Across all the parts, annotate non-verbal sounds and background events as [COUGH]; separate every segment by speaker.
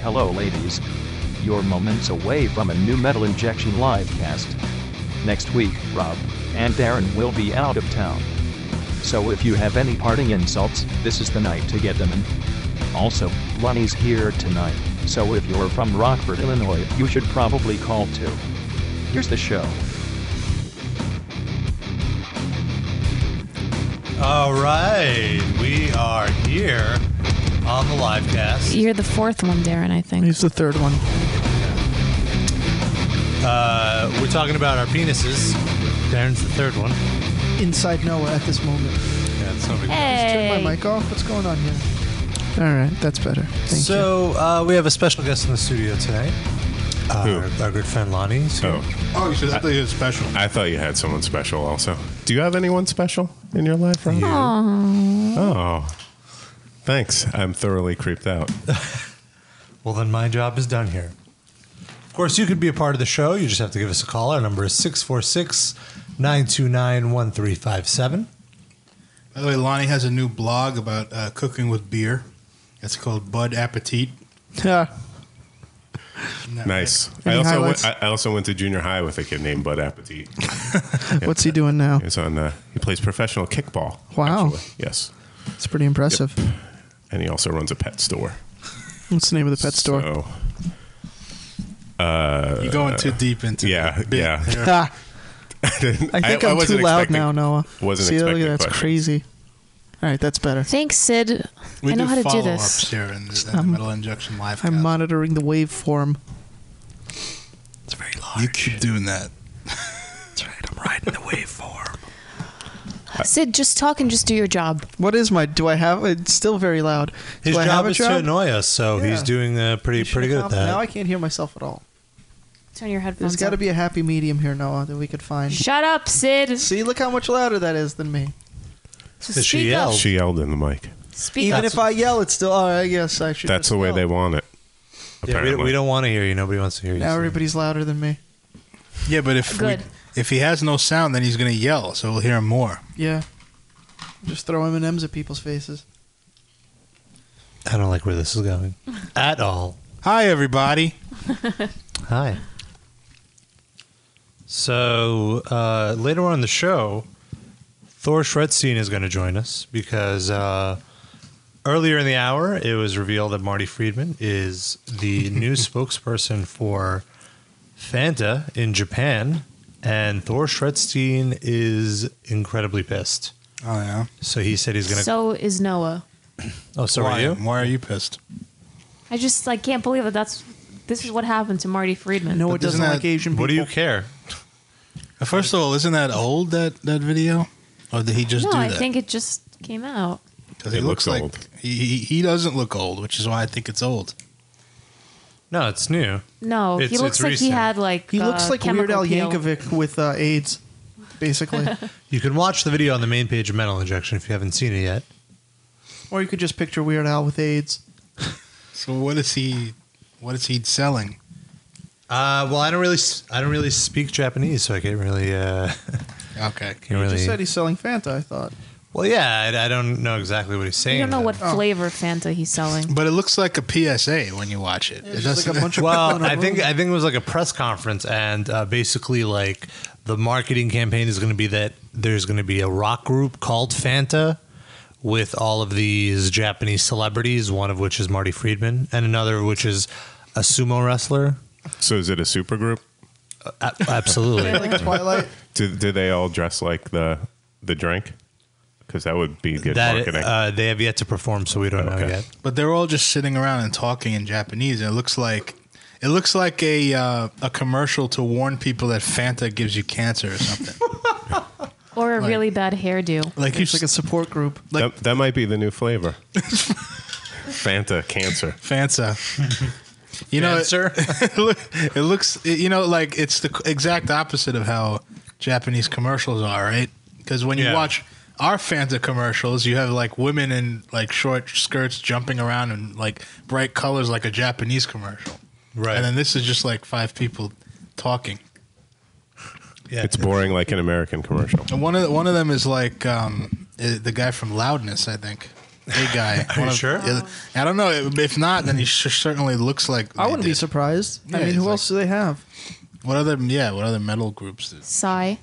Speaker 1: Hello, ladies. You're moments away from a new metal injection live cast. Next week, Rob and Darren will be out of town. So if you have any parting insults, this is the night to get them in. Also, Lonnie's here tonight, so if you're from Rockford, Illinois, you should probably call too. Here's the show.
Speaker 2: All right, we are here on the live cast.
Speaker 3: You're the fourth one, Darren, I think.
Speaker 4: He's the third one.
Speaker 2: Uh, we're talking about our penises. Darren's the third one.
Speaker 5: Inside Noah at this moment.
Speaker 2: Yeah, it's no big deal.
Speaker 5: Turn my
Speaker 3: Hey.
Speaker 5: mic off. What's going on here?
Speaker 4: All right, that's better. Thank you.
Speaker 2: So uh, we have a special guest in the studio tonight. Uh, Our, our good friend Lonnie. is here.
Speaker 6: Oh,
Speaker 7: Oh, you said I thought you was special.
Speaker 6: I thought you had someone special also. Do you have anyone special in your life, Rob? Oh, thanks. I'm thoroughly creeped out.
Speaker 2: Well, then my job is done here. Of course, you could be a part of the show. You just have to give us a call. Our number is 646 929 1357.
Speaker 7: By the way, Lonnie has a new blog about uh, cooking with beer. It's called Bud Appetit.
Speaker 4: Yeah.
Speaker 6: Nice.
Speaker 4: Any
Speaker 6: I also
Speaker 4: highlights?
Speaker 6: went, I I also went to junior high with a kid named Bud
Speaker 2: [LAUGHS]
Speaker 6: Appetit.
Speaker 4: What's he doing now?
Speaker 6: He's on. Uh, he plays professional kickball.
Speaker 4: Wow.
Speaker 6: Yes,
Speaker 4: It's pretty impressive.
Speaker 6: and he also runs a pet store.
Speaker 4: What's the name of the pet store?
Speaker 6: So, uh,
Speaker 7: You're going too deep into
Speaker 6: yeah,
Speaker 7: the bit
Speaker 6: yeah.
Speaker 7: there.
Speaker 4: Ah, I think I, am
Speaker 6: wasn't
Speaker 4: too loud
Speaker 6: expecting-
Speaker 4: now, Noah.
Speaker 6: Wasn't
Speaker 4: See, look at
Speaker 6: expecting
Speaker 4: that, that's
Speaker 6: questions.
Speaker 4: crazy. All right, that's better.
Speaker 3: Thanks, Sid.
Speaker 7: We
Speaker 3: I know
Speaker 7: do
Speaker 3: how to do
Speaker 7: follow-ups
Speaker 3: this.
Speaker 7: here in the, in the
Speaker 4: I'm-
Speaker 7: Metal Injection live.
Speaker 4: I'm
Speaker 7: cast.
Speaker 4: monitoring the waveform.
Speaker 7: It's very large. You keep doing that.
Speaker 4: That's right. I'm riding the waveform.
Speaker 3: [LAUGHS] Sid, just talk and just do your job.
Speaker 4: What is my? Do I have? It's still very loud.
Speaker 2: His
Speaker 4: do I have
Speaker 2: job
Speaker 4: a
Speaker 2: is
Speaker 4: job?
Speaker 2: to annoy us, so
Speaker 4: Yeah.
Speaker 2: he's doing uh, pretty pretty good at that.
Speaker 4: Now I can't hear myself at all.
Speaker 3: Turn your headphones.
Speaker 4: There's got to
Speaker 3: up.
Speaker 4: be a happy medium here, Noah, that we could find.
Speaker 3: Shut up, Sid. Just
Speaker 4: See, look how much louder that is than me.
Speaker 2: Did she
Speaker 3: speak
Speaker 2: yell?
Speaker 3: up.
Speaker 6: She yelled in the mic.
Speaker 3: Speak
Speaker 4: Even
Speaker 3: up.
Speaker 4: if I yell, it's still. All right, I guess I should.
Speaker 6: That's
Speaker 4: just
Speaker 6: the way
Speaker 4: yell.
Speaker 6: they want it.
Speaker 2: yeah,
Speaker 6: Apparently.
Speaker 2: we, we don't want to hear you. Nobody wants to hear you.
Speaker 4: Now
Speaker 2: so-
Speaker 4: everybody's louder than me.
Speaker 7: Yeah, but if we,
Speaker 3: Good.
Speaker 7: if he has no sound, then he's going to yell, so we'll hear him more.
Speaker 4: Yeah. Just throw M and M's at people's faces.
Speaker 2: I don't like where this is
Speaker 3: [LAUGHS]
Speaker 2: going at all.
Speaker 7: Hi, everybody.
Speaker 2: [LAUGHS] Hi. So uh, later on in the show, Thor Shredstein is going to join us because uh, earlier in the hour it was revealed that Marty Friedman is
Speaker 7: [LAUGHS]
Speaker 2: the new spokesperson for Fanta in Japan, and Thor Shredstein is incredibly pissed.
Speaker 7: Oh yeah.
Speaker 2: So he said he's going to.
Speaker 3: So is Noah.
Speaker 2: oh, so
Speaker 7: Why?
Speaker 2: are you?
Speaker 7: Why are you pissed?
Speaker 3: I just like can't believe that that's this is what happened to Marty Friedman.
Speaker 4: No,
Speaker 7: But
Speaker 4: it doesn't
Speaker 7: isn't
Speaker 4: like
Speaker 7: that-
Speaker 4: Asian people.
Speaker 2: What do you care?
Speaker 7: First of all, isn't that old that that video, or did he just
Speaker 3: no,
Speaker 7: do
Speaker 3: I
Speaker 7: that?
Speaker 3: think it just came out.
Speaker 7: 'Cause he
Speaker 6: It
Speaker 7: looks, like
Speaker 6: looks old.
Speaker 7: He, he he doesn't look old, which is why I think it's old.
Speaker 2: No, it's new.
Speaker 3: No,
Speaker 2: It's-
Speaker 3: he looks
Speaker 2: it's
Speaker 3: like he
Speaker 2: recent.
Speaker 3: had like
Speaker 4: He
Speaker 3: uh,
Speaker 4: looks like Weird
Speaker 3: chemical
Speaker 4: Al
Speaker 3: peel.
Speaker 4: Yankovic with uh, AIDS,
Speaker 3: [LAUGHS]
Speaker 4: basically.
Speaker 2: You can watch the video on the main page of Mental Injection if you haven't seen it yet.
Speaker 4: or you could just picture Weird Al with AIDS.
Speaker 7: [LAUGHS] So what is he? What is he selling?
Speaker 2: Uh, well, I don't really, s- I don't really speak Japanese, so I can't really, uh,
Speaker 7: Okay.
Speaker 2: [LAUGHS] can't
Speaker 4: He
Speaker 2: really.
Speaker 4: just said he's selling Fanta. I thought.
Speaker 2: well, yeah, I, I don't know exactly what he's saying.
Speaker 3: You don't know
Speaker 2: though.
Speaker 3: what
Speaker 4: Oh,
Speaker 3: flavor Fanta he's selling.
Speaker 7: But it looks like a PSA when you watch it.
Speaker 4: It's
Speaker 7: it
Speaker 4: just like
Speaker 7: doesn't-
Speaker 4: a
Speaker 7: [LAUGHS]
Speaker 4: bunch of people
Speaker 2: Well,
Speaker 4: in a
Speaker 2: I think,
Speaker 4: room.
Speaker 2: I think it was like a press conference, and uh, basically, like the marketing campaign is going to be that there's going to be a rock group called Fanta with all of these Japanese celebrities, one of which is Marty Friedman, and another which is a sumo wrestler.
Speaker 6: So is it a supergroup?
Speaker 2: A- absolutely.
Speaker 4: [LAUGHS] like Twilight.
Speaker 6: Do, do they all dress like the the drink? Because that would be good
Speaker 2: That
Speaker 6: marketing.
Speaker 2: uh, they have yet to perform, so we don't know
Speaker 6: Okay.
Speaker 2: yet.
Speaker 7: But they're all just sitting around and talking in Japanese. And it looks like it looks like a uh, a commercial to warn people that Fanta gives you cancer or something.
Speaker 3: Or a
Speaker 7: Like-
Speaker 3: really bad hairdo.
Speaker 7: like you
Speaker 4: It's like a
Speaker 7: s-
Speaker 4: support group.
Speaker 6: that, that might be the new
Speaker 2: [LAUGHS]
Speaker 6: flavor. Fanta cancer.
Speaker 7: Fanta. You know, it,
Speaker 2: Answer?
Speaker 7: it [LAUGHS] look- it looks it- you know like it's the exact opposite of how Japanese commercials are, right? Because when you
Speaker 2: Yeah.
Speaker 7: watch our Fanta commercials, you have like women in like short skirts jumping around and like bright colors, like a Japanese commercial.
Speaker 2: Right.
Speaker 7: And then this is just like five people talking.
Speaker 2: yeah.
Speaker 6: It's boring like an American commercial.
Speaker 7: eh, And one of the, one of them is like um, i- the guy from Loudness, I think. A guy.
Speaker 2: you
Speaker 7: One of-
Speaker 2: sure?
Speaker 7: yeah, I don't know. If not, then he sh- certainly looks like.
Speaker 4: I
Speaker 7: they
Speaker 4: wouldn't be
Speaker 7: did.
Speaker 4: surprised.
Speaker 7: Yeah,
Speaker 4: I mean,
Speaker 7: he's
Speaker 4: who
Speaker 7: like-
Speaker 4: else do they have?
Speaker 7: What other? Yeah, what other metal groups? Did?
Speaker 3: Sigh.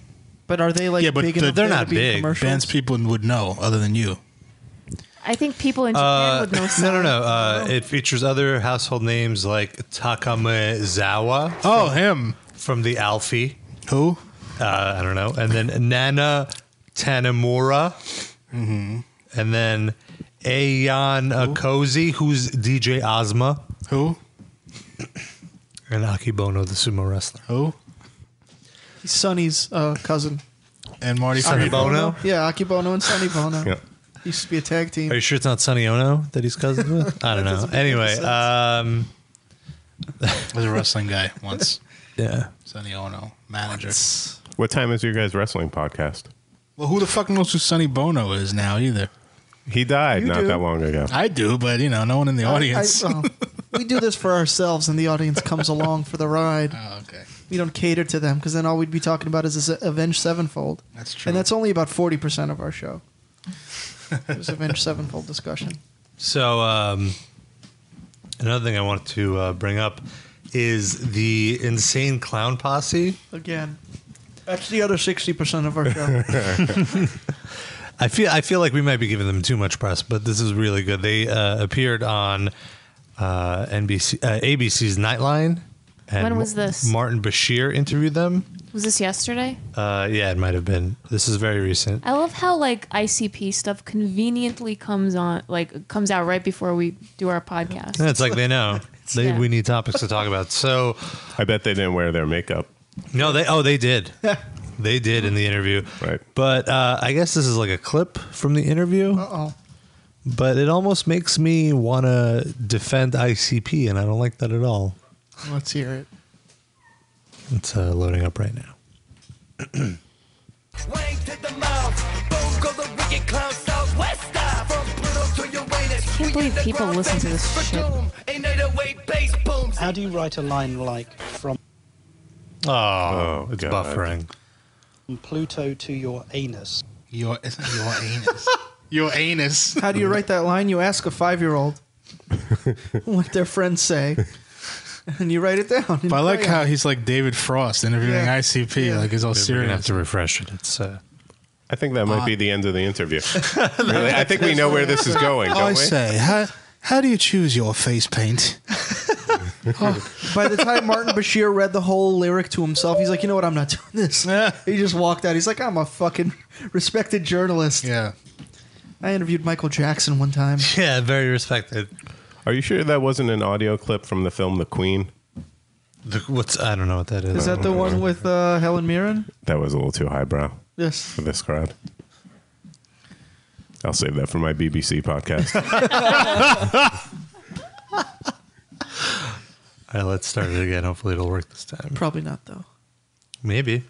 Speaker 4: But are they like
Speaker 7: Yeah, but
Speaker 4: big
Speaker 7: the-
Speaker 4: enough
Speaker 7: they're
Speaker 4: there
Speaker 2: not
Speaker 4: to be
Speaker 2: big.
Speaker 4: commercial?
Speaker 7: Bands people would know other than you.
Speaker 3: I think people in Japan
Speaker 2: Uh,
Speaker 3: would know.
Speaker 2: [LAUGHS]
Speaker 3: Sigh.
Speaker 2: no, no, no. Uh, it features other household names like Takame Zawa
Speaker 7: Oh, him.
Speaker 2: from the Alfie.
Speaker 7: Who?
Speaker 2: Uh, I don't know. And then Nana Tanamura.
Speaker 7: Mm-hmm.
Speaker 2: And then Ayan Akozi, who's DJ Ozma.
Speaker 7: Who?
Speaker 2: And Akibono, the sumo wrestler.
Speaker 7: Who?
Speaker 4: Sonny's uh, cousin.
Speaker 7: And Marty
Speaker 2: Sonny
Speaker 7: Friedman.
Speaker 2: Bono?
Speaker 4: Yeah, Aki Bono and Sonny Bono.
Speaker 6: Yeah.
Speaker 4: Used to be a tag team.
Speaker 2: Are you sure it's not Sonny Ono that he's
Speaker 7: [LAUGHS]
Speaker 2: cousins with? I don't know.
Speaker 4: doesn't make any
Speaker 2: Anyway,
Speaker 4: sense.
Speaker 2: um,
Speaker 7: was a wrestling guy once.
Speaker 2: yeah.
Speaker 7: Sonny Ono, manager.
Speaker 6: What time is your guys' wrestling podcast?
Speaker 7: Well, who the fuck knows who Sonny Bono is now either?
Speaker 6: He died
Speaker 4: You
Speaker 6: not
Speaker 4: do.
Speaker 6: that long ago.
Speaker 7: I do, but you know, no one in the
Speaker 4: I- I-
Speaker 7: [LAUGHS] audience.
Speaker 4: oh, we do this for ourselves, and the audience
Speaker 7: [LAUGHS]
Speaker 4: comes along for the ride.
Speaker 7: oh, okay.
Speaker 4: We don't cater to them because then all we'd be talking about is this Avenged Sevenfold.
Speaker 7: That's true.
Speaker 4: And that's only about 40% of our show. It was Avenged Sevenfold discussion.
Speaker 2: So, um, another thing I wanted to uh, bring up is the Insane Clown Posse.
Speaker 4: Again, that's the other 60% of our
Speaker 7: [LAUGHS]
Speaker 4: show.
Speaker 2: I feel I feel like we might be giving them too much press, but this is really good. They uh, appeared on uh, NBC, uh, ABC's Nightline. And
Speaker 3: When was this?
Speaker 2: Martin Bashir interviewed them.
Speaker 3: Was this yesterday?
Speaker 2: Uh, yeah, it might have been. This is very recent.
Speaker 3: I love how like ICP stuff conveniently comes on, like comes out right before we do our podcast.
Speaker 2: And [LAUGHS] it's like they know they,
Speaker 3: Yeah.
Speaker 2: we need topics to talk about. So
Speaker 6: I bet they didn't wear their makeup.
Speaker 2: no, they oh they did, they did in the interview.
Speaker 6: Right.
Speaker 2: But uh, I guess this is like a clip from the interview.
Speaker 4: Uh-oh.
Speaker 2: But it almost makes me want to defend ICP, and I don't like that at all.
Speaker 4: Let's hear it.
Speaker 2: It's uh, loading up right now.
Speaker 8: Wang to the mouth. Boom go the wicked clown southwest style. From Pluto to Uranus. I
Speaker 3: can't believe people listen to this shit.
Speaker 8: Ain't no way bass booms.
Speaker 9: How do you write a line like from
Speaker 2: Oh,
Speaker 6: Oh,
Speaker 2: it's
Speaker 6: God.
Speaker 2: buffering.
Speaker 9: Pluto to your anus?
Speaker 7: Your it's not
Speaker 9: [LAUGHS]
Speaker 7: your anus. your anus.
Speaker 4: How do you write that line? You ask a five year
Speaker 7: [LAUGHS]
Speaker 4: old what their friends say, and you write it down.
Speaker 7: But [LAUGHS] I like
Speaker 4: how.
Speaker 7: how he's like David Frost interviewing
Speaker 4: Yeah.
Speaker 7: ICP,
Speaker 4: Yeah.
Speaker 7: like he's all
Speaker 2: We're gonna have
Speaker 7: serious.
Speaker 2: to refresh it. It's uh,
Speaker 6: I think that might be the end of the
Speaker 2: [LAUGHS]
Speaker 6: interview. really? I think we know where this is going,
Speaker 2: Oh,
Speaker 6: don't
Speaker 7: I
Speaker 6: we?
Speaker 7: say, how how do you choose your face [LAUGHS] paint? Oh,
Speaker 4: By the time Martin Bashir read the whole lyric to himself, he's like, you know what? I'm not doing this.
Speaker 7: Yeah.
Speaker 4: He just walked out. He's like, I'm a fucking respected journalist.
Speaker 7: Yeah.
Speaker 4: I interviewed Michael Jackson one time.
Speaker 2: yeah, very respected.
Speaker 6: Are you sure that wasn't an audio clip from the film The Queen?
Speaker 2: The, what's I don't know what that is.
Speaker 4: Is that the one with uh, Helen
Speaker 2: [LAUGHS]
Speaker 4: Mirren?
Speaker 6: That was a little too highbrow
Speaker 4: Yes.
Speaker 6: for this crowd. I'll save that for my
Speaker 4: [LAUGHS]
Speaker 6: BBC podcast.
Speaker 2: All right, let's start it again. Hopefully, it'll work this time.
Speaker 4: Probably not though.
Speaker 2: Maybe.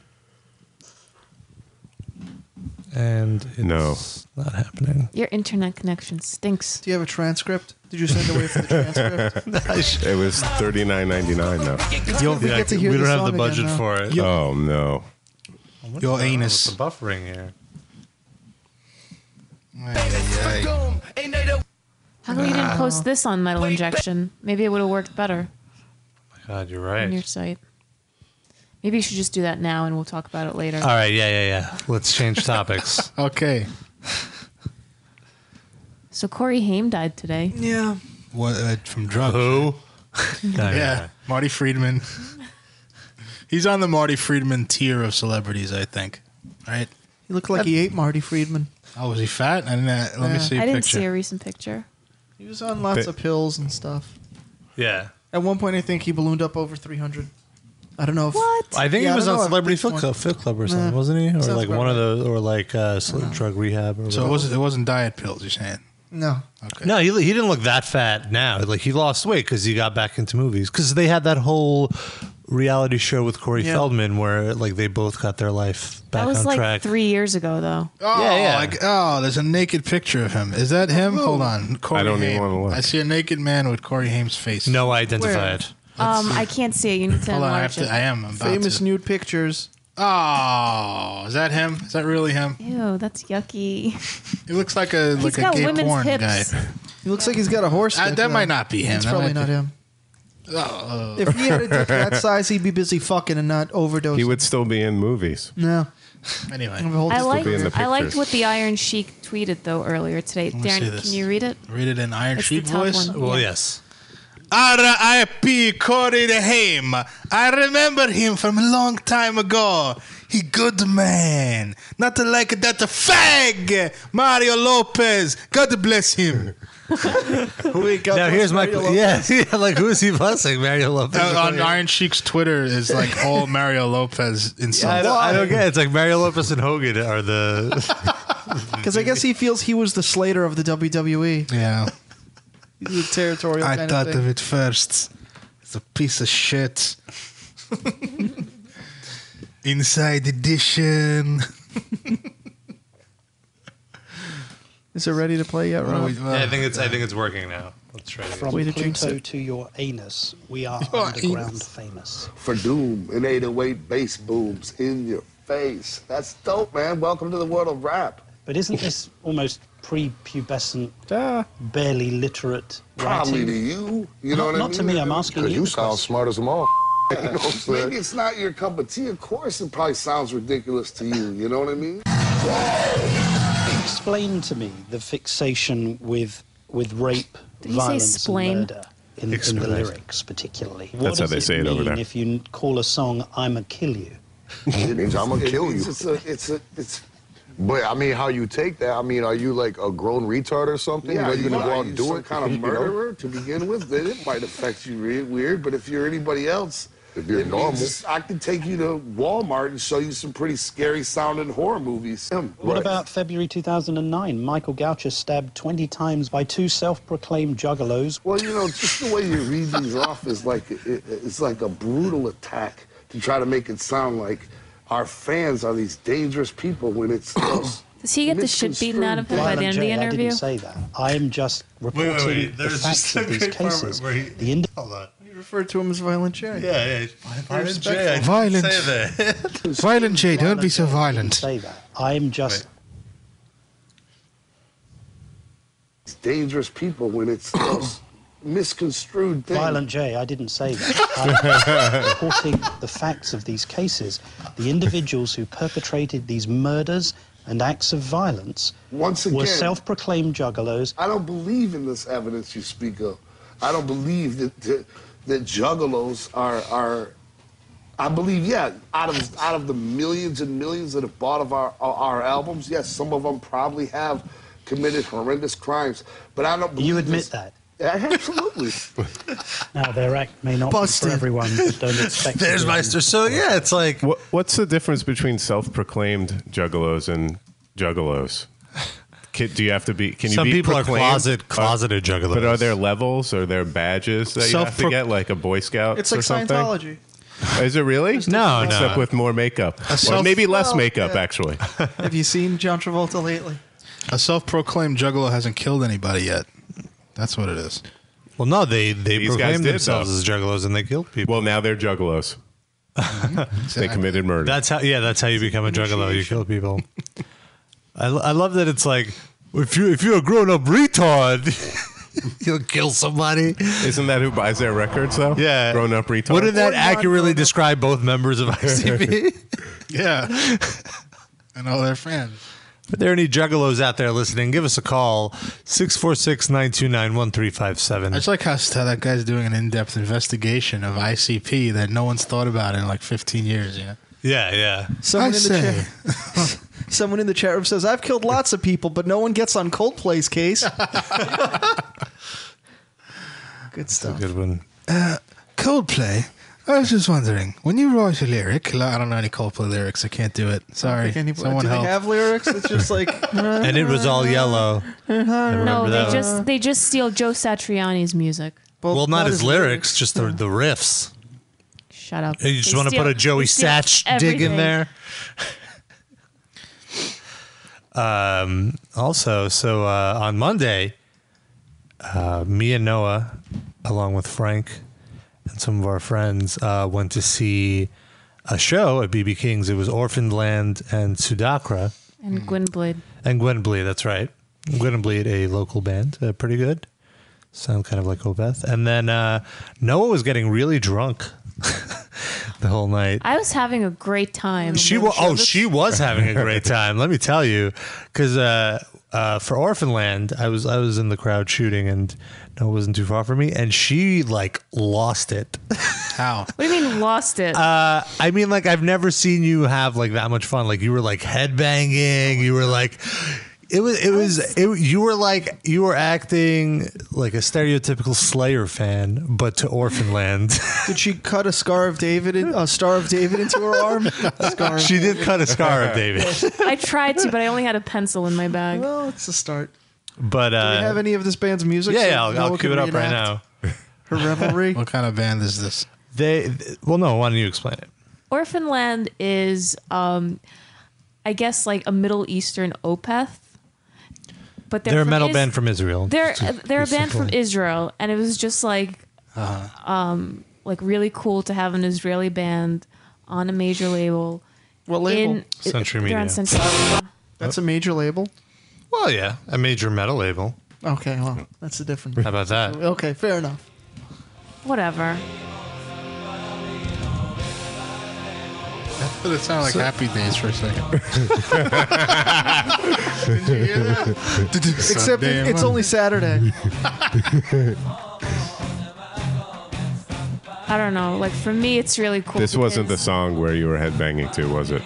Speaker 2: And it's
Speaker 6: No.
Speaker 2: not happening.
Speaker 3: Your internet connection stinks.
Speaker 4: Do you have a transcript? Did you send
Speaker 6: [LAUGHS]
Speaker 4: away for the transcript?
Speaker 6: it was thirty nine ninety nine though.
Speaker 4: we get to hear
Speaker 2: we
Speaker 4: the
Speaker 2: don't have the
Speaker 4: song again
Speaker 2: budget
Speaker 4: now.
Speaker 2: for it.
Speaker 6: Oh no.
Speaker 7: Your anus.
Speaker 2: What's the buffering here?
Speaker 8: Boom. Ain't no
Speaker 3: [LAUGHS] How come you didn't post this on Metal Injection? Maybe it would have worked better
Speaker 2: My God, you're
Speaker 3: on your
Speaker 2: right.
Speaker 3: site. Maybe you should just do that now, and we'll talk about it later.
Speaker 2: All right, yeah, yeah, yeah. Let's change
Speaker 4: [LAUGHS]
Speaker 2: topics.
Speaker 7: Okay.
Speaker 3: So Corey Haim died today.
Speaker 4: Yeah.
Speaker 7: What uh, from drugs?
Speaker 2: Who? No,
Speaker 7: Yeah, Marty Friedman. He's on the Marty Friedman tier of celebrities, I think. Right?
Speaker 4: He looked like he ate Marty Friedman.
Speaker 7: Oh, was he fat? I didn't, uh, let me
Speaker 4: Yeah.
Speaker 7: see a
Speaker 3: I didn't
Speaker 7: picture.
Speaker 3: see a recent picture.
Speaker 4: He was on lots of pills and stuff.
Speaker 2: Yeah.
Speaker 4: At one point, I think he ballooned up over 300. I don't know if
Speaker 3: What?
Speaker 2: I think
Speaker 4: Yeah,
Speaker 2: he
Speaker 4: I
Speaker 2: was
Speaker 4: don't
Speaker 2: on
Speaker 4: know. At
Speaker 2: Celebrity
Speaker 4: this
Speaker 2: Fit
Speaker 4: point-
Speaker 2: Club, Fit Club or something,
Speaker 4: Nah.
Speaker 2: wasn't he? Or
Speaker 4: Sounds
Speaker 2: like
Speaker 4: about
Speaker 2: one of
Speaker 4: right.
Speaker 2: those, or like uh, sl- drug rehab.
Speaker 7: so
Speaker 2: Or
Speaker 7: it
Speaker 2: whatever.
Speaker 7: wasn't, it wasn't diet pills, you're saying?
Speaker 4: No.
Speaker 7: Okay.
Speaker 2: No, he, he didn't look that fat now. Like he lost weight because he got back into movies. Because they had that whole reality show with Corey
Speaker 4: Yeah.
Speaker 2: Feldman where like they both got their life back
Speaker 3: That was
Speaker 2: on
Speaker 3: like
Speaker 2: track.
Speaker 3: three years ago, though.
Speaker 7: Oh,
Speaker 2: Yeah, yeah.
Speaker 7: like- oh, there's a naked picture of him. Is that him? Hold on. Corey
Speaker 6: I don't even
Speaker 7: Haim.
Speaker 6: wanna look.
Speaker 7: I see a naked man with Corey Haim's face.
Speaker 2: no identified.
Speaker 3: Um, I can't see it. You need to
Speaker 7: Hold on, I, have
Speaker 3: enlarge
Speaker 7: to,
Speaker 3: it.
Speaker 7: I am. I'm about
Speaker 4: Famous
Speaker 7: to.
Speaker 4: nude pictures.
Speaker 7: Oh, is that him? Is that really him?
Speaker 3: Ew, that's yucky.
Speaker 7: He looks like a
Speaker 3: He's
Speaker 7: like a
Speaker 3: got
Speaker 7: gay
Speaker 3: women's
Speaker 7: porn
Speaker 3: hips.
Speaker 7: guy.
Speaker 4: He looks like he's got a horse.
Speaker 7: Uh,
Speaker 4: dick,
Speaker 7: that
Speaker 4: though.
Speaker 7: might not be him.
Speaker 4: It's
Speaker 7: That
Speaker 4: probably
Speaker 7: might
Speaker 4: not
Speaker 7: be-
Speaker 4: him.
Speaker 7: Oh,
Speaker 4: If he had a
Speaker 2: [LAUGHS]
Speaker 4: dick that size, he'd be busy fucking and not overdose.
Speaker 6: He would still be in movies.
Speaker 4: No.
Speaker 7: oh. anyway,
Speaker 4: I'm a whole-
Speaker 3: I
Speaker 6: will be in
Speaker 3: liked,
Speaker 6: the
Speaker 3: I liked
Speaker 6: pictures.
Speaker 3: what the Iron Sheik tweeted though earlier today.
Speaker 7: me see
Speaker 3: Darren,
Speaker 7: this.
Speaker 3: can you read it?
Speaker 7: read it in Iron
Speaker 3: It's the
Speaker 7: Sheep
Speaker 3: top
Speaker 7: voice.
Speaker 3: one.
Speaker 2: Well,
Speaker 3: Yeah.
Speaker 2: yes.
Speaker 7: R.I.P. Corey de Haim. I remember him from a long time ago. He good man. Not like that fag Mario Lopez. God bless [LAUGHS] him.
Speaker 2: now here's my yes. [LAUGHS] Yeah, like who is he blessing? Mario Lopez.
Speaker 4: Oh,
Speaker 7: Uh, on Iron Sheik's Twitter is like all Mario Lopez
Speaker 2: I
Speaker 7: insults.
Speaker 2: don't, I don't get it. It's like Mario Lopez and Hogan are the.
Speaker 4: Because I guess he feels he was the Slater of the WWE.
Speaker 7: yeah.
Speaker 4: He's a territorial
Speaker 7: I
Speaker 4: kind
Speaker 7: thought
Speaker 4: of
Speaker 7: of,
Speaker 4: thing.
Speaker 7: it first. It's a piece
Speaker 4: [LAUGHS]
Speaker 7: of shit. Inside edition.
Speaker 4: Is it ready to play yet, Rob?
Speaker 2: I think it's. I think it's working now. Let's try. it.
Speaker 9: From
Speaker 4: Way to jinx
Speaker 9: Pluto
Speaker 4: it.
Speaker 9: to your anus, we are
Speaker 7: Your
Speaker 9: underground
Speaker 7: anus.
Speaker 9: famous.
Speaker 10: for doom and 808 bass booms in your face. That's dope, man. Welcome to the world of rap.
Speaker 9: But isn't this almost prepubescent,
Speaker 10: Yeah.
Speaker 9: barely literate
Speaker 10: Probably to
Speaker 9: writing?
Speaker 10: you. You
Speaker 9: Not-
Speaker 10: know what I mean?
Speaker 9: not to me, I'm asking
Speaker 10: 'Cause
Speaker 9: you the question.
Speaker 10: smart as a mall. [LAUGHS] You know what I'm saying? Maybe it's not your cup of tea. Of course, it probably sounds ridiculous to you. You know what I mean?
Speaker 9: Explain to me the fixation with with rape,
Speaker 3: Did he say
Speaker 9: violence,
Speaker 3: splain?
Speaker 9: and murder in, in the
Speaker 6: Explain.
Speaker 9: lyrics, particularly. What
Speaker 6: That's how
Speaker 9: does
Speaker 6: they
Speaker 9: it
Speaker 6: say it over
Speaker 9: mean
Speaker 6: there.
Speaker 9: If you n- call a song "I'ma kill you,"
Speaker 10: It
Speaker 9: [LAUGHS]
Speaker 10: means I'm gonna kill you. It's a, it's a, it's. But I mean, how you take that? I mean, are you like a grown retard or something? Yeah, you know, [LAUGHS] you gonna go out and do it? Kind of murderer to begin with. Then it might affect you re- weird. But if you're anybody else, if you're normal, I can take you to Walmart and show you some pretty scary sounding horror movies. Him.
Speaker 9: What about February 2009? Michael Goucher stabbed 20 times by two self-proclaimed juggalos.
Speaker 10: Well, you know, just the way you read these off is like it, it- it's like a brutal attack to try to make it sound like our fans are these dangerous people when [COUGHS] it's
Speaker 3: Does he get the shit beaten out of him by the end of the
Speaker 9: Jay, I
Speaker 3: interview?
Speaker 9: didn't say that. I am just
Speaker 2: wait, wait,
Speaker 9: reporting
Speaker 2: wait.
Speaker 9: the
Speaker 2: There's
Speaker 9: facts
Speaker 2: just a
Speaker 9: of these
Speaker 2: great part where-
Speaker 9: cases.
Speaker 2: where he.
Speaker 9: The ind-
Speaker 2: Hold on.
Speaker 4: You refer to him as Violent J.
Speaker 2: Yeah, yeah. Why did Jay- I didn't
Speaker 7: Violence.
Speaker 2: Say that. [LAUGHS]
Speaker 7: Violent Jay, don't be so
Speaker 9: didn't
Speaker 7: violent.
Speaker 9: say that. I am just
Speaker 10: It's dangerous people when [COUGHS] it's misconstrued things.
Speaker 9: violent, Jay. I didn't say that. I'm Uh, [LAUGHS] reporting the facts of these cases. The individuals who perpetrated these murders and acts of violence
Speaker 10: Once
Speaker 9: were
Speaker 10: again,
Speaker 9: self-proclaimed juggalos.
Speaker 10: I don't believe in this evidence you speak of. I don't believe that that, that juggalos are are. I believe, yeah, out of out of the millions and millions that have bought of our our albums, yes, some of them probably have committed horrendous crimes, but I don't. Believe
Speaker 9: You admit
Speaker 10: this-
Speaker 9: that.
Speaker 10: [LAUGHS] Absolutely.
Speaker 9: Now their act may not
Speaker 4: Busted.
Speaker 9: be for everyone, but don't
Speaker 6: [LAUGHS]
Speaker 9: expect.
Speaker 2: There's
Speaker 9: it.
Speaker 2: Meister. So yeah, it's like
Speaker 6: What, what's the difference between self-proclaimed juggalos and juggalos? Can, do you have to be? Can you
Speaker 2: some
Speaker 6: be
Speaker 2: people are
Speaker 6: proclaimed?
Speaker 2: closet closeted juggalos.
Speaker 6: But are there levels? Are there badges that you have to
Speaker 7: Self-pro-
Speaker 6: get, like a Boy Scout
Speaker 4: It's like
Speaker 6: or something?
Speaker 4: Scientology.
Speaker 6: Is it really?
Speaker 2: No, no.
Speaker 6: Except with more makeup, or
Speaker 7: self-
Speaker 6: maybe less
Speaker 4: Well,
Speaker 6: makeup.
Speaker 4: yeah.
Speaker 6: Actually,
Speaker 4: Have you seen John Travolta lately?
Speaker 7: A self-proclaimed juggalo hasn't killed anybody yet. That's what it is.
Speaker 2: Well, no, they they
Speaker 6: These guys
Speaker 2: proclaimed
Speaker 6: did,
Speaker 2: themselves
Speaker 6: though.
Speaker 2: as juggalos and they killed people.
Speaker 6: well, now
Speaker 4: [LAUGHS]
Speaker 6: they're juggalos. They committed murder.
Speaker 2: That's how. Yeah, that's how you become a juggalo. You kill people. I, lo- I love that it's like if you if you're a grown up retard, [LAUGHS] you'll kill somebody.
Speaker 6: Isn't that who buys their records though?
Speaker 2: Yeah,
Speaker 6: grown up retard.
Speaker 2: Wouldn't that
Speaker 4: Or not
Speaker 2: accurately
Speaker 4: grown-up.
Speaker 2: describe both members of
Speaker 7: [LAUGHS]
Speaker 2: ICB?
Speaker 7: Yeah. and all their fans.
Speaker 2: If there are any juggalos out there listening, give us a call 646-929-1357.
Speaker 7: I just like how st- that guy's doing an in-depth investigation of ICP that no one's thought about in like 15 years. Yeah.
Speaker 2: yeah, yeah.
Speaker 4: Someone in the
Speaker 7: say.
Speaker 4: chat. [LAUGHS] Someone in the chat room says, "I've killed lots of people, but no one gets on Coldplay's case." [LAUGHS] Good
Speaker 2: That's a
Speaker 4: stuff.
Speaker 2: good one.
Speaker 7: Uh, Coldplay. I was just wondering when you write a lyric. I don't know any Coldplay lyrics. I can't do it. Sorry.
Speaker 4: Think anybody-
Speaker 7: Someone
Speaker 4: do
Speaker 7: help.
Speaker 4: they have lyrics? It's just like
Speaker 2: And it was all yellow. I remember
Speaker 3: [LAUGHS]
Speaker 2: that
Speaker 3: No, they
Speaker 2: one.
Speaker 3: just they just steal Joe Satriani's music.
Speaker 2: well, not his lyrics, just the, the riffs.
Speaker 3: Shut up.
Speaker 2: You just
Speaker 3: They
Speaker 2: want to
Speaker 3: steal-
Speaker 2: put a Joey
Speaker 3: they steal
Speaker 2: Satch dig in
Speaker 3: everything.
Speaker 2: there.
Speaker 3: [LAUGHS]
Speaker 2: um, also, so uh, on Monday, uh, me and Noah, along with Frank and some of our friends, uh, went to see a show at BB King's. It was Orphaned Land and Sudakra
Speaker 3: and Gwyn Blade.
Speaker 2: and Gwen Bleed. That's right. Gwen Bleed, a local band, uh, pretty good. Sound kind of like Obeth. And then uh, Noah was getting really drunk [LAUGHS] the whole night.
Speaker 3: I was having a great time.
Speaker 2: She was. Oh, she was having
Speaker 4: [LAUGHS]
Speaker 2: a great time. Let me tell you, because uh, uh, for Orphanland, I was I was in the crowd shooting, and no, it wasn't too far from me, and she like lost it. [LAUGHS]
Speaker 11: How?
Speaker 3: [LAUGHS] What do you mean lost it?
Speaker 2: Uh, I mean, like I've never seen you have like that much fun. Like you were like headbanging. You were like. It was. It was. It, you were like you were acting like a stereotypical Slayer fan, but to Orphanland.
Speaker 4: Did she cut a scar of David, in, a star of David, into her arm? Scar of
Speaker 2: She did cut a scar of David.
Speaker 3: I tried to, but I only had a pencil in my bag.
Speaker 4: Well, it's a start.
Speaker 2: [LAUGHS] But
Speaker 4: Do
Speaker 2: uh,
Speaker 4: we have any of this band's music?
Speaker 2: yeah,
Speaker 4: so
Speaker 2: yeah, I'll, I'll
Speaker 4: Noah
Speaker 2: cue it
Speaker 4: can
Speaker 2: up right
Speaker 4: reenact
Speaker 2: now.
Speaker 4: Her
Speaker 11: [LAUGHS]
Speaker 4: revelry.
Speaker 11: What kind of band is this?
Speaker 2: They, th- well, no. Why don't you explain it?
Speaker 3: Orphanland is, um, I guess, like a Middle Eastern Opeth. But
Speaker 2: They're a
Speaker 3: from
Speaker 2: metal
Speaker 3: Is-
Speaker 2: band from Israel.
Speaker 3: They're
Speaker 2: Just to
Speaker 3: they're a
Speaker 2: be
Speaker 3: band
Speaker 2: simple.
Speaker 3: from Israel, and it was just like,
Speaker 7: Uh-huh.
Speaker 3: um, like really cool to have an Israeli band on a major label.
Speaker 4: What label?
Speaker 3: In-
Speaker 2: Century
Speaker 3: they're on
Speaker 2: Media.
Speaker 3: Century Media.
Speaker 4: That's a major label.
Speaker 2: Well, yeah, a major metal label.
Speaker 4: Okay, well, that's a different.
Speaker 2: How about that?
Speaker 4: Okay, fair enough.
Speaker 3: Whatever.
Speaker 11: But it sounded like Happy Days for a second.
Speaker 4: Except it- it's only Saturday.
Speaker 3: I don't know. Like for me, it's really cool.
Speaker 6: This wasn't the
Speaker 3: because,
Speaker 6: song where you were headbanging to, was it?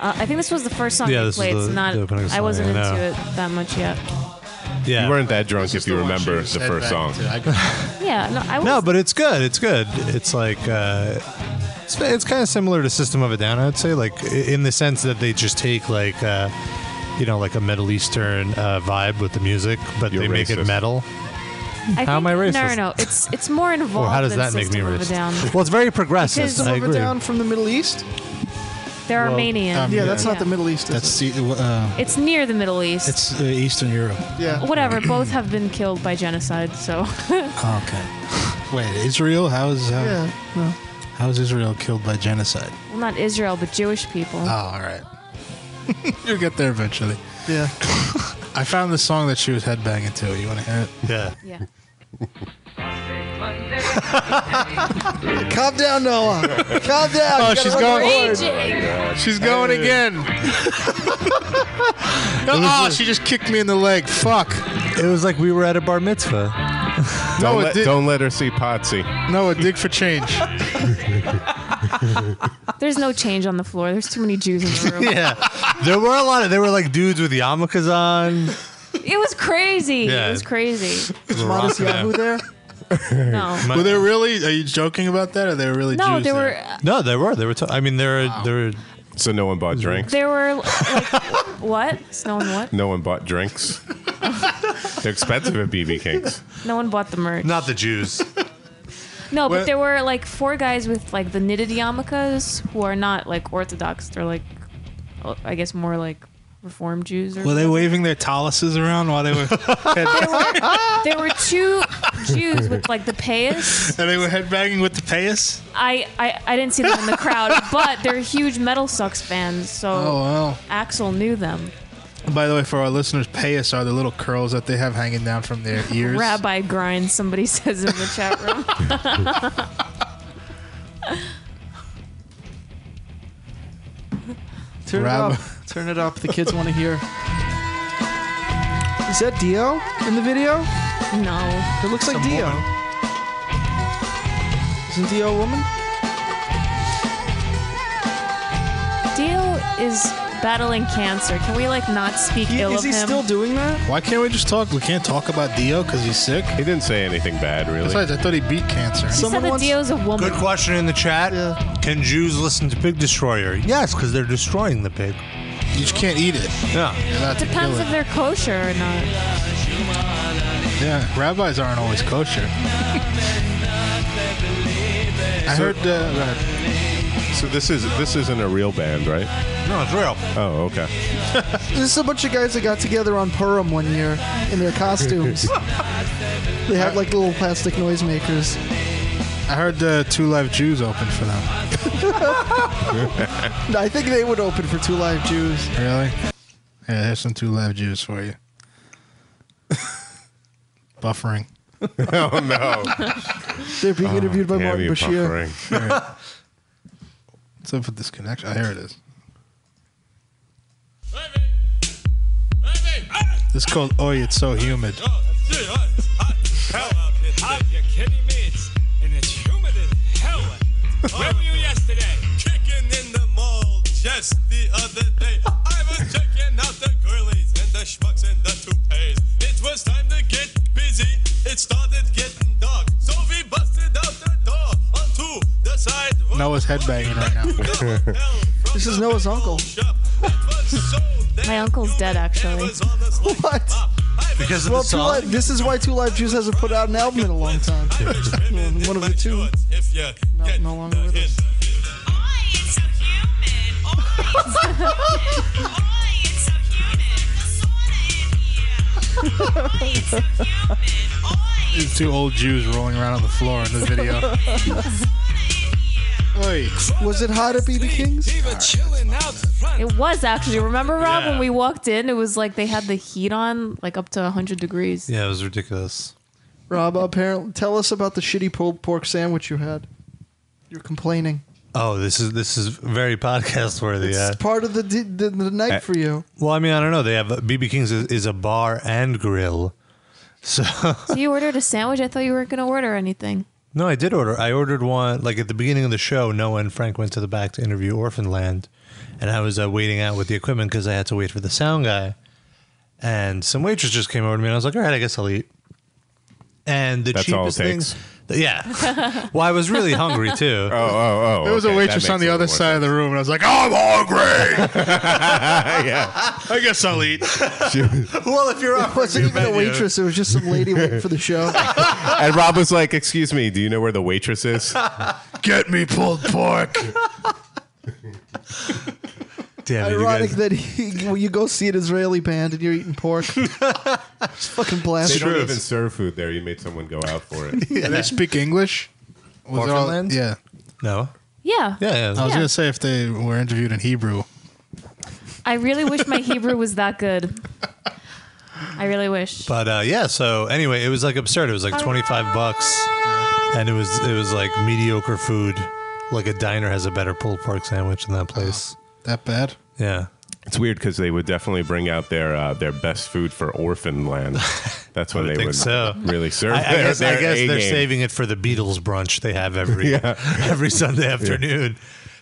Speaker 3: Uh, I think this was the first song
Speaker 2: Yeah,
Speaker 3: they
Speaker 2: this was
Speaker 3: played.
Speaker 2: the-
Speaker 3: it's not.
Speaker 2: the opening
Speaker 3: I
Speaker 2: song,
Speaker 3: wasn't
Speaker 2: yeah,
Speaker 3: into
Speaker 2: no.
Speaker 3: it that much yet.
Speaker 2: Yeah.
Speaker 6: You weren't that drunk if you remember the first song.
Speaker 3: Yeah. No. I was.
Speaker 2: no, but it's good. It's good. It's like uh, it's, it's kind of similar to System of a Down. I would say, like i- in the sense that they just take like uh, you know like a Middle Eastern uh, vibe with the music, but
Speaker 6: You're
Speaker 2: they make it
Speaker 6: racist.
Speaker 2: metal.
Speaker 3: I
Speaker 2: How am
Speaker 3: think-
Speaker 2: I
Speaker 3: No, no,
Speaker 2: racist?
Speaker 3: no. It's
Speaker 2: [LAUGHS]
Speaker 3: it's more involved.
Speaker 2: Or how does
Speaker 3: than
Speaker 2: that make me
Speaker 3: System of a Down.
Speaker 2: racist? Well, it's very progressive.
Speaker 4: System
Speaker 2: I
Speaker 4: of a
Speaker 2: agree.
Speaker 4: Down from the Middle East.
Speaker 3: They're
Speaker 11: Well,
Speaker 3: Armenian.
Speaker 11: um,
Speaker 4: Yeah, that's
Speaker 3: Yeah.
Speaker 4: [LAUGHS] not the Middle East. Is
Speaker 7: That's
Speaker 4: it?
Speaker 7: see, uh,
Speaker 3: It's near the Middle East.
Speaker 7: it's uh, Eastern Europe.
Speaker 4: Yeah.
Speaker 3: Whatever. Both have been killed by genocide. So.
Speaker 7: Oh, okay. [LAUGHS] Wait, Israel? How is uh,
Speaker 4: [LAUGHS] Yeah. No.
Speaker 7: how is Israel killed by genocide?
Speaker 3: Well, not Israel, but Jewish people.
Speaker 11: Oh, all right. [LAUGHS] You'll get there eventually.
Speaker 4: Yeah.
Speaker 11: [LAUGHS] I found the song that she was headbanging to. You want to hear it?
Speaker 2: Yeah.
Speaker 7: [LAUGHS]
Speaker 3: yeah.
Speaker 4: Calm down, Noah. Calm down.
Speaker 11: Oh,
Speaker 4: You gotta
Speaker 11: she's
Speaker 4: run
Speaker 11: going-
Speaker 4: the board.
Speaker 3: Raging.
Speaker 11: She's going again.
Speaker 7: [LAUGHS]
Speaker 11: [LAUGHS] oh, she just kicked [LAUGHS] me in the leg. Fuck.
Speaker 2: It was like we were at a bar mitzvah.
Speaker 11: No,
Speaker 6: Don't,
Speaker 11: it
Speaker 6: let,
Speaker 11: did-
Speaker 6: don't let her see Potsy.
Speaker 11: No, a dig for change.
Speaker 3: [LAUGHS] There's no change on the floor. There's too many Jews in
Speaker 2: [LAUGHS]
Speaker 3: the room.
Speaker 2: yeah, there were a lot of there were like dudes with yarmulkes on.
Speaker 3: It was crazy.
Speaker 2: Yeah.
Speaker 3: It was crazy.
Speaker 2: We're
Speaker 4: Modest
Speaker 2: rocking
Speaker 4: Yahoo
Speaker 2: out.
Speaker 4: there.
Speaker 2: [LAUGHS]
Speaker 3: No.
Speaker 2: My-
Speaker 11: Were they really? Are you joking about that? Or they were really
Speaker 3: No,
Speaker 11: Jews?
Speaker 3: there were uh,
Speaker 11: there?
Speaker 2: No, there were. There were. T- I mean, there. Were, there. Were,
Speaker 6: So no one bought drinks.
Speaker 3: there were like, [LAUGHS] what? No one what?
Speaker 6: No one bought drinks. They're expensive at BB King's.
Speaker 3: No one bought the merch.
Speaker 2: not the Jews.
Speaker 11: Well-
Speaker 3: No, but there were like four guys with like the knitted yarmulkes who are not like Orthodox. They're like, uh, I guess more like Reformed Jews. Or
Speaker 7: Were they waving their taluses around while they were?
Speaker 3: there were two Jews with like the
Speaker 11: [LAUGHS]
Speaker 3: payas.
Speaker 11: And they were headbanging with the payas?
Speaker 3: I, I I didn't see them in the crowd, but they're huge metal sucks fans. So
Speaker 11: Oh, wow.
Speaker 3: Axel knew them.
Speaker 11: By the way, for our listeners, payas are the little curls that they have hanging down from
Speaker 3: [LAUGHS]
Speaker 11: their ears.
Speaker 3: Rabbi grind. Somebody [LAUGHS] says in the chat room.
Speaker 4: Turn
Speaker 11: Rab-
Speaker 4: it up. [LAUGHS] Turn it up. The kids want to hear. Is that Dio in the video?
Speaker 3: no,
Speaker 4: It looks like
Speaker 11: Some
Speaker 4: Dio.
Speaker 11: woman.
Speaker 4: Isn't Dio a
Speaker 7: [LAUGHS]
Speaker 4: woman?
Speaker 3: Dio is battling cancer. Can we like not speak
Speaker 4: He-
Speaker 3: ill
Speaker 4: is
Speaker 3: of
Speaker 4: he
Speaker 3: him?
Speaker 4: still doing that?
Speaker 11: Why can't we just talk? We can't talk about Dio because he's sick.
Speaker 6: He didn't say anything bad, really.
Speaker 11: Besides, I thought he beat cancer.
Speaker 3: He said
Speaker 4: Someone
Speaker 3: that
Speaker 4: wants-
Speaker 3: Dio's a woman.
Speaker 2: Good question in the chat. Can Jews listen to Pig Destroyer? Yes, because they're destroying the pig.
Speaker 11: You just can't eat it.
Speaker 2: Yeah.
Speaker 11: You're allowed to
Speaker 3: Depends
Speaker 11: kill
Speaker 3: if
Speaker 11: it.
Speaker 3: they're kosher or not.
Speaker 11: Yeah, rabbis aren't always kosher. I heard. Uh, go ahead.
Speaker 6: So this is this isn't a real band, right?
Speaker 2: No, it's real.
Speaker 6: Oh, okay. [LAUGHS]
Speaker 4: This is a bunch of guys that got together on Purim one year
Speaker 7: [LAUGHS]
Speaker 4: in their costumes. they had like little plastic noisemakers.
Speaker 7: I heard the Two Live Jews open for them.
Speaker 4: [LAUGHS] I think they would open for Two Live Jews.
Speaker 7: Really? Yeah, there's some Two Live Jews for you. [LAUGHS] Buffering.
Speaker 6: [LAUGHS]
Speaker 7: Oh,
Speaker 6: oh
Speaker 3: [LAUGHS]
Speaker 6: no! Oh,
Speaker 4: They're being interviewed by
Speaker 6: Damn
Speaker 4: Martin [LAUGHS]
Speaker 6: you,
Speaker 4: Bashir.
Speaker 6: Buffering.
Speaker 7: What's up with this connection? Oh, here it is. This is called Oi, It's So Humid.
Speaker 8: Are you kidding me? It's, and it's humid as hell. Where were you yesterday? Kicking in the mall just the other day. I was checking out the girlies and the schmucks and the toupees. It was time to get busy. It started getting dark. So we busted out the door onto the side.
Speaker 7: Noah's headbanging
Speaker 8: [LAUGHS]
Speaker 7: right now.
Speaker 4: This is Noah's uncle.
Speaker 3: [LAUGHS] My uncle's dead, actually.
Speaker 4: What?
Speaker 2: Because of
Speaker 4: well,
Speaker 2: the
Speaker 4: Two
Speaker 2: song?
Speaker 4: Live, this is why Two Live Jews hasn't put out an album in a long time.
Speaker 2: [LAUGHS]
Speaker 4: One of the two.
Speaker 8: If you
Speaker 4: No, no longer with us.
Speaker 7: These two old Jews rolling around on the floor in [LAUGHS]
Speaker 4: [LAUGHS]
Speaker 7: the video.
Speaker 4: Was it hot at BB King's?
Speaker 3: It was actually. Remember, Rob,
Speaker 2: Yeah.
Speaker 3: when we walked in, it was like they had the heat on, like up to 100 degrees.
Speaker 2: Yeah, it was ridiculous.
Speaker 4: Rob, apparently, tell us about the shitty pulled pork sandwich you had. You're complaining.
Speaker 2: Oh, this is this is very [LAUGHS] podcast worthy.
Speaker 4: It's
Speaker 2: yeah.
Speaker 4: part of the, the, the,
Speaker 2: Eh.
Speaker 4: night for you.
Speaker 2: Well, I mean, I don't know. They have BB King's is, is a bar and grill. [LAUGHS] So
Speaker 3: So you ordered a sandwich? I thought you weren't going to order anything.
Speaker 2: no, I did order. I ordered one like at the beginning of the show. Noah and Frank went to the back to interview Orphanland, and I was uh, waiting out with the equipment because I had to wait for the sound guy. And some waitress just came over to me, and I was like, "All right, I guess I'll eat." And the
Speaker 6: That's all it
Speaker 2: cheapest things,
Speaker 7: [LAUGHS]
Speaker 2: yeah. well, I was really hungry too.
Speaker 6: [LAUGHS]
Speaker 2: Oh,
Speaker 6: oh,
Speaker 7: there was a waitress on the other side of the room, and I was like, "I'm hungry."
Speaker 6: [LAUGHS] yeah,
Speaker 7: [LAUGHS] I guess I'll eat.
Speaker 2: [LAUGHS] well, if you're
Speaker 4: it wasn't even a waitress. It was just some lady waiting
Speaker 2: [LAUGHS]
Speaker 4: for the show.
Speaker 6: and Rob was like, "Excuse me, do you know where the waitress
Speaker 2: [LAUGHS]
Speaker 6: is?"
Speaker 7: Get me pulled pork.
Speaker 2: Damn it, you
Speaker 4: Ironic
Speaker 2: guys-
Speaker 4: that he, well, you go see an Israeli band and you're eating
Speaker 2: [LAUGHS]
Speaker 4: pork. it's fucking
Speaker 6: they
Speaker 4: blasphemy.
Speaker 6: don't even serve food there. You made someone go out for
Speaker 2: [LAUGHS]
Speaker 6: it.
Speaker 7: Do they speak English? Was it all-
Speaker 2: Orphanland?
Speaker 7: yeah.
Speaker 2: No.
Speaker 3: Yeah.
Speaker 7: I was gonna say if they were interviewed in Hebrew.
Speaker 3: I really wish my Hebrew was that good. I really wish.
Speaker 2: But uh, yeah, so anyway, it was like absurd. It was like twenty five bucks, and it was it was like mediocre food. Like a diner has a better pulled pork sandwich than that place.
Speaker 7: that bad?
Speaker 2: Yeah.
Speaker 6: It's weird because they would definitely bring out their uh, their best food for orphan land. That's when
Speaker 2: I
Speaker 6: they
Speaker 2: think
Speaker 6: would
Speaker 2: so.
Speaker 6: really serve.
Speaker 2: I, I
Speaker 6: their,
Speaker 2: guess, I
Speaker 6: their
Speaker 2: guess
Speaker 6: A
Speaker 2: they're
Speaker 6: game.
Speaker 2: saving it for the Beatles brunch they have every
Speaker 6: [LAUGHS] Yeah.
Speaker 2: every Sunday afternoon.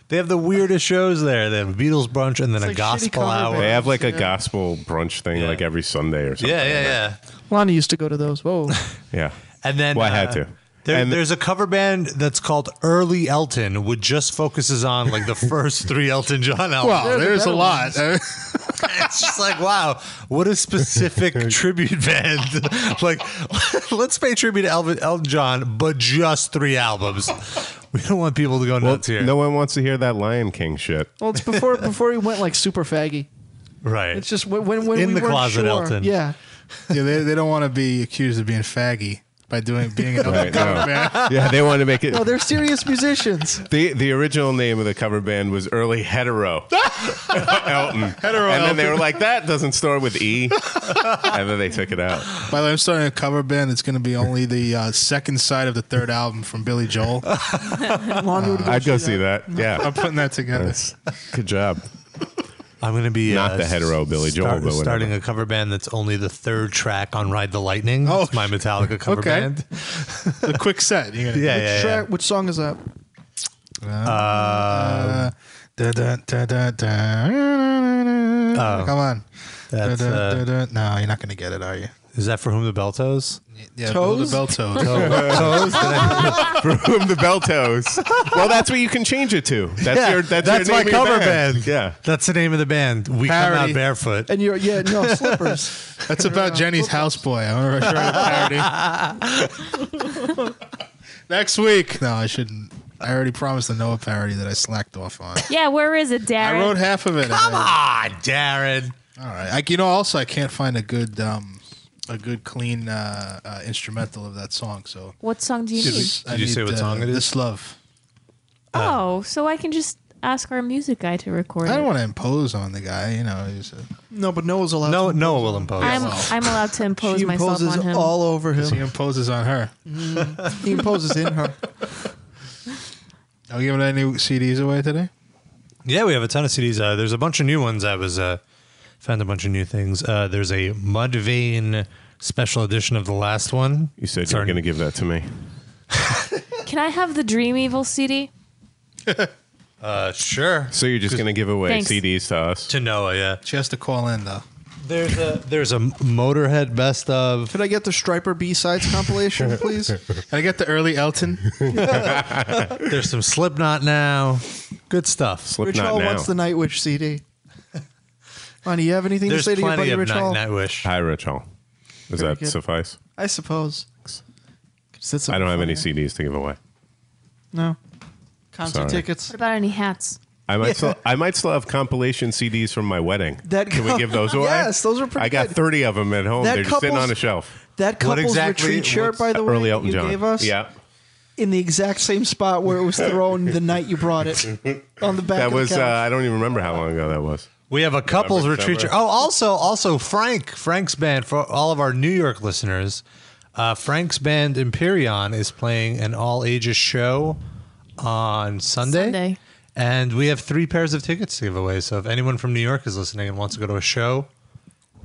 Speaker 2: They have the weirdest shows there. They have a Beatles brunch and then
Speaker 6: It's
Speaker 2: a
Speaker 6: like shitty
Speaker 2: gospel
Speaker 6: cover
Speaker 2: hour.
Speaker 6: They have like a gospel brunch thing like every Sunday or something.
Speaker 2: Yeah, yeah, yeah.
Speaker 4: Lonnie used to go to those. Whoa.
Speaker 6: Yeah.
Speaker 2: [LAUGHS] And then
Speaker 6: Well, I had
Speaker 2: uh,
Speaker 6: to.
Speaker 2: There,
Speaker 6: And-
Speaker 2: there's a cover band that's called Early Elton, which just focuses on like
Speaker 6: [LAUGHS]
Speaker 2: the first three Elton John albums.
Speaker 7: Wow, They're the there's a better lot.
Speaker 6: [LAUGHS]
Speaker 2: it's just like wow, what a specific tribute band. [LAUGHS] like, let's pay tribute to Elvin, Elton John, but just three albums. We don't want people to go nuts here.
Speaker 6: No one wants to hear that Lion King shit.
Speaker 4: Well, it's before before he went like super faggy.
Speaker 2: Right.
Speaker 4: It's just when when, when we weren't sure. Yeah.
Speaker 7: [LAUGHS] Yeah, they, they don't want to be accused of being faggy by doing being
Speaker 2: [LAUGHS]
Speaker 7: an
Speaker 6: Right,
Speaker 7: right,
Speaker 6: no. [LAUGHS] Yeah, they want to make it.
Speaker 4: No, they're serious musicians.
Speaker 6: [LAUGHS] The the original name of the cover band was Early Hetero
Speaker 2: [LAUGHS]
Speaker 6: Elton. Hetero and then they
Speaker 7: Elton.
Speaker 6: were like, that doesn't start with E. and then they took it out.
Speaker 7: By the way, I'm starting a cover band that's going to be only the uh, second side of the third album from Billy
Speaker 2: [LAUGHS]
Speaker 7: Joel.
Speaker 6: I'd go see that. Yeah.
Speaker 7: I'm putting that together.
Speaker 6: That's- Good job.
Speaker 2: I'm going to be
Speaker 6: not
Speaker 2: uh,
Speaker 6: the hetero Billy Joel,
Speaker 2: start-
Speaker 6: but whatever.
Speaker 2: starting a cover band that's only the third track on Ride the Lightning. Oh, my Metallica cover
Speaker 4: [LAUGHS]
Speaker 7: okay.
Speaker 2: band.
Speaker 7: a quick set. You're gonna
Speaker 2: Yeah,
Speaker 4: Which,
Speaker 2: yeah, yeah.
Speaker 4: track, which song is that?
Speaker 2: Uh,
Speaker 7: Da, da, da, da, da.
Speaker 2: Oh.
Speaker 7: Mm-hmm. Come on.
Speaker 2: That's,
Speaker 7: Da, da,
Speaker 2: uh,
Speaker 7: da, da. No, you're not going to get it, are you?
Speaker 2: is that for whom the bell tows?
Speaker 7: Yeah, Bill the
Speaker 4: Toes?
Speaker 7: Bell Toes.
Speaker 2: [LAUGHS] Toes? [LAUGHS]
Speaker 6: For whom the bell toes. Well, that's what you can change it to. That's
Speaker 2: Yeah,
Speaker 6: your that's,
Speaker 2: that's
Speaker 6: your
Speaker 2: my
Speaker 6: name of your
Speaker 2: cover band.
Speaker 6: Yeah.
Speaker 2: That's the name of the band. We come
Speaker 7: Parody.
Speaker 2: out barefoot.
Speaker 4: And you're yeah no
Speaker 2: [LAUGHS]
Speaker 4: slippers.
Speaker 7: That's about Jenny's houseboy. I want to write
Speaker 4: [LAUGHS]
Speaker 7: a parody. Next week. No, I shouldn't. I already promised the Noah parody that I slacked off on.
Speaker 3: Yeah, where is it, Darren?
Speaker 7: I wrote half of it. Come
Speaker 2: on, Darren.
Speaker 7: All right. I, you know, also I can't find a good um, a good clean uh, uh, instrumental of that song. So
Speaker 3: What song do you need?
Speaker 7: I need, uh, This love.
Speaker 3: oh, so I can just ask our music guy to record.
Speaker 7: uh, I don't
Speaker 3: it.
Speaker 7: want to impose on the guy. You know, he's a,
Speaker 4: no, but Noah's allowed.
Speaker 7: No, Noah will impose.
Speaker 3: I'm I'm allowed to impose
Speaker 7: She
Speaker 3: myself
Speaker 7: imposes
Speaker 3: on him.
Speaker 7: all over him. He imposes on her.
Speaker 4: Mm-hmm. he imposes in her.
Speaker 7: Are we giving any CDs away today?
Speaker 2: Yeah, we have a ton of CDs. Uh, there's a bunch of new ones. I was uh, found a bunch of new things. Uh, there's a Mudvayne special edition of the last one.
Speaker 6: You said you were going to give that to me.
Speaker 3: Can I have the Dream Evil CD?
Speaker 2: Uh, sure.
Speaker 6: So you're just going to give away
Speaker 3: Thanks.
Speaker 6: CDs to us?
Speaker 2: To Noah, yeah.
Speaker 7: She has to call in though.
Speaker 2: There's a there's a Motorhead best of.
Speaker 4: Could I get the Striper B sides compilation, please?
Speaker 7: Can I get the early Elton?
Speaker 2: [LAUGHS] there's some Slipknot now. Good stuff.
Speaker 4: Rich Hall wants the Nightwish CD. Ronnie, you have anything
Speaker 2: There's
Speaker 4: to say to your
Speaker 2: plenty
Speaker 4: buddy
Speaker 2: of
Speaker 4: Rich
Speaker 2: night-
Speaker 4: Hall?
Speaker 2: Nightwish.
Speaker 6: Hi, Rich Hall. Does
Speaker 4: Very
Speaker 6: that
Speaker 4: good.
Speaker 6: suffice?
Speaker 4: I suppose.
Speaker 6: I don't have any CDs to give away.
Speaker 4: No. Concert
Speaker 6: Sorry.
Speaker 4: tickets.
Speaker 3: What about any hats?
Speaker 6: I might
Speaker 4: Yeah.
Speaker 6: still I might still have compilation CDs from my wedding.
Speaker 4: [LAUGHS] That
Speaker 6: Can we
Speaker 4: co-
Speaker 6: give those away?
Speaker 4: Yes, those are pretty
Speaker 6: I got
Speaker 4: good.
Speaker 6: thirty of them at home.
Speaker 4: That
Speaker 6: They're just sitting
Speaker 4: couple's-
Speaker 6: on a shelf. Uh,
Speaker 4: that What couple's exactly- retreat shirt, by the way,
Speaker 6: early
Speaker 4: that
Speaker 6: Elton
Speaker 4: you
Speaker 6: John
Speaker 4: gave us?
Speaker 6: Yeah,
Speaker 4: In the exact same spot where it was thrown the night you brought
Speaker 2: [LAUGHS]
Speaker 4: it on the back
Speaker 6: that
Speaker 4: of
Speaker 6: was.
Speaker 4: the
Speaker 6: Uh,
Speaker 4: couch.
Speaker 6: I don't even remember how long ago that was.
Speaker 2: We have a couples
Speaker 6: November,
Speaker 2: retreat.
Speaker 6: December.
Speaker 2: Oh, also, also Frank, Frank's band for all of our New York listeners. Uh, Frank's band Imperion is playing an all ages show on Sunday.
Speaker 3: Sunday.
Speaker 2: And we have three pairs of tickets to give away. So if anyone from New York is listening and wants to go to a show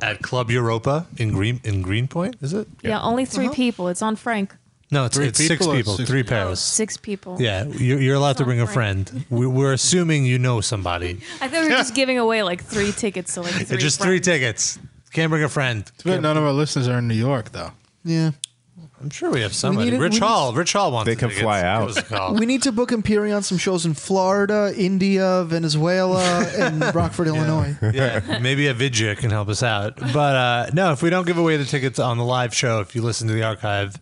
Speaker 2: at Club Europa in Green in Greenpoint, is it?
Speaker 3: Yeah, only 3 people. It's on Frank.
Speaker 2: No, it's,
Speaker 3: Three
Speaker 2: it's six
Speaker 3: people or
Speaker 2: people,
Speaker 3: six
Speaker 2: three
Speaker 3: people?
Speaker 2: pairs.
Speaker 3: Six people.
Speaker 2: Yeah, you're, you're allowed to bring a friend. We, we're assuming you know somebody.
Speaker 3: I thought we
Speaker 2: [LAUGHS]
Speaker 3: were just giving away like three tickets to like
Speaker 2: It's
Speaker 3: three.
Speaker 2: just three tickets. Can't bring a friend.
Speaker 7: But none of our listeners are in New York though.
Speaker 4: Yeah.
Speaker 2: I'm sure we have somebody.
Speaker 4: need it-
Speaker 2: Rich
Speaker 4: we need-
Speaker 2: Hall. Rich Hall wants.
Speaker 6: They
Speaker 2: the
Speaker 6: can
Speaker 2: tickets.
Speaker 6: fly out.
Speaker 2: Give us a call.
Speaker 4: We need to book Imperion some shows in Florida, India, Venezuela, and Rockford, Illinois.
Speaker 2: [LAUGHS] yeah, maybe a Vidya can help us out. But uh, no, if we don't give away the tickets on the live show, if you listen to the archive,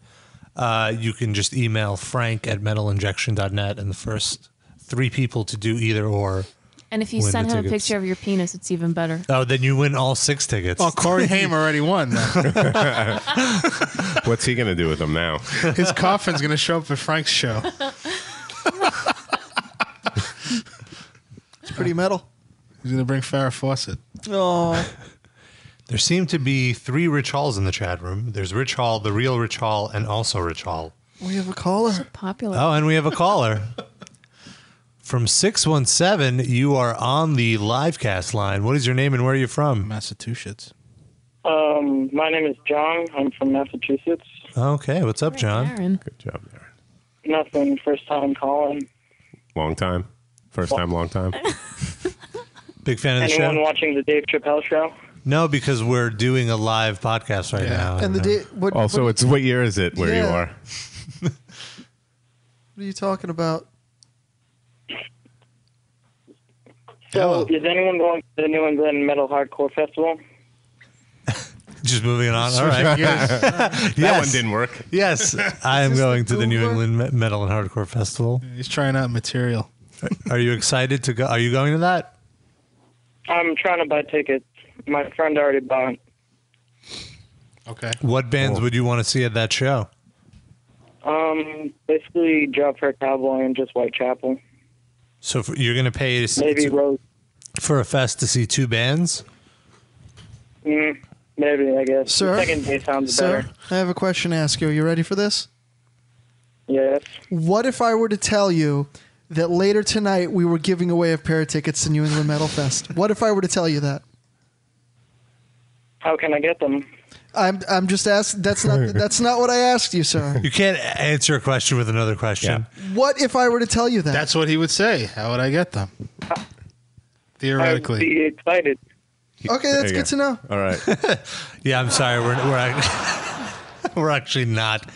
Speaker 2: uh, you can just email frank at metalinjection.net and the first three people to do either or.
Speaker 3: And if you
Speaker 2: Win the
Speaker 3: send him a
Speaker 2: tickets.
Speaker 3: picture of your penis, it's even better.
Speaker 2: Oh, then you win all six tickets.
Speaker 7: Oh,
Speaker 2: [LAUGHS]
Speaker 7: Corey Haim already won.
Speaker 6: What's he going to do with them now?
Speaker 7: [LAUGHS] His coffin's gonna show up at Frank's show.
Speaker 4: It's pretty metal.
Speaker 7: He's gonna bring Farrah Fawcett.
Speaker 4: Oh.
Speaker 2: There seem to be three Rich Halls in the chat room. There's Rich Hall, the real Rich Hall, and also Rich Hall.
Speaker 4: We have a caller.
Speaker 3: popular.
Speaker 2: Oh, and we have a caller from 617. You are on the live cast line. What is your name and where are you from?
Speaker 7: Massachusetts.
Speaker 12: Um, my name is John. I'm from Massachusetts.
Speaker 2: Okay, what's up, John?
Speaker 6: Good job, Aaron.
Speaker 12: Nothing. First time calling.
Speaker 6: Long time. First time, long time.
Speaker 2: Big fan of the
Speaker 12: Anyone
Speaker 2: show?
Speaker 12: watching the Dave Chappelle show?
Speaker 2: No, because we're doing a live podcast right now.
Speaker 4: And the
Speaker 2: know.
Speaker 4: day, what,
Speaker 6: also,
Speaker 4: what,
Speaker 6: it's what year is it where you
Speaker 4: Yeah.
Speaker 6: are?
Speaker 4: what are you talking about?
Speaker 12: So, is anyone going to the New England Metal Hardcore Festival?
Speaker 2: Just moving on. All
Speaker 6: Switching
Speaker 2: right.
Speaker 6: gears.
Speaker 2: [LAUGHS]
Speaker 6: That one didn't work.
Speaker 4: [LAUGHS]
Speaker 2: Yes, I am going to the New England Me- Metal and Hardcore Festival.
Speaker 7: He's trying out material.
Speaker 2: Are you excited to go? Are you going to that?
Speaker 12: I'm trying to buy tickets. My friend already bought. it.
Speaker 7: Okay.
Speaker 2: What bands would you want to see at that show?
Speaker 12: Um, basically, Job for a Cowboy and just Whitechapel.
Speaker 2: So if you're going to pay to see,
Speaker 12: Maybe Rose.
Speaker 2: for a fest to see two bands?
Speaker 12: Mm, maybe, I guess.
Speaker 4: Sir?
Speaker 12: The second day sounds
Speaker 4: Sir,
Speaker 12: better.
Speaker 4: I have a question to ask you. Are you ready for this?
Speaker 12: Yes.
Speaker 4: What if I were to tell you that later tonight we were giving away a pair of tickets to New England Metal Fest? What if I were to tell you that?
Speaker 12: How can I get them?
Speaker 4: I'm I'm just asking. That's not that's not what I asked you, sir.
Speaker 2: You can't answer a question with another question.
Speaker 4: What if I were to tell you that?
Speaker 7: That's what he would say. How would I get them?
Speaker 12: I'd
Speaker 7: Theoretically.
Speaker 12: be excited.
Speaker 4: Okay, that's good to know.
Speaker 6: All right.
Speaker 2: [LAUGHS] yeah, I'm sorry. We're we're, act- [LAUGHS] we're actually not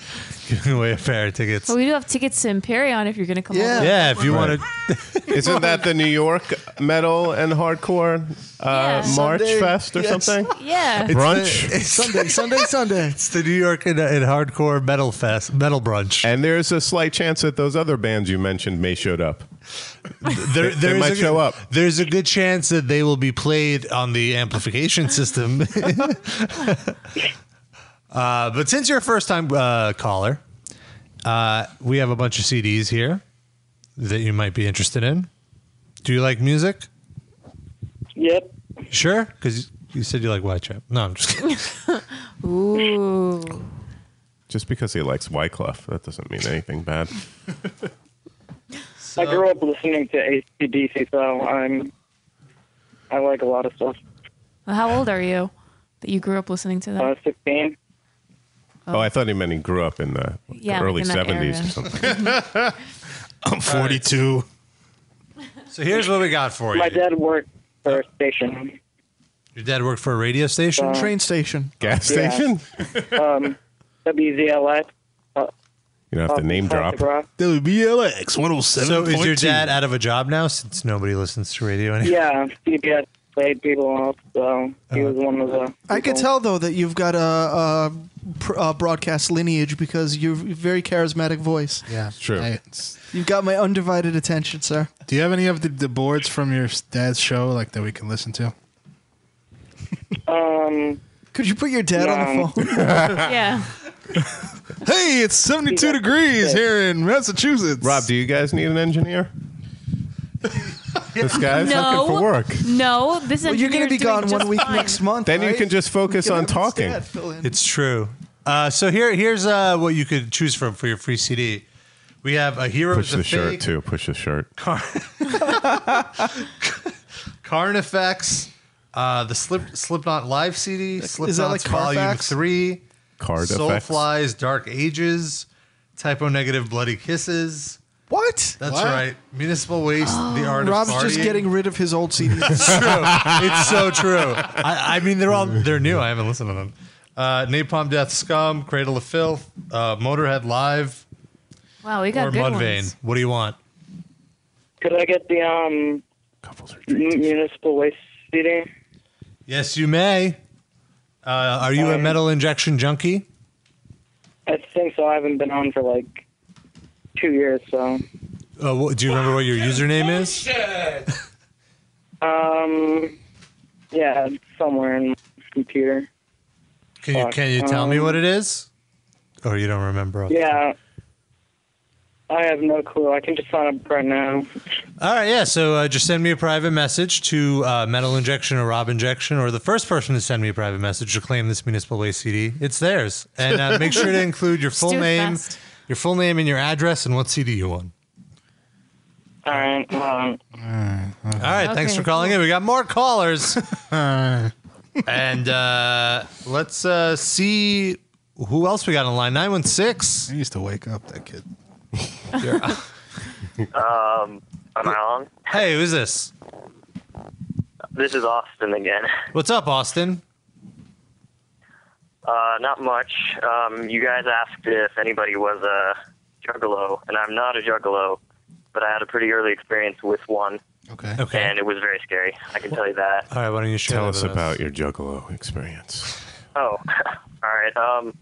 Speaker 2: giving away a pair of tickets.
Speaker 3: But we do have tickets to Imperion if you're going to come over.
Speaker 2: Yeah, if you
Speaker 6: Right.
Speaker 2: want to.
Speaker 6: Isn't that the New York Metal and Hardcore uh,
Speaker 3: Yeah.
Speaker 6: [LAUGHS] March
Speaker 3: Sunday.
Speaker 6: Fest or
Speaker 3: Yes.
Speaker 2: [LAUGHS]
Speaker 6: something?
Speaker 3: Yeah.
Speaker 2: It's
Speaker 6: Brunch?
Speaker 2: the- it's-
Speaker 4: Sunday, Sunday, Sunday.
Speaker 2: [LAUGHS] It's the New York and, uh, and Hardcore Metal Fest, Metal Brunch.
Speaker 6: And there's a slight chance that those other bands you mentioned may showed up.
Speaker 2: There,
Speaker 6: They
Speaker 2: there's
Speaker 6: might
Speaker 2: a good-
Speaker 6: show up.
Speaker 2: There's a good chance that they will be played on the amplification system. [LAUGHS] Uh, but since you're a first time uh, caller, uh, we have a bunch of CDs here that you might be interested in. Do you like music?
Speaker 12: Yep.
Speaker 2: Sure? Because you said you like White Trap. No, I'm
Speaker 4: [LAUGHS]
Speaker 2: just kidding.
Speaker 3: Ooh.
Speaker 6: Just because he likes Wyclef, that doesn't mean anything bad.
Speaker 12: I grew up listening to ACDC, so I'm. I like a lot of stuff.
Speaker 3: Well, how old are you that you grew up listening to that?
Speaker 12: Uh, 16.
Speaker 6: Oh, I thought he meant he grew up in the
Speaker 3: Yeah,
Speaker 6: early
Speaker 3: in that
Speaker 6: 70s or
Speaker 3: area.
Speaker 4: [LAUGHS]
Speaker 6: something.
Speaker 7: I'm 42.
Speaker 2: [LAUGHS] So here's what we got [LAUGHS] for you.
Speaker 12: My dad worked for a station.
Speaker 2: Your dad worked for a radio station?
Speaker 12: Uh, Train
Speaker 2: station. Gas
Speaker 12: Yeah.
Speaker 2: station?
Speaker 12: um, WZLS. Uh,
Speaker 6: You don't have to name drop.
Speaker 12: Classic Rock.
Speaker 7: WBLX 107.
Speaker 2: So is your dad out of a job now since nobody listens to radio anymore?
Speaker 12: Yeah, CBS played people off, so he was one of the.
Speaker 4: Uh, I could tell though that you've got a, a, pr- a broadcast lineage because you're a very charismatic voice.
Speaker 7: Yeah,
Speaker 6: true.
Speaker 4: You've got my undivided attention, sir.
Speaker 7: Do you have any of the, the boards from your dad's show like that we can listen to?
Speaker 12: Um,
Speaker 4: Could you put your dad on the phone?
Speaker 3: [LAUGHS] yeah.
Speaker 7: Hey, it's 72 degrees here in Massachusetts.
Speaker 6: Rob, do you guys need an
Speaker 2: [LAUGHS]
Speaker 6: engineer? this guy's
Speaker 3: no.
Speaker 6: looking for work.
Speaker 3: No, this
Speaker 4: Well, you're
Speaker 3: going to
Speaker 4: be gone one week
Speaker 3: fine.
Speaker 4: next month.
Speaker 6: Then you
Speaker 4: right?
Speaker 6: can just focus
Speaker 4: We can
Speaker 6: on
Speaker 4: have
Speaker 6: talking.
Speaker 4: instead fill in.
Speaker 2: It's true. Uh, so here, here's uh, what you could choose from for your free CD. We have a Heroes
Speaker 6: Push
Speaker 2: of
Speaker 6: the shirt
Speaker 2: Fake,
Speaker 6: too. Push the shirt.
Speaker 2: Car- Carnifex, uh, the Slip Slipknot live CD, Slipknot's
Speaker 4: that like
Speaker 2: Volume
Speaker 4: Carfax?
Speaker 2: Three,
Speaker 6: Card effects.
Speaker 2: Soulflies, Dark Ages, Typo Negative, Bloody Kisses.
Speaker 4: What?
Speaker 2: That's
Speaker 4: What?
Speaker 2: right. Municipal Waste, The Art
Speaker 4: Rob's
Speaker 2: of
Speaker 4: just
Speaker 2: Partying.
Speaker 4: getting rid of his old CDs.
Speaker 2: [LAUGHS] It's true. It's so true. I, I mean, they're all they're new. I haven't listened to them. Uh, Napalm Death, Scum, Cradle of Filth, uh, Motorhead Live,
Speaker 3: Wow, we got
Speaker 2: or
Speaker 3: good
Speaker 2: Mudvayne.
Speaker 3: ones.
Speaker 2: What do you want?
Speaker 12: Could I get the um m- municipal waste CD?
Speaker 2: Yes, you may. Uh, are you a metal injection junkie?
Speaker 12: I think so. I haven't been on for like two years, so
Speaker 2: Uh, wh- do you remember what your username is?
Speaker 12: um, yeah, it's somewhere in my computer.
Speaker 2: Can you can you tell me what it is? Or you don't remember?
Speaker 12: Yeah, I have no clue. I can just sign up right now.
Speaker 2: All right, yeah. So uh, just send me a private message to uh, Metal Injection or Rob Injection, or the first person to send me a private message to claim this municipal waste CD. It's theirs, and uh, make sure to include
Speaker 3: [LAUGHS]
Speaker 2: your
Speaker 3: Just
Speaker 2: full
Speaker 3: do it
Speaker 2: name,
Speaker 3: fast.
Speaker 2: your full name, and your address, and what CD you won.
Speaker 12: All right. Um,
Speaker 2: All right, thanks
Speaker 12: Okay,
Speaker 2: for calling in. We got more [LAUGHS] callers, and uh, let's uh, see who else we got on line. Nine one six. I used to wake up that kid.
Speaker 13: Um, am I on?
Speaker 2: hey, who's this?
Speaker 13: This is Austin again.
Speaker 2: What's up, Austin?
Speaker 13: Uh, not much. Um, you guys asked if anybody was a juggalo, and I'm not a juggalo, but I had a pretty early experience with one.
Speaker 7: Okay.
Speaker 2: Okay.
Speaker 13: And it was very scary. I can tell you that.
Speaker 2: All right, why don't you share
Speaker 6: Tell
Speaker 2: that
Speaker 6: us
Speaker 2: with
Speaker 6: about your Juggalo experience.
Speaker 13: Oh, [LAUGHS] all right. Um,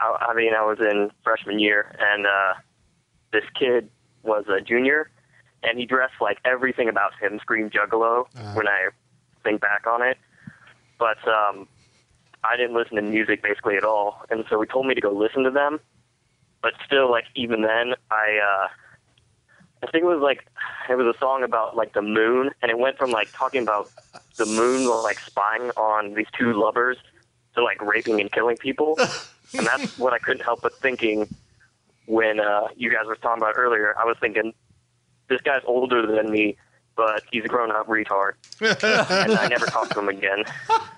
Speaker 13: I, I mean, I was in freshman year, and uh, this kid was a junior, and he dressed like everything about him screamed Juggalo when I think back on it. But um, I didn't listen to music basically at all, and so he told me to go listen to them. But still, like even then, I uh, I think it was like it was a song about like the moon, and it went from like talking about the moon like spying on these two lovers to like raping and
Speaker 2: [LAUGHS]
Speaker 13: killing people. and that's what I couldn't help but thinking when uh, you guys were talking about earlier. I was thinking, this guy's older than me, but he's a grown up retard.
Speaker 6: [LAUGHS]
Speaker 13: and I never talked to him again.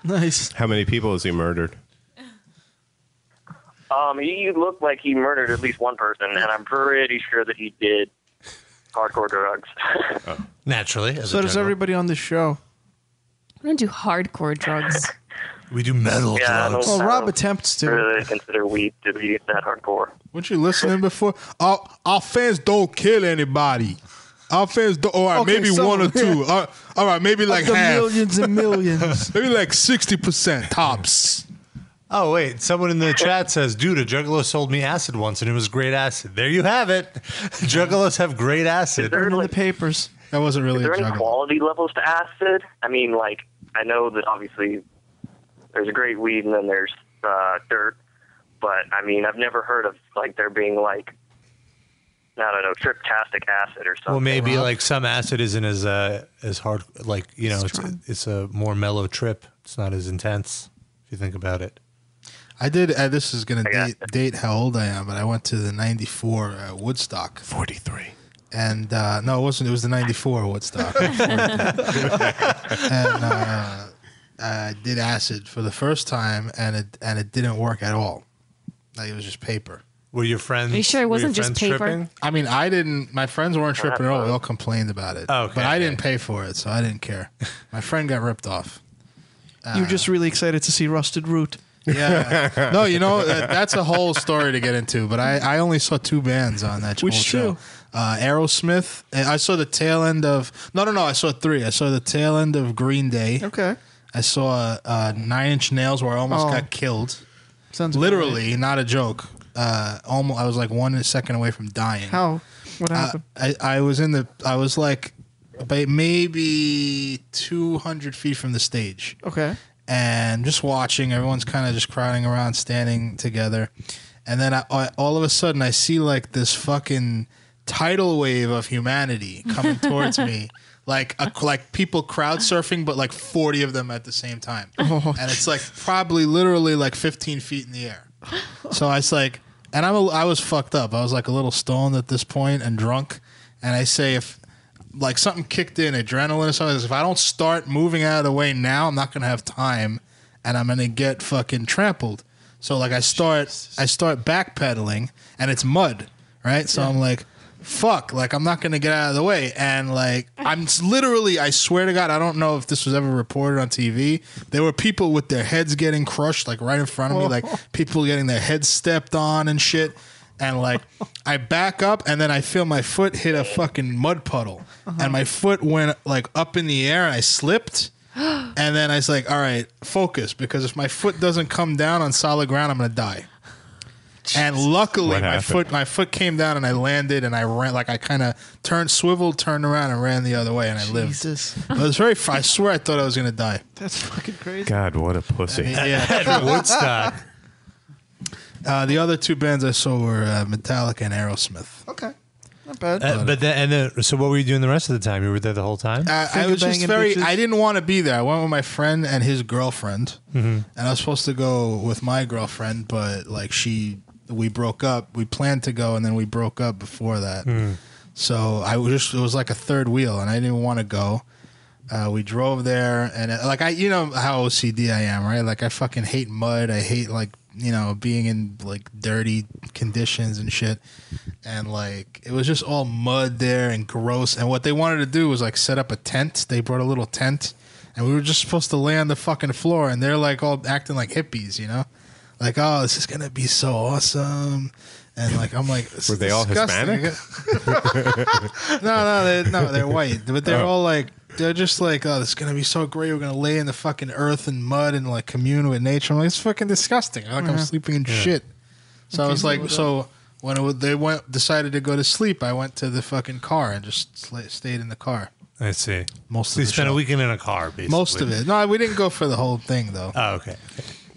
Speaker 6: Nice. How many people has he murdered?
Speaker 13: Um, he he looked like he murdered at least one person, and I'm pretty sure that he did hardcore drugs. [LAUGHS]
Speaker 2: Naturally, as
Speaker 4: so
Speaker 2: a
Speaker 4: does
Speaker 2: general.
Speaker 4: everybody on this show.
Speaker 3: I'm going to do hardcore drugs.
Speaker 2: we do metal
Speaker 13: yeah, I don't-
Speaker 2: drugs.
Speaker 13: I don't
Speaker 4: attempts
Speaker 13: Really consider weed to be that hardcore.
Speaker 7: Weren't you listening before? Our, our fans don't kill anybody. Our fans don't. All right,
Speaker 4: Okay,
Speaker 7: maybe
Speaker 4: so-
Speaker 7: one
Speaker 4: [LAUGHS]
Speaker 7: or two. Uh, all right, maybe like
Speaker 4: of the
Speaker 7: half.
Speaker 4: millions and millions.
Speaker 7: [LAUGHS] Maybe like 60% tops.
Speaker 2: Oh wait, someone in the chat says, "Dude, a juggalo sold me acid once, and it was great acid." There you have it. [LAUGHS] Juggalos have great acid.
Speaker 13: there,
Speaker 2: the
Speaker 4: papers.
Speaker 7: That wasn't really
Speaker 13: Is there any quality levels to acid? I mean, like I know that obviously there's a great weed and then there's uh, dirt. But I mean, I've never heard of like there being like I don't know triptastic acid or something.
Speaker 2: Well, maybe like some acid isn't as uh, as hard. Like you know, it's, it's a more mellow trip. It's not as intense if you think about it.
Speaker 7: I did. Uh, this is gonna date, date how old I am, but I went to the '94 uh, Woodstock.
Speaker 6: Forty-three.
Speaker 7: And uh, no, it wasn't. It was the '94 [LAUGHS] Woodstock. and uh, I did acid for the first time, and it and it didn't work at all. Like it was just paper.
Speaker 2: Were your friends?
Speaker 3: Are you sure it
Speaker 2: were your
Speaker 3: wasn't just
Speaker 2: friends
Speaker 3: paper?
Speaker 2: tripping?
Speaker 7: I mean, I didn't. My friends weren't tripping at all. They all complained about it.
Speaker 2: Okay,
Speaker 7: but I didn't pay for it, so I didn't care. My friend got ripped off.
Speaker 4: You're just really excited to see Rusted Root.
Speaker 7: Yeah. [LAUGHS] no, you know
Speaker 2: uh,
Speaker 7: that, that's a whole story to get into. But I, I only saw two bands on that.
Speaker 4: Which
Speaker 7: whole
Speaker 4: is
Speaker 7: show.
Speaker 4: true.
Speaker 7: Uh, Aerosmith. and I saw the tail end of. No, no, no. I saw three. I saw the tail end of Green Day.
Speaker 4: Okay.
Speaker 7: I saw uh, Nine Inch Nails, where I almost
Speaker 4: Oh.
Speaker 7: got killed.
Speaker 4: Sounds
Speaker 7: literally not a joke. Uh, almost, I was like one second away from dying.
Speaker 4: How?
Speaker 14: Uh,
Speaker 4: What happened?
Speaker 7: I, I was in the I was like about maybe 200 feet from the stage
Speaker 4: okay.
Speaker 7: and just watching everyone's kind of just crowding around standing together and then I, I, all of a sudden I see like this fucking tidal wave of humanity coming
Speaker 4: [LAUGHS]
Speaker 7: towards me like a, like people crowd surfing but like 40 of them at the same time
Speaker 4: Oh,
Speaker 7: and it's like probably literally like 15 feet in the air so I was like, and I'm a, I was fucked up. I was like a little stoned at this point and drunk. And I say, if like something kicked in, adrenaline or something, if I don't start moving out of the way now, I'm not gonna have time, and I'm gonna get fucking trampled. So like I start, I start backpedaling, and it's mud, right? So I'm like. Fuck! Like I'm not gonna get out of the way, and like I'm s- literally, I swear to God, I don't know if this was ever reported on TV. There were people with their heads getting crushed, like right in front of me, like people getting their heads stepped on and shit. And like, I back up and then I feel my foot hit a fucking mud puddle, and my foot went like up in the air and I slipped. and then I was like, all right, focus, because if my foot doesn't come down on solid ground, I'm gonna die. And luckily,
Speaker 6: What
Speaker 7: my
Speaker 6: happened?
Speaker 7: foot my foot came down and I landed and I ran like I kind of turned swiveled, turned around and ran the other way and I lived.
Speaker 4: Jesus.
Speaker 7: But it was very. f- I swear I thought I was gonna die.
Speaker 4: That's fucking crazy.
Speaker 6: God, what a pussy. [LAUGHS]
Speaker 7: Yeah. Uh, the other two bands I saw were uh, Metallica and Aerosmith.
Speaker 4: Okay. Not bad.
Speaker 2: Uh, but then, and then, so what were you doing the rest of the time? You were there the whole time.
Speaker 7: Uh, I, I was just very. I didn't want to be there. I went with my friend and his girlfriend,
Speaker 2: Mhm.
Speaker 7: and I was supposed to go with my girlfriend, but like she, we broke up. We planned to go, and then we broke up before that.
Speaker 2: Hmm.
Speaker 7: So I was just it was like a third wheel, and I didn't want to go. Uh, we drove there, and uh like I, you know how OCD I am, right? Like I fucking hate mud. I hate like you know being in like dirty conditions and shit. And like it was just all mud there and gross. And what they wanted to do was like set up a tent. They brought a little tent, and we were just supposed to lay on the fucking floor. And they're like all acting like hippies, you know, like oh this is gonna be so awesome. And like I'm like,
Speaker 6: Were they all
Speaker 7: disgusting. [LAUGHS]
Speaker 6: Hispanic?
Speaker 2: [LAUGHS]
Speaker 7: no, no, they're, no, they're white, but they're
Speaker 6: Oh.
Speaker 7: all like they're just like, oh, this is gonna be so great. We're gonna lay in the fucking earth and mud and like commune with nature. I'm like, it's fucking disgusting. Like I'm
Speaker 11: Yeah.
Speaker 7: sleeping in
Speaker 11: Yeah.
Speaker 7: shit. So I
Speaker 11: Okay,
Speaker 7: was
Speaker 11: well
Speaker 7: like,
Speaker 11: done.
Speaker 7: so when it, wa- they went decided to go to sleep, I went to the fucking car and just sla- stayed in the car.
Speaker 2: I see.
Speaker 7: Most
Speaker 2: so
Speaker 7: of
Speaker 2: you
Speaker 7: the
Speaker 2: spent
Speaker 7: show.
Speaker 2: a weekend in a car, basically.
Speaker 7: Most of it. No, we didn't go for the whole thing though.
Speaker 2: Oh, okay.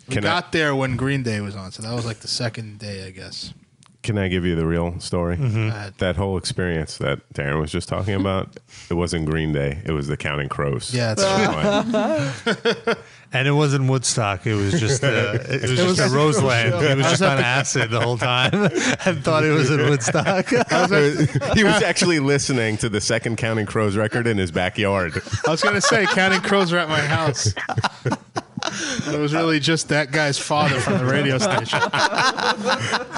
Speaker 7: We
Speaker 6: Can I-
Speaker 7: got there when Green Day was on, so that was like the second day, I guess.
Speaker 6: [LAUGHS] Can I give you the real story?
Speaker 2: Mm-hmm.
Speaker 7: Mhm. Uh,
Speaker 6: That whole experience that Darren was just
Speaker 7: [LAUGHS]
Speaker 6: talking about, it wasn't Green Day, it was the Counting Crows.
Speaker 7: Yeah, it's
Speaker 2: [LAUGHS] And it wasn't Woodstock. It was just [LAUGHS] uh, it was
Speaker 7: It
Speaker 2: just
Speaker 7: was- [LAUGHS]
Speaker 2: a Roseland. He was
Speaker 7: I was
Speaker 2: just
Speaker 7: at
Speaker 2: on
Speaker 7: the-
Speaker 2: acid the whole [LAUGHS] time and thought it was in Woodstock.
Speaker 6: [LAUGHS]
Speaker 2: [LAUGHS]
Speaker 6: he
Speaker 7: [LAUGHS]
Speaker 6: was actually listening to the second Counting Crows record in his backyard.
Speaker 7: I was gonna say counting crows are at my
Speaker 6: [LAUGHS]
Speaker 7: house. But it was really just that guy's father [LAUGHS] from the radio station.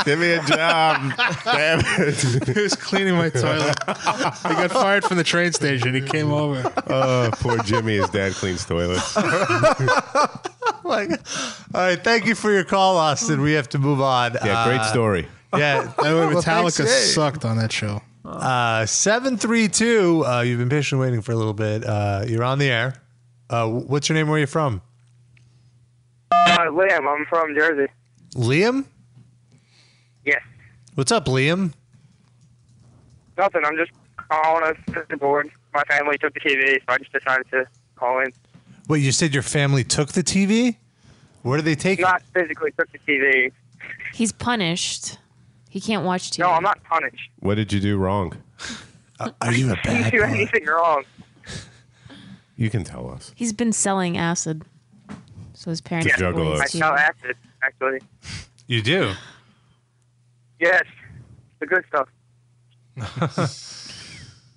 Speaker 6: Give me a job. Damn it.
Speaker 7: [LAUGHS] he was cleaning my toilet. He got fired from the train station. He came over.
Speaker 6: [LAUGHS] Oh, poor Jimmy. His dad cleans
Speaker 7: [LAUGHS]
Speaker 6: toilets.
Speaker 2: like, all right, thank you for your call, Austin. We have to move on.
Speaker 6: Yeah, great
Speaker 2: Uh,
Speaker 6: story.
Speaker 2: [LAUGHS] Yeah,
Speaker 7: By the way,
Speaker 2: Well,
Speaker 7: Metallica
Speaker 2: thanks, hey.
Speaker 7: sucked on that show.
Speaker 2: Uh, seven three two. Uh, you've been patiently waiting for a little bit. Uh, you're on the air. Uh, wh- what's your name? Where are you from?
Speaker 15: Uh, Liam, I'm from Jersey.
Speaker 2: Liam.
Speaker 15: Yes.
Speaker 2: What's up, Liam?
Speaker 15: Nothing. I'm just calling us to board. My family took the TV, so I just decided to call in.
Speaker 2: Wait, you said your family took the TV? Where do they take
Speaker 15: Not physically took the TV.
Speaker 3: He's punished. He can't watch TV.
Speaker 15: No, I'm not punished.
Speaker 6: What did you do wrong?
Speaker 2: Uh, are you a
Speaker 15: I didn't [LAUGHS] do anything wrong.
Speaker 6: You can tell
Speaker 2: [LAUGHS]
Speaker 6: us.
Speaker 3: He's been selling acid. So his parents.
Speaker 6: To juggalos.
Speaker 15: I sell acid, actually.
Speaker 2: You do.
Speaker 15: Yes, the good stuff.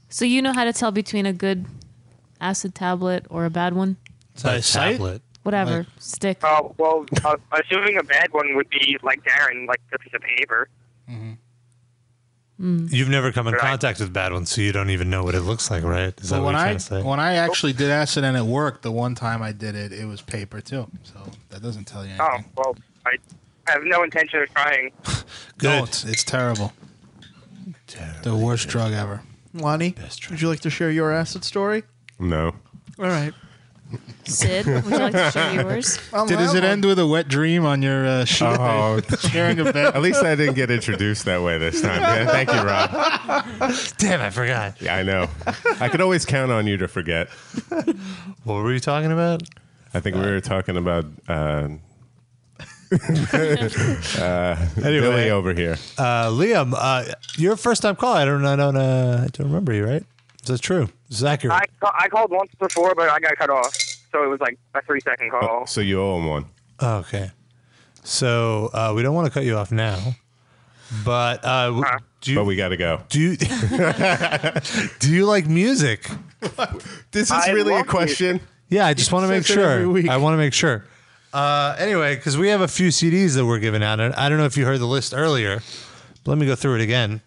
Speaker 3: So you know how to tell between a good acid tablet or a bad one?
Speaker 2: By tablet.
Speaker 3: Whatever. Stick.
Speaker 15: Uh, well, uh, assuming a bad one would be like Darren, like a piece of paper.
Speaker 2: You've never come in contact with bad ones, so you don't even know what it looks like, right? Is that
Speaker 7: But
Speaker 2: what
Speaker 7: when
Speaker 2: you're
Speaker 7: I
Speaker 2: trying to say?
Speaker 7: when I actually did acid and it worked, the one time I did it, it was paper too. So that doesn't tell you anything.
Speaker 15: Oh, well, I have no intention of [LAUGHS] trying.
Speaker 7: Don't. It's terrible. The worst drug ever.
Speaker 4: Lonnie, would you like to share your acid story?
Speaker 6: No.
Speaker 4: All right.
Speaker 3: Sid, would you
Speaker 2: [LAUGHS]
Speaker 3: like to share
Speaker 16: [LAUGHS]
Speaker 3: yours?
Speaker 7: Did, does it end with a wet dream on your uh, sheet?
Speaker 6: Oh,
Speaker 7: [LAUGHS] sharing a bed.
Speaker 6: At least I didn't get introduced that way this time. Yeah, thank you, Rob.
Speaker 2: [LAUGHS] Damn, I forgot.
Speaker 6: Yeah, I know. I could always count on you to forget.
Speaker 2: What were you talking about?
Speaker 6: I think we were talking about
Speaker 2: [LAUGHS]
Speaker 6: uh, uh, Billy over here.
Speaker 2: Uh, Liam, uh, you're a first time caller. I don't, I don't, uh, I don't remember you, right? Is that true? Is that accurate?
Speaker 15: I, ca- I called once before, but I got cut off. So it was like a three second call.
Speaker 6: Oh, So you owe him one.
Speaker 2: Oh, Okay. So uh, we don't want to cut you off now, but uh, w-
Speaker 15: Uh-huh.
Speaker 2: do you, but
Speaker 6: we got to go.
Speaker 2: Do you, [LAUGHS] do you like music?
Speaker 6: This is
Speaker 2: I
Speaker 6: really a
Speaker 2: love
Speaker 6: question.
Speaker 2: Yeah, I just want to make
Speaker 6: says it every
Speaker 2: sure.
Speaker 6: week.
Speaker 2: I want to make sure. Uh, anyway, because we have a few CDs that we're giving out, and I don't know if you heard the list earlier. But let me go through it again.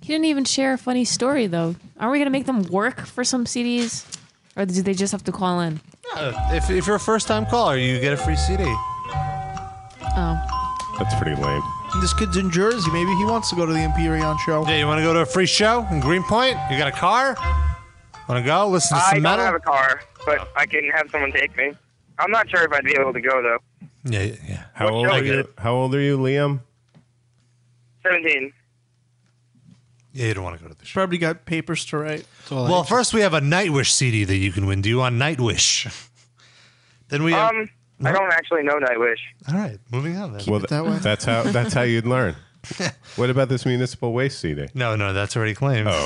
Speaker 3: He didn't even share a funny story though. Aren't we gonna make them work for some CDs, or do they just have to call in?
Speaker 2: Uh, If, if you're a first time caller, you get a free CD.
Speaker 3: Oh,
Speaker 6: That's pretty lame.
Speaker 4: This kid's in Jersey. Maybe he wants to go to the Empyrean show.
Speaker 2: Yeah, you want to go to a free show in Greenpoint? You got a car? Want to go listen to
Speaker 15: I
Speaker 2: some
Speaker 15: don't
Speaker 2: metal? Oh.
Speaker 15: have a car, but I can have someone take me. I'm not sure if I'd be able to go, though.
Speaker 2: yeah, yeah, yeah.
Speaker 6: How old
Speaker 15: show
Speaker 6: are
Speaker 15: is
Speaker 6: you?
Speaker 15: it?
Speaker 6: How old are you, Liam?
Speaker 15: 17.
Speaker 2: Yeah, you don't want to go to the show.
Speaker 4: Probably got papers to write.
Speaker 2: Well, first we have a Nightwish CD that you can win. Do you want Nightwish? then we have.
Speaker 15: Um, I don't actually know Nightwish.
Speaker 2: All right, moving on. Then.
Speaker 6: Well, that's how that's how
Speaker 7: [LAUGHS]
Speaker 6: you'd learn. what about this municipal waste CD?
Speaker 2: No, no, that's already claimed. [LAUGHS]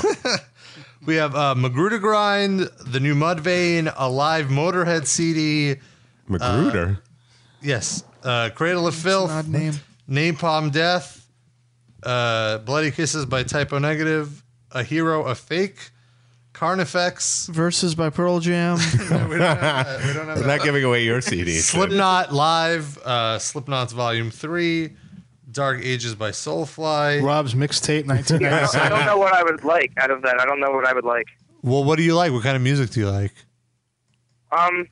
Speaker 6: Oh,
Speaker 2: We have uh, Magruder Grind, the new Mudvayne, a live Motorhead CD.
Speaker 6: Magruder.
Speaker 2: Yes, uh, Cradle of Filth.
Speaker 4: odd name.
Speaker 2: Napalm Death. Uh, Bloody Kisses by Typo Negative. A Hero, a Fake. Carnifex.
Speaker 4: Verses by Pearl Jam.
Speaker 2: [LAUGHS] we don't have that. We don't have
Speaker 6: We're not giving away your
Speaker 2: [LAUGHS]
Speaker 6: CD.
Speaker 2: Slipknot live. Uh, Slipknot's Volume Three. Dark Ages
Speaker 7: [LAUGHS]
Speaker 2: by Soulfly.
Speaker 7: Rob's mixtape
Speaker 2: [LAUGHS]
Speaker 15: Yeah, I, don't, I don't
Speaker 7: 1997.
Speaker 15: know what I would like out of that. I don't know what I would like.
Speaker 2: Well, what do you like? What kind of music do you like?
Speaker 15: Um,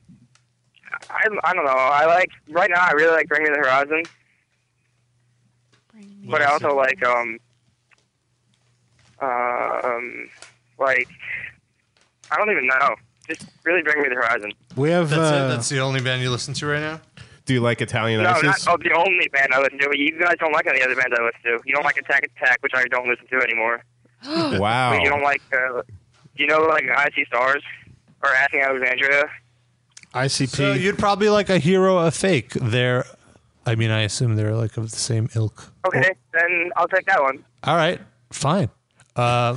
Speaker 15: I, I don't know. I like, right now, I really like Bring Me the Horizon. But I also like, um, um, like, I don't even know. Just really Bring Me the Horizon.
Speaker 7: We have.
Speaker 2: That's
Speaker 7: uh,
Speaker 2: it. That's the only band you listen to right now.
Speaker 6: Do you like Italian
Speaker 15: No, not
Speaker 6: ices?
Speaker 15: oh, the only band I listen to. But you guys don't like any other bands I listen to. You don't like Attack Attack, which I don't listen to anymore.
Speaker 6: wow.
Speaker 15: But you don't like, uh, you know, like I See Stars or Asking Alexandria.
Speaker 7: ICP.
Speaker 2: So you'd probably like a hero, a fake. They're, I mean, I assume they're like of the same ilk.
Speaker 15: Okay, then I'll take that one.
Speaker 2: All
Speaker 15: [LAUGHS]
Speaker 2: right, fine. Uh,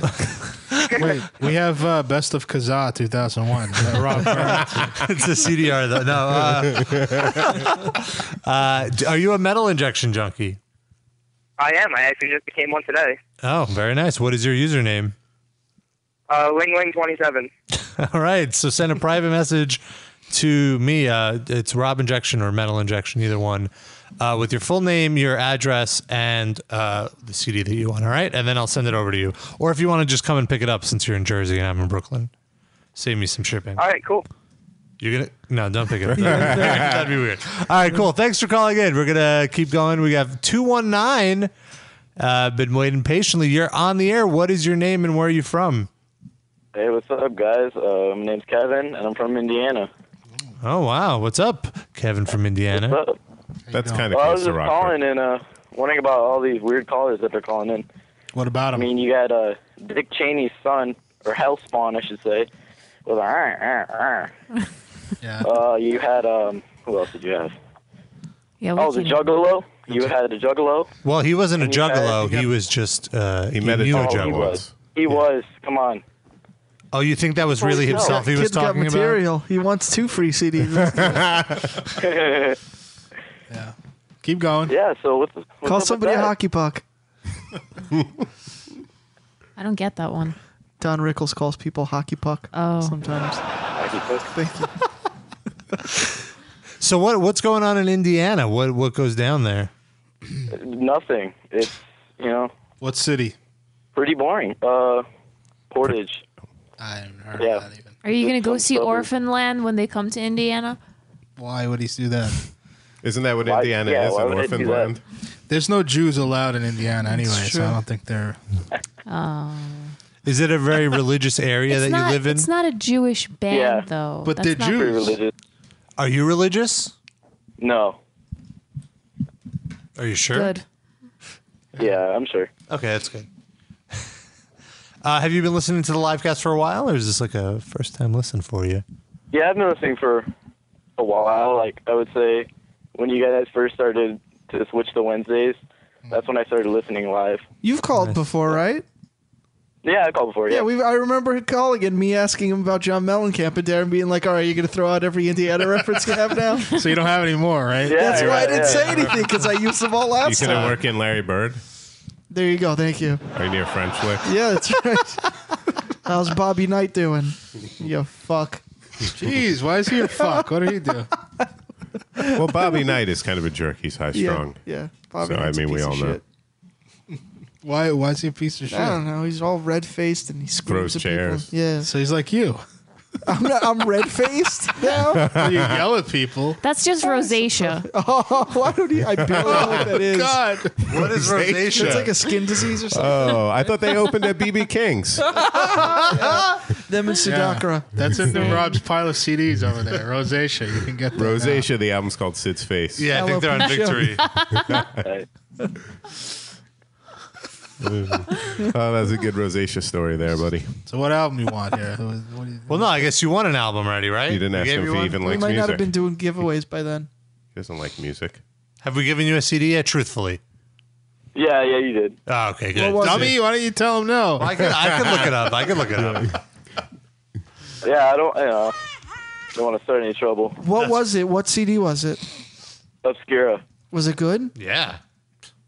Speaker 7: [LAUGHS] Wait, we have uh, Best of Kazaa
Speaker 2: [LAUGHS]
Speaker 7: 2001. Uh, Rob, [LAUGHS]
Speaker 2: [LAUGHS] it's a CDR though. No. Uh, uh, d- are you a metal injection junkie?
Speaker 15: I am. I actually just became one today.
Speaker 2: Oh, very nice. What is your username?
Speaker 15: Uh, Ling Ling Twenty Seven.
Speaker 2: [LAUGHS] All right, so send a private message to me. Uh, it's Rob Injection or Metal Injection, either one, uh, with your full name, your address, and uh, the CD that you want. All right, and then I'll send it over to you. Or if you want to just come and pick it up since you're in Jersey and I'm in Brooklyn, save me some shipping.
Speaker 15: All right, cool.
Speaker 2: You're gonna
Speaker 7: [LAUGHS]
Speaker 2: no, [LAUGHS] don't pick it
Speaker 16: [LAUGHS]
Speaker 2: up. That'd be weird. All right, cool. Thanks for calling in. We're gonna keep going. We have two one nine. Uh, been waiting patiently. You're on the air. What is your name and where are you from?
Speaker 16: Hey, what's up, guys? Uh, my name's Kevin, and I'm from Indiana.
Speaker 2: Oh wow, what's up, Kevin from Indiana?
Speaker 16: What's up?
Speaker 6: That's kind
Speaker 16: well, I was just calling and uh, wondering about all these weird callers that they're calling in.
Speaker 7: What
Speaker 16: I
Speaker 7: about him?
Speaker 16: mean, you got uh, Dick Cheney's son, or Hellspawn, I should say,
Speaker 3: [LAUGHS]
Speaker 16: was like, "Arr, arr, arr."
Speaker 7: Yeah.
Speaker 16: Uh, you had um, who else did you have?
Speaker 3: Yeah, we
Speaker 16: oh, the
Speaker 3: can-
Speaker 16: juggalo. You had a juggalo.
Speaker 2: Well, he wasn't a
Speaker 16: And you had-
Speaker 2: juggalo. He was just uh, he,
Speaker 6: met a
Speaker 2: knew
Speaker 6: Oh, he
Speaker 2: juggalo.
Speaker 6: was.
Speaker 16: He was. Come on.
Speaker 2: Oh, you think that was
Speaker 16: Oh,
Speaker 2: really
Speaker 16: no.
Speaker 2: himself he was
Speaker 4: Kid's got
Speaker 2: talking about?
Speaker 4: material. He wants two free
Speaker 2: [LAUGHS]
Speaker 4: CDs.
Speaker 16: yeah.
Speaker 7: Keep going.
Speaker 16: Yeah. So what's, what's up
Speaker 4: Call
Speaker 16: with
Speaker 4: somebody a
Speaker 16: that?
Speaker 4: hockey puck.
Speaker 3: [LAUGHS] I don't get that one.
Speaker 4: Don Rickles calls people hockey puck.
Speaker 3: Oh.
Speaker 4: Sometimes. Thank you.
Speaker 2: So what what's going on in Indiana? What what goes down there?
Speaker 16: Nothing. It's you know
Speaker 7: What city?
Speaker 16: pretty boring. Uh, Portage. I haven't heard yeah. that even.
Speaker 3: Are you going to go see Orphan Land when they come to Indiana?
Speaker 7: Why would he do that?
Speaker 6: Isn't that what
Speaker 7: Why-
Speaker 6: Indiana
Speaker 7: yeah,
Speaker 6: is?
Speaker 7: why
Speaker 6: An
Speaker 7: would it do
Speaker 6: orphan
Speaker 4: [LAUGHS]
Speaker 7: that?
Speaker 6: land.
Speaker 7: There's no Jews allowed in Indiana anyway, so I
Speaker 2: true.
Speaker 7: don't think they're.
Speaker 2: Is it a very religious area
Speaker 3: it's
Speaker 2: that
Speaker 3: not,
Speaker 2: you live in?
Speaker 3: It's not a Jewish band, though.
Speaker 2: But
Speaker 3: That's
Speaker 2: they're
Speaker 3: not-
Speaker 2: Jews. Are you religious?
Speaker 16: No.
Speaker 2: Are you sure?
Speaker 3: Good.
Speaker 16: Yeah, I'm sure.
Speaker 2: Okay, that's good. Uh, have you been listening to the live cast for a while, or is this like a first time listen for you?
Speaker 16: Yeah, I've been listening for a while. Like I would say, when you guys first started to switch to Wednesdays, that's when I started listening live.
Speaker 4: You've called before, right?
Speaker 16: Yeah, I called before. Yeah,
Speaker 4: Yeah, we. I remember calling and me asking him about John Mellencamp and Darren being like, "All right, you're gonna throw out every Indiana reference you have now." [LAUGHS]
Speaker 7: So you don't have any more, right?
Speaker 4: That's why I didn't say
Speaker 6: yeah.
Speaker 4: anything because I used them all
Speaker 6: you
Speaker 4: last
Speaker 6: can
Speaker 4: time.
Speaker 6: work in Larry Bird.
Speaker 4: There you go. Thank you.
Speaker 6: Are you near French Lick?
Speaker 4: Yeah, that's [LAUGHS] right. How's Bobby Knight doing? You fuck.
Speaker 7: Jeez, why is he a fuck? What did he do?
Speaker 6: Well, Bobby Knight is kind of a jerk. He's high
Speaker 7: Yeah,
Speaker 6: strong.
Speaker 4: yeah. Bobby
Speaker 6: so I
Speaker 4: Knight's a
Speaker 6: mean, we
Speaker 4: piece of
Speaker 6: all know.
Speaker 4: shit.
Speaker 7: Why? Why is he a piece of shit?
Speaker 4: I don't know. He's all red faced and he screams
Speaker 6: Throws
Speaker 4: at
Speaker 6: chairs.
Speaker 4: people. Yeah.
Speaker 7: So he's like
Speaker 6: [LAUGHS]
Speaker 7: you.
Speaker 4: I'm not, I'm red
Speaker 7: [LAUGHS]
Speaker 4: faced now.
Speaker 7: you yell at people.
Speaker 6: [LAUGHS]
Speaker 3: That's just rosacea.
Speaker 4: [LAUGHS] oh, why don't you? I
Speaker 2: [LAUGHS]
Speaker 4: barely know what that is.
Speaker 7: God.
Speaker 2: What is rosacea?
Speaker 4: It's like a skin [LAUGHS] disease or something.
Speaker 6: Oh, I thought they opened at BB King's.
Speaker 4: Them and Sudakara.
Speaker 7: That's
Speaker 6: [LAUGHS]
Speaker 7: in the Rob's pile of CDs over there. Rosacea. You can get that now.
Speaker 6: Rosacea. The album's called Sid's Face.
Speaker 7: Yeah, I think they're on Victory.
Speaker 6: [LAUGHS] oh, that's a good rosacea story there, buddy.
Speaker 7: So what album you want here? What do you-
Speaker 2: Well, no, I guess you won an album already, right?
Speaker 6: You didn't
Speaker 2: We
Speaker 6: ask
Speaker 2: gave
Speaker 6: him if
Speaker 2: you
Speaker 6: he
Speaker 2: one?
Speaker 6: even
Speaker 4: We
Speaker 6: likes
Speaker 4: might not
Speaker 6: music.
Speaker 4: have been doing giveaways by then.
Speaker 6: He doesn't like music.
Speaker 2: Have we given you a CD yet? Truthfully.
Speaker 16: Yeah, yeah, you did.
Speaker 2: Oh, okay, good.
Speaker 7: What was Dummy, why don't you tell him no?
Speaker 2: I could, I
Speaker 7: [LAUGHS]
Speaker 2: could look it up. I could look it up.
Speaker 16: Yeah, I don't. You know, don't want to start any trouble.
Speaker 4: What was it? What CD was it?
Speaker 16: Obscura.
Speaker 4: Was it good?
Speaker 2: Yeah.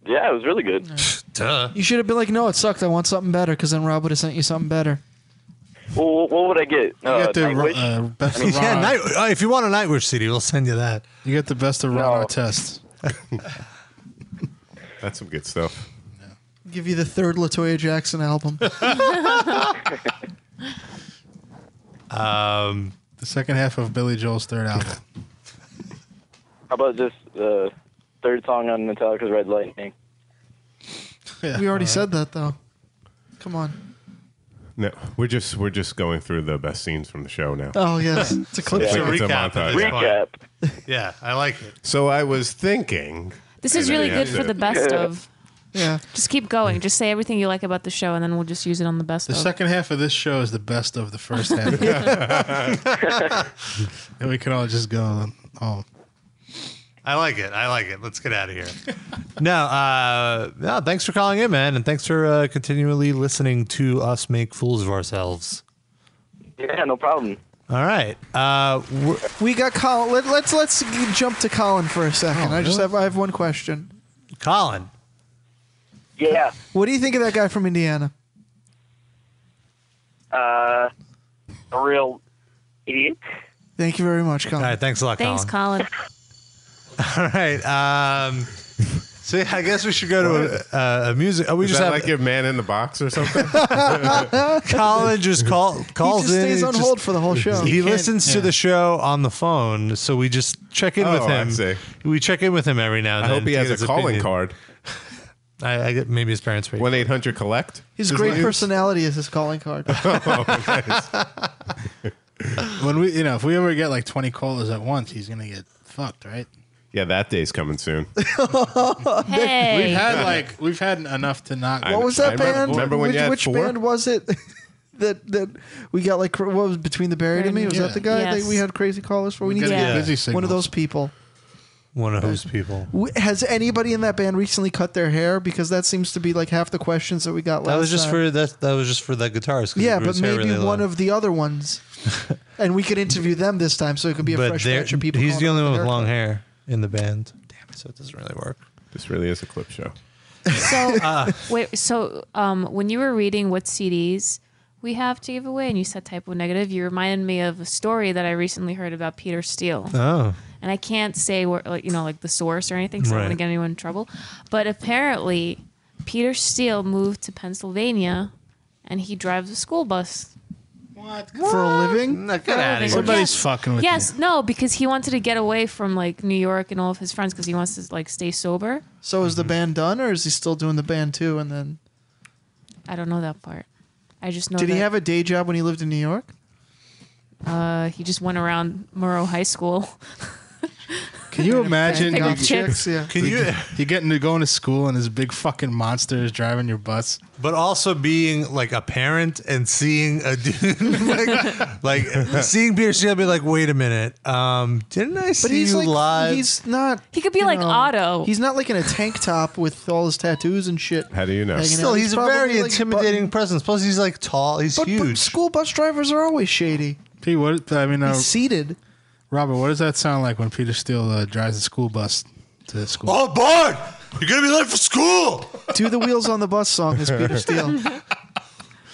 Speaker 16: Yeah, it was really good.
Speaker 2: Duh.
Speaker 4: You should have been like, no, it sucked. I want something better because then Rob would have sent you something better.
Speaker 16: [LAUGHS] Well, what would I get? Uh,
Speaker 7: get the,
Speaker 16: Nightwish?
Speaker 7: uh, best
Speaker 16: I mean,
Speaker 7: of Ron.
Speaker 2: [LAUGHS] yeah, night, uh, if you want a Nightwish CD, we'll send you that.
Speaker 7: You get the best of Ron
Speaker 2: [LAUGHS]
Speaker 7: Artest.
Speaker 6: That's some good stuff.
Speaker 4: Give you the third Latoya Jackson [LAUGHS] album.
Speaker 2: Um,
Speaker 7: the second half of Billy Joel's third album.
Speaker 16: How about this uh, third song on Metallica's Red Lightning?
Speaker 4: we already said that though. Come on.
Speaker 6: No, we're just we're just going through the best scenes from the show now.
Speaker 4: Oh yes, it's a clip.
Speaker 6: It's
Speaker 4: show.
Speaker 6: a It's a recap at montage. this point.
Speaker 16: Recap.
Speaker 2: Yeah, I like it.
Speaker 6: So I was thinking.
Speaker 3: This
Speaker 6: and
Speaker 3: is
Speaker 6: then
Speaker 3: really
Speaker 6: we
Speaker 3: good
Speaker 6: have
Speaker 3: for
Speaker 6: to-
Speaker 3: the best of.
Speaker 4: Yeah.
Speaker 3: Just keep going. Just say everything you like about the show, and then we'll just use it on the best
Speaker 4: Oh.
Speaker 7: The
Speaker 3: of.
Speaker 7: second half of this show is the best of the first [LAUGHS]
Speaker 6: [LAUGHS]
Speaker 7: half. and we can all just go home.
Speaker 2: I like it. I like it. Let's get out of here. no, uh, no, [LAUGHS] thanks for calling in, man. And thanks for uh, continually listening to us make fools of ourselves.
Speaker 16: Yeah, no problem.
Speaker 2: All right. Uh, we're,
Speaker 4: We got Colin. Let, let's let's g- jump to Colin for a second. I just have I have one question.
Speaker 2: Colin.
Speaker 16: Yeah.
Speaker 4: What do you think of that guy from Indiana?
Speaker 13: Uh, a real idiot.
Speaker 4: Thank you very much, Colin.
Speaker 2: All right. Thanks a lot,
Speaker 3: Thanks,
Speaker 2: Colin.
Speaker 3: Colin.
Speaker 2: [LAUGHS] All right. Um, so I guess we should go to a, a music. Oh, we
Speaker 6: Is
Speaker 2: just
Speaker 6: that
Speaker 2: have
Speaker 6: like your man in the box or something?
Speaker 2: Colin just call, [LAUGHS] calls
Speaker 4: he just
Speaker 2: in.
Speaker 4: stays
Speaker 2: He
Speaker 4: on
Speaker 2: just-
Speaker 4: hold for the whole show.
Speaker 2: He, listens to
Speaker 4: yeah.
Speaker 2: the show on the phone, so we just check in
Speaker 6: Oh,
Speaker 2: with
Speaker 6: I
Speaker 2: him.
Speaker 6: see.
Speaker 2: We check in with him every now and
Speaker 6: I
Speaker 2: then.
Speaker 6: hope he
Speaker 2: to
Speaker 6: has
Speaker 2: get his
Speaker 6: a calling
Speaker 2: opinion.
Speaker 6: card.
Speaker 2: [LAUGHS] I, I get maybe his parents paid.
Speaker 6: One eight hundred collect.
Speaker 4: His great personality is his calling
Speaker 7: [LAUGHS]
Speaker 4: card.
Speaker 7: Oh,
Speaker 4: [LAUGHS]
Speaker 7: When we, you know, if we ever get like 20 callers at once, he's going to get fucked,
Speaker 4: [LAUGHS]
Speaker 7: right?
Speaker 6: Yeah, that day's coming soon.
Speaker 3: Hey.
Speaker 7: We've had like, we've had enough to not.
Speaker 6: I-
Speaker 4: what was that
Speaker 6: I remember-
Speaker 4: band?
Speaker 6: remember when you
Speaker 4: which
Speaker 6: had
Speaker 4: which
Speaker 6: four?
Speaker 4: band was it? [LAUGHS] that that we got like cr- what was between the buried and me? Was
Speaker 7: Yeah.
Speaker 4: that the guy
Speaker 3: Yes.
Speaker 4: that we had crazy callers for? We,
Speaker 7: We
Speaker 4: need to
Speaker 7: gotta
Speaker 4: get
Speaker 7: get busy
Speaker 4: one of
Speaker 7: signals.
Speaker 4: those people.
Speaker 2: One of whose people?
Speaker 4: W- Has anybody in that band recently cut their hair? Because that seems to be like half the questions that we got last
Speaker 2: That was just
Speaker 4: time.
Speaker 2: for that. That was just for that guitarist. 'cause
Speaker 4: Yeah,
Speaker 2: he grew
Speaker 4: but
Speaker 2: his hair
Speaker 4: maybe
Speaker 2: really
Speaker 4: one
Speaker 2: long.
Speaker 4: of the other
Speaker 2: [LAUGHS]
Speaker 4: ones, and we could interview them this time, so it could be a fresh
Speaker 2: they're-
Speaker 4: batch of people.
Speaker 2: He's
Speaker 4: going
Speaker 2: the only
Speaker 4: over
Speaker 2: one
Speaker 4: their
Speaker 2: with long hair in the band. Damn it! So it doesn't really work.
Speaker 6: This really is a clip show.
Speaker 4: [LAUGHS]
Speaker 3: So
Speaker 4: Ah.
Speaker 3: wait, so um, when you were reading what CDs we have to give away, and you said typo negative, you reminded me of a story that I recently heard about Peter Steele.
Speaker 2: Oh.
Speaker 3: And I can't say where, like you know, like the source or anything, so I don't want to
Speaker 2: Right.
Speaker 3: get anyone in trouble. But apparently, Peter Steele moved to Pennsylvania, and he drives a school bus.
Speaker 7: What
Speaker 4: for a living?
Speaker 7: get outta here. Somebody's fucking with
Speaker 3: Yes, no, because he wanted to get away from like New York and all of his friends because he wants to like stay sober.
Speaker 4: So is the
Speaker 2: Mm-hmm.
Speaker 4: band done, or is he still doing the band too? And then
Speaker 3: I don't know that part. I just know.
Speaker 4: did
Speaker 3: that,
Speaker 4: he have a day job when he lived in New York?
Speaker 3: Uh, he just went around Moreau High School.
Speaker 4: [SIGHS]
Speaker 3: [SIGHS]
Speaker 7: Can you imagine?
Speaker 3: Pick up chicks.
Speaker 7: Can you? You getting to going to school and this big fucking monster is driving your bus.
Speaker 2: But also being like a parent and seeing a dude [LAUGHS] like, like seeing Peter Steele be like, wait a minute, um, didn't I see
Speaker 4: But he's
Speaker 2: you
Speaker 4: like,
Speaker 2: live?
Speaker 4: he's not.
Speaker 3: He could be
Speaker 4: like
Speaker 3: Otto.
Speaker 4: He's not like in a tank top with all his tattoos and shit.
Speaker 6: How do you know?
Speaker 4: hanging
Speaker 2: Still,
Speaker 4: out.
Speaker 2: he's, a
Speaker 4: probably,
Speaker 2: very
Speaker 4: like,
Speaker 2: intimidating presence. Plus, he's like tall. He's huge.
Speaker 4: school bus drivers are always shady.
Speaker 7: Pete, what? I mean, uh,
Speaker 4: He's seated.
Speaker 7: Robert, what does that sound like when Peter Steele uh, drives a school bus to school?
Speaker 2: All board. Oh, You're gonna be late for school.
Speaker 4: Do the wheels on the bus song is Peter
Speaker 3: [LAUGHS]
Speaker 4: Steele.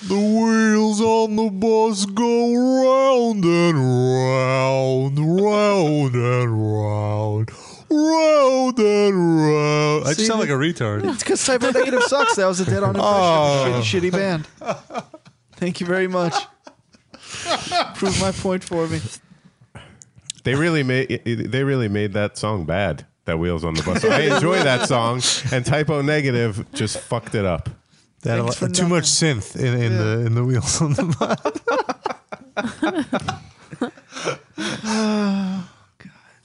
Speaker 2: The wheels on the bus go round and round, round and round, round and round. I just
Speaker 4: See,
Speaker 2: sound like a retard.
Speaker 4: It's because Cyber Negative sucks. That was a dead on impression.
Speaker 2: Oh.
Speaker 4: Shitty, shitty band. Thank you very
Speaker 2: [LAUGHS]
Speaker 4: much. Prove my point for me.
Speaker 6: They really made they really made that song bad. That wheels on the bus. I enjoy that song, and typo negative just fucked it up.
Speaker 2: That al- too much synth in, in the in the wheels on the bus.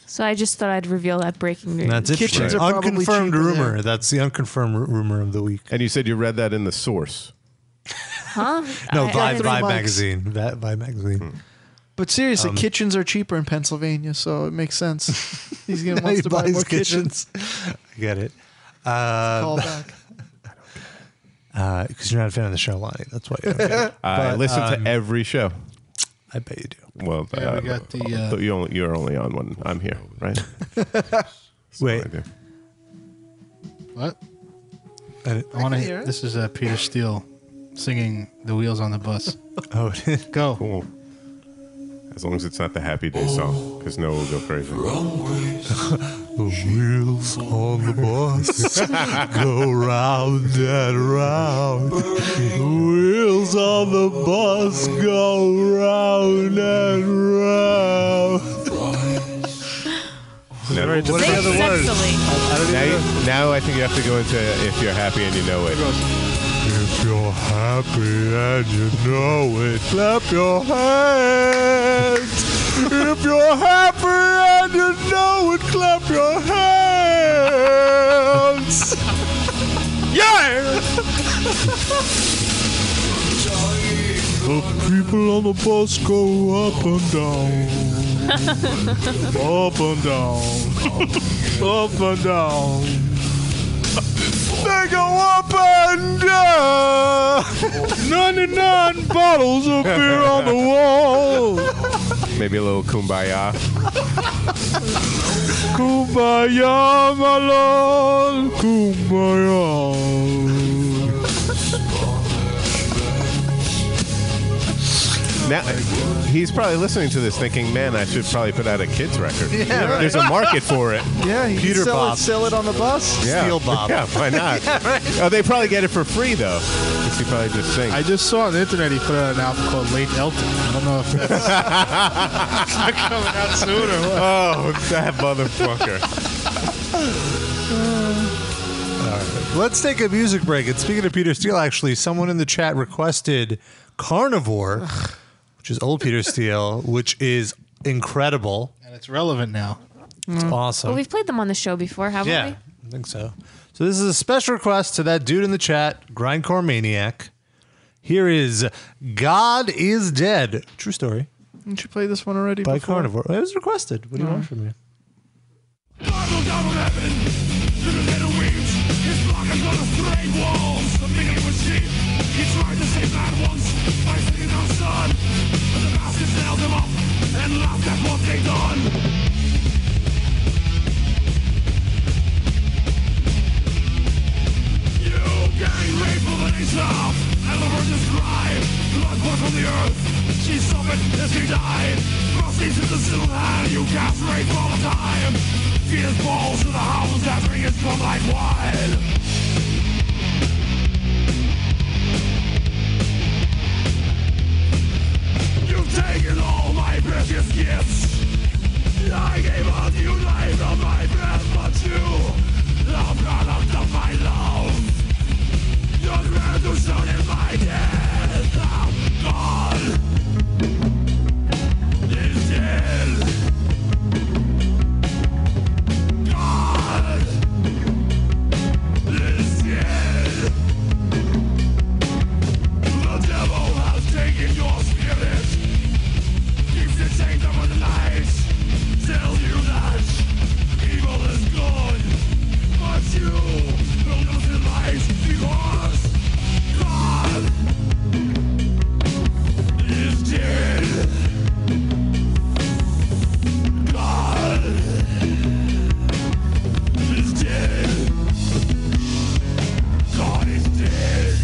Speaker 3: So I just thought I'd reveal that breaking news.
Speaker 2: That's
Speaker 6: Kitchens
Speaker 2: interesting.
Speaker 6: are probably
Speaker 2: Unconfirmed
Speaker 6: cheaper
Speaker 2: rumor. That's the unconfirmed ru- rumor of the week.
Speaker 6: And you said you read that in the source.
Speaker 3: Huh?
Speaker 2: No,
Speaker 3: I- I
Speaker 2: Vibe,
Speaker 3: didn't-
Speaker 2: Vibe magazine. Vi- Vibe
Speaker 6: Hmm.
Speaker 2: magazine.
Speaker 4: But seriously,
Speaker 2: Um,
Speaker 4: kitchens are cheaper in Pennsylvania, so it makes
Speaker 2: [LAUGHS]
Speaker 4: sense. He's gonna
Speaker 2: Now
Speaker 4: wants
Speaker 2: he
Speaker 4: to buy
Speaker 2: buys
Speaker 4: more
Speaker 2: kitchens.
Speaker 4: kitchens.
Speaker 2: I get it. [LAUGHS] Uh,
Speaker 4: Callback.
Speaker 2: because you're not a fan of the show, Lonnie. That's why. You don't get it.
Speaker 6: [LAUGHS] I
Speaker 2: But,
Speaker 6: listen
Speaker 2: um,
Speaker 6: to every show.
Speaker 2: I bet you do.
Speaker 6: Well,
Speaker 2: Yeah, we
Speaker 6: uh,
Speaker 2: got the, uh,
Speaker 6: but you only, you're only on one. I'm here,
Speaker 2: [LAUGHS]
Speaker 6: right?
Speaker 2: Wait.
Speaker 7: What?
Speaker 2: I,
Speaker 7: want
Speaker 4: hear
Speaker 7: to.
Speaker 4: it.
Speaker 7: This is uh, Peter Steele singing "The Wheels on the Bus."
Speaker 4: [LAUGHS]
Speaker 2: oh,
Speaker 7: go.
Speaker 6: Cool. As long as it's not the Happy Day song, because Noah will go crazy.
Speaker 2: The wheels on the bus [LAUGHS] go round and round. The wheels on the bus go round and round.
Speaker 6: Now,
Speaker 2: What are the other words?
Speaker 6: now, you- now I think you have to go into if you're happy and you know it.
Speaker 2: If you're happy and you know it, clap your hands. If you're happy and you know it, clap your hands.
Speaker 17: Yeah!
Speaker 2: The people on the bus go up and down. up and down. up and down. They go up and down. 99 bottles of beer on the wall.
Speaker 6: Maybe a little kumbaya.
Speaker 2: Kumbaya, my lord. Kumbaya.
Speaker 6: Now he's probably listening to this, thinking, "Man, I should probably put out a kids record.
Speaker 4: Yeah, right.
Speaker 6: There's a market for it."
Speaker 4: [LAUGHS] Yeah, he
Speaker 6: Peter
Speaker 4: can sell
Speaker 6: Bob.
Speaker 4: it, sell it on the bus.
Speaker 6: Yeah. [LAUGHS]
Speaker 2: [LAUGHS]
Speaker 6: Yeah, why not?
Speaker 4: [LAUGHS] Yeah, right.
Speaker 6: Oh, they probably get it for free though. 'cause he probably just sings.
Speaker 7: I just saw on the internet he put out an album called Late Elton. I don't know if that's
Speaker 2: [LAUGHS]
Speaker 7: not coming out soon or what.
Speaker 6: Oh, that motherfucker.
Speaker 2: Let's take a music break. And speaking of Peter Steele, actually, someone in the chat requested Carnivore, which is old Peter Steele, which is incredible.
Speaker 7: And it's relevant now.
Speaker 2: It's
Speaker 3: Mm. Well,
Speaker 2: awesome.
Speaker 3: we've played them on the show before, haven't
Speaker 2: yeah, I think so. So this is a special request to that dude in the chat, Grindcore Maniac. Here is God is Dead. True story.
Speaker 4: Didn't you play this one already?
Speaker 2: By
Speaker 4: before?
Speaker 3: Mm.
Speaker 2: Carnivore. It was requested. What do you
Speaker 4: Oh.
Speaker 2: want from me?
Speaker 8: Marble double heaven through the little weeds. His block is on the three walls. The meaning was cheap. He tried to save bad ones by singing our son. But the bastards held him up and laughed at what they done. You gang rape of the nation off. And the virgin's cry. Blood poured from the earth. She suffered as she died. Proceeds to the single hand. You castrate for all time. Feed his balls to the hounds after he is blood like wine. You've taken all my precious gifts. I gave out you life of my breath, but you love not out of my love. You're there to shout in my death. I'm gone. This is God. This is the devil has taken your spirit. Keeps you chained up with lies. Tell you that evil is good, but you will not lies because God is dead. God is dead. God is dead.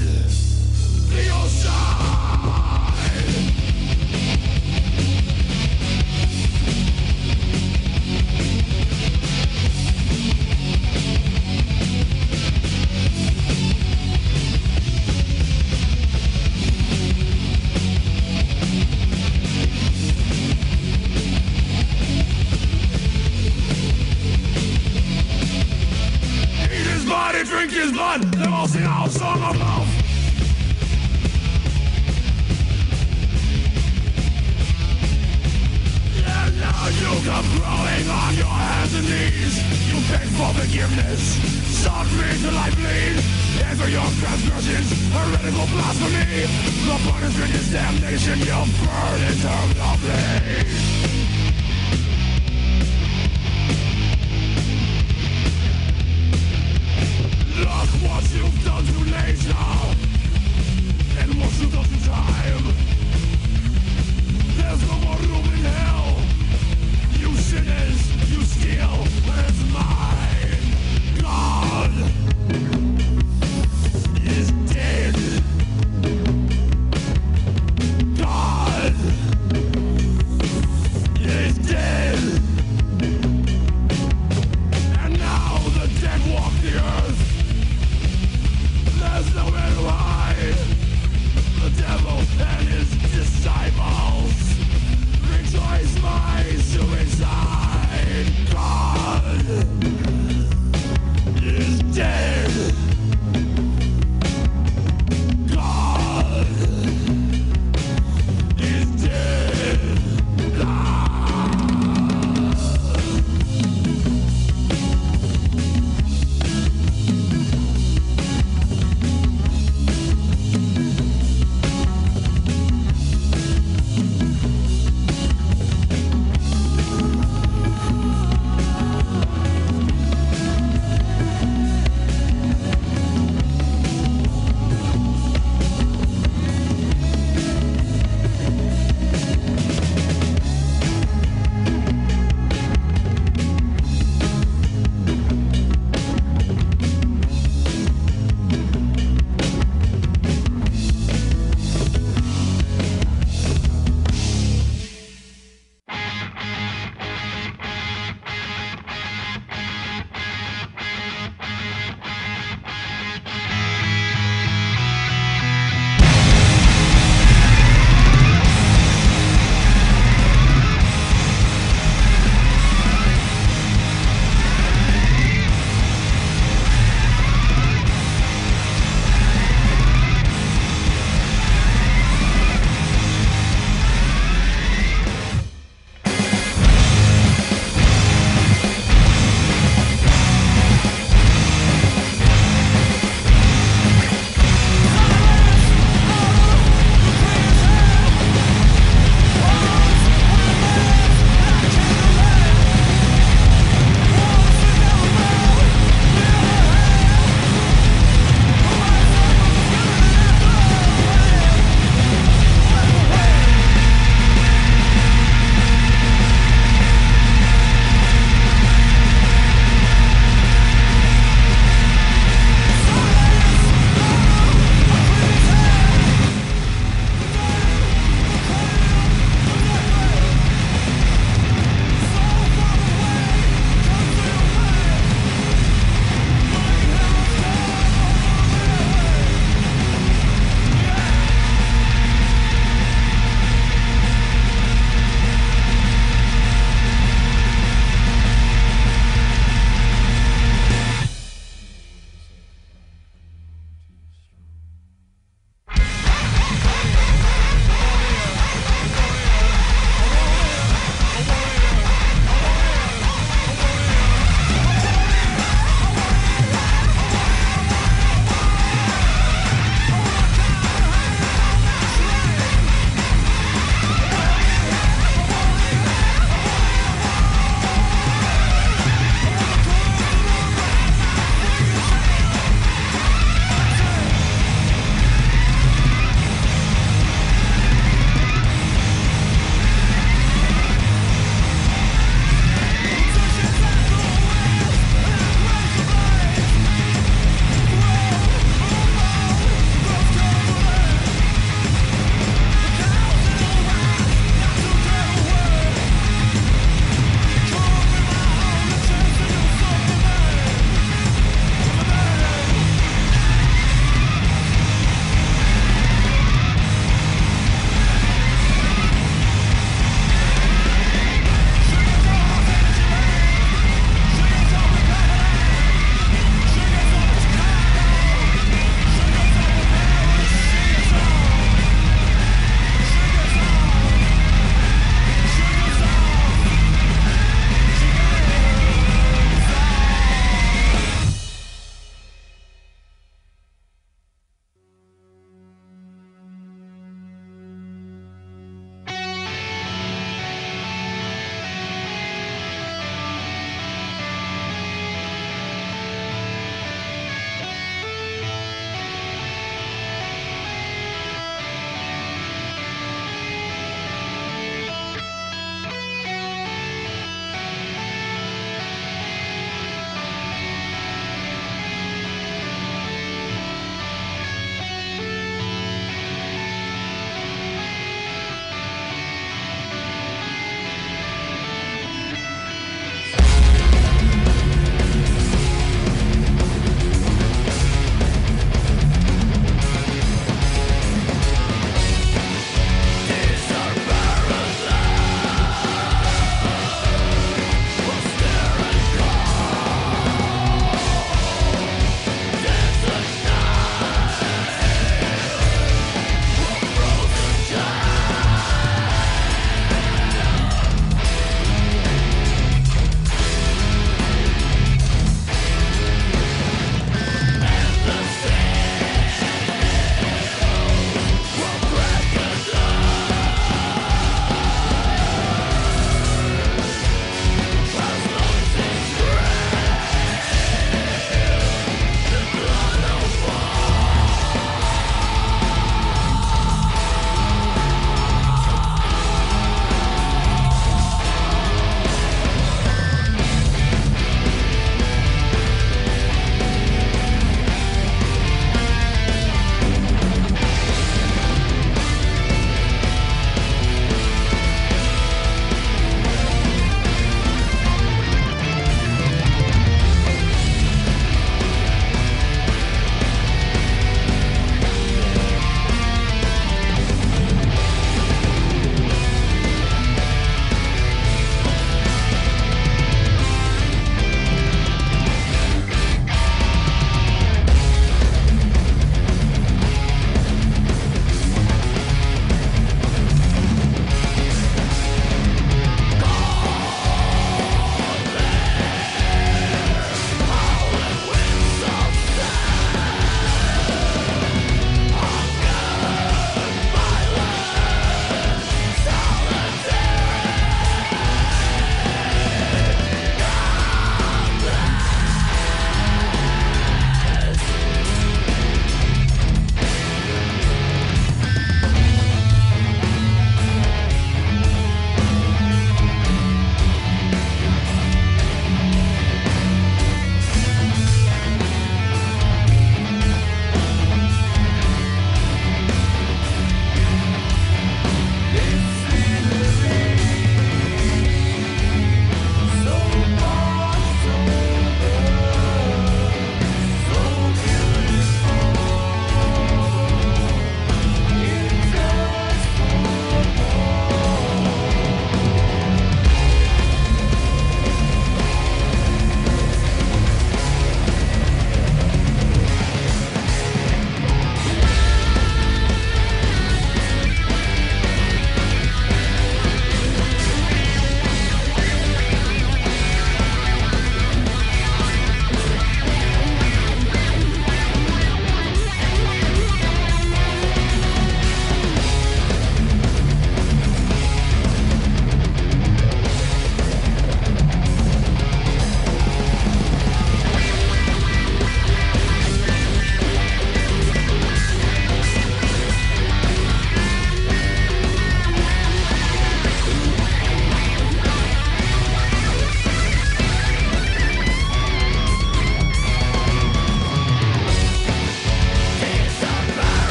Speaker 8: The outside. Eat his body, drink his blood, they've all seen our song of love. And now you come crawling on your hands and knees. You beg for forgiveness. Stop me till I bleed. Answer your transgressions, heretical blasphemy. The punishment is damnation, you'll burn eternally. Look what you've done to nature And what you've done to time There's no more room in hell You sinners, you steal Where's mine? God is dead God is dead And now the dead walk the earth there's nowhere to
Speaker 7: [LAUGHS]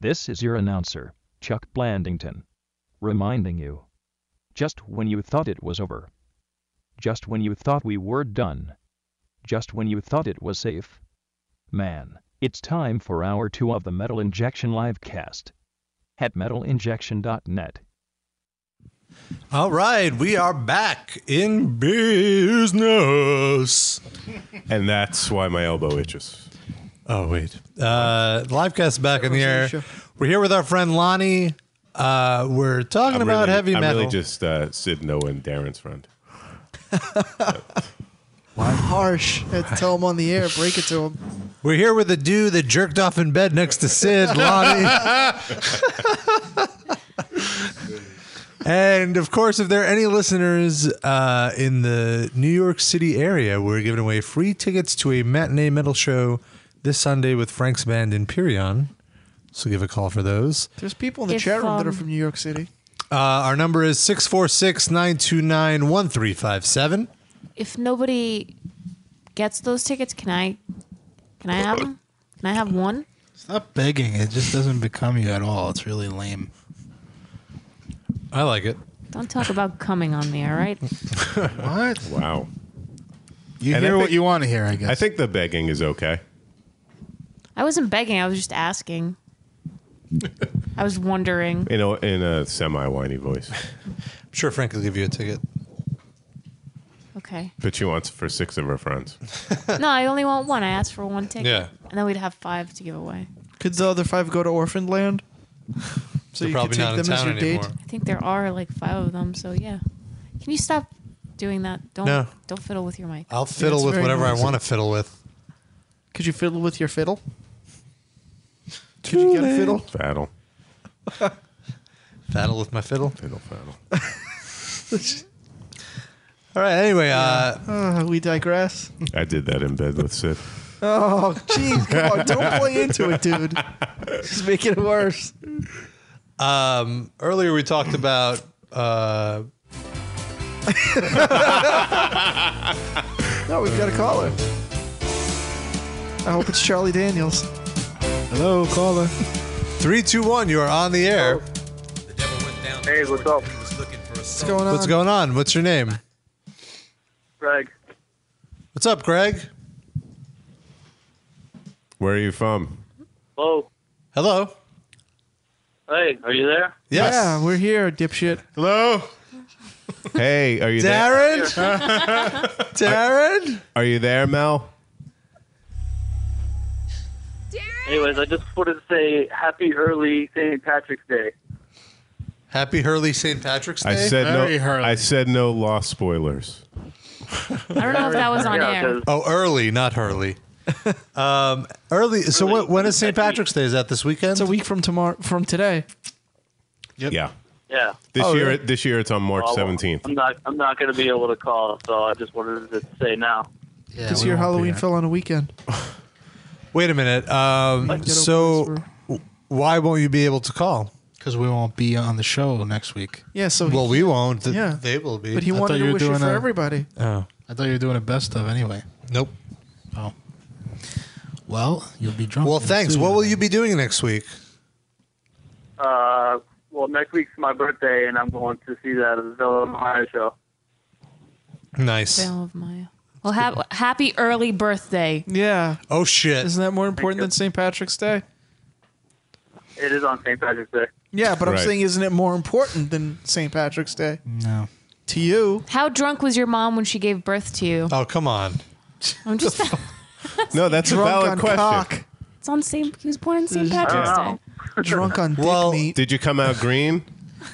Speaker 1: This is your announcer, Chuck Blandington, reminding you just when you thought it was over, just when you thought we were done, just when you thought it was safe. Man, it's time for hour two of the Metal Injection livecast at metalinjection.net.
Speaker 2: All right, we are back in business.
Speaker 6: And that's why my elbow itches.
Speaker 2: Oh, wait. Uh, livecast back in the air.
Speaker 6: Sure.
Speaker 2: We're here with our friend Lonnie. Uh, we're talking
Speaker 6: I'm
Speaker 2: about
Speaker 6: really-
Speaker 2: heavy
Speaker 6: I'm
Speaker 2: metal.
Speaker 6: really just uh, Sid Noah and Darren's friend.
Speaker 4: Harsh. I
Speaker 6: [LAUGHS]
Speaker 4: had to tell him on the air. Break it to him.
Speaker 2: We're here with a dude that jerked off in bed next to
Speaker 6: [LAUGHS]
Speaker 2: Sid, Lonnie. and of course, if there are any listeners uh, in the New York City area, we're giving away free tickets to a matinee metal show this Sunday with Frank's band Imperion. So give a call for those.
Speaker 4: There's people in the
Speaker 2: If,
Speaker 4: chat room that are
Speaker 2: um,
Speaker 4: from New York City.
Speaker 2: Uh, our number is 646 929 1357.
Speaker 3: If nobody gets those tickets, can I? Can I have them? Can I have one?
Speaker 7: Stop begging. It just doesn't become you at all. It's really lame.
Speaker 2: I like it.
Speaker 3: Don't talk about coming on me. All
Speaker 4: [LAUGHS]
Speaker 3: right.
Speaker 7: what? Oh.
Speaker 6: Wow.
Speaker 7: You
Speaker 6: And I
Speaker 7: hear what
Speaker 6: think-
Speaker 7: you want to hear, I guess.
Speaker 6: I think the begging is okay.
Speaker 3: I wasn't begging. I was just asking. I was wondering.
Speaker 6: In a, in a semi whiny voice.
Speaker 2: I'm [LAUGHS] sure Frank will give you a ticket.
Speaker 3: Okay.
Speaker 6: But she wants for six of her friends.
Speaker 3: No, I only want one. I asked for one ticket.
Speaker 6: Yeah.
Speaker 3: And then we'd have five to give away.
Speaker 4: Could the other five go to orphan land? So
Speaker 2: They're
Speaker 4: you could
Speaker 2: probably
Speaker 4: take
Speaker 2: not
Speaker 4: them
Speaker 2: in
Speaker 4: as
Speaker 2: town
Speaker 4: your date.
Speaker 2: anymore.
Speaker 3: I think there are like five of them. So yeah. Can you stop doing that? Don't
Speaker 2: No.
Speaker 3: don't fiddle with your mic.
Speaker 2: I'll fiddle with whatever I want to fiddle with.
Speaker 4: Could you fiddle with your fiddle? Could you get a fiddle?
Speaker 6: Faddle.
Speaker 2: Faddle with my fiddle?
Speaker 6: Fiddle, faddle.
Speaker 2: All right. Anyway,
Speaker 4: uh, we digress.
Speaker 6: I did that in bed with Sid.
Speaker 4: Oh, jeez, come on! [LAUGHS] Don't play into it, dude. Just make it worse. [LAUGHS]
Speaker 2: Um, earlier we talked about. Uh,
Speaker 4: [LAUGHS] No, we've got a caller. I hope it's Charlie Daniels.
Speaker 2: Hello, caller. Three, two, one. You are on the
Speaker 4: Oh,
Speaker 2: air.
Speaker 18: Hey, what's up?
Speaker 4: What's going
Speaker 2: What's going on? What's your name?
Speaker 18: Greg,
Speaker 2: What's up, Greg?
Speaker 6: Where are you from?
Speaker 18: hello.
Speaker 2: Hello.
Speaker 18: Oh, Hey, are you there?
Speaker 4: Yeah, we're here, dipshit.
Speaker 6: Hello. Hey, are you
Speaker 18: Darren?
Speaker 2: Darren?
Speaker 6: there? Are you there, Mel?
Speaker 18: Anyways, I just wanted to say happy early St. Patrick's Day.
Speaker 2: Happy Hurley St. Patrick's Day.
Speaker 6: I said no. I said no law spoilers.
Speaker 3: I don't know if that was on
Speaker 2: Yeah,
Speaker 3: air.
Speaker 2: Oh, early,
Speaker 18: [LAUGHS]
Speaker 2: not Hurley. um, early. So what, when is St. Patrick's Day? Is that this weekend? It's a
Speaker 4: week from tomorrow, from today.
Speaker 6: Yeah.
Speaker 18: Yeah.
Speaker 6: This
Speaker 4: Oh,
Speaker 6: year, this year it's on March
Speaker 18: Oh, well,
Speaker 6: seventeenth.
Speaker 18: I'm not. I'm not going to be able to call, so I just wanted to say now.
Speaker 4: this year Halloween fell on a weekend.
Speaker 2: Wait a minute. Um, so why won't you be able to call?
Speaker 7: Because we won't be on the show next week.
Speaker 4: Yeah. So
Speaker 2: well, we
Speaker 7: Oh,
Speaker 2: won't.
Speaker 7: yeah.
Speaker 2: They will be.
Speaker 7: But he I wanted thought to you were wish it doing for a- [LAUGHS]
Speaker 4: everybody.
Speaker 2: Oh.
Speaker 7: I thought you were doing a best of anyway.
Speaker 2: Nope.
Speaker 7: Oh. Well, you'll be drunk.
Speaker 2: Well,
Speaker 7: in
Speaker 2: thanks.
Speaker 7: two
Speaker 2: What
Speaker 7: then.
Speaker 2: will you be doing next week?
Speaker 18: Uh, well, next week's my birthday, and I'm going to see that at the Villa Maya show.
Speaker 2: Nice.
Speaker 3: Veil of Maya. Well, ha- happy early birthday.
Speaker 4: Yeah.
Speaker 2: Oh shit.
Speaker 4: Isn't that more important than St. Patrick's Day?
Speaker 18: It is on St. Patrick's Day.
Speaker 4: Yeah, but I'm
Speaker 18: Right.
Speaker 4: saying, isn't it more important than St. Patrick's Day? [LAUGHS]
Speaker 7: No.
Speaker 4: To you.
Speaker 3: How drunk was your mom when she gave birth to you?
Speaker 2: Oh, come on.
Speaker 3: I'm
Speaker 4: [LAUGHS]
Speaker 3: just. [LAUGHS]
Speaker 6: No, that's
Speaker 3: Drunk
Speaker 6: a valid
Speaker 3: on
Speaker 6: question.
Speaker 3: cock. it's on St. He was born on St. Patrick's Day.
Speaker 4: Drunk on dick
Speaker 6: well,
Speaker 4: meat.
Speaker 6: Did you come out green?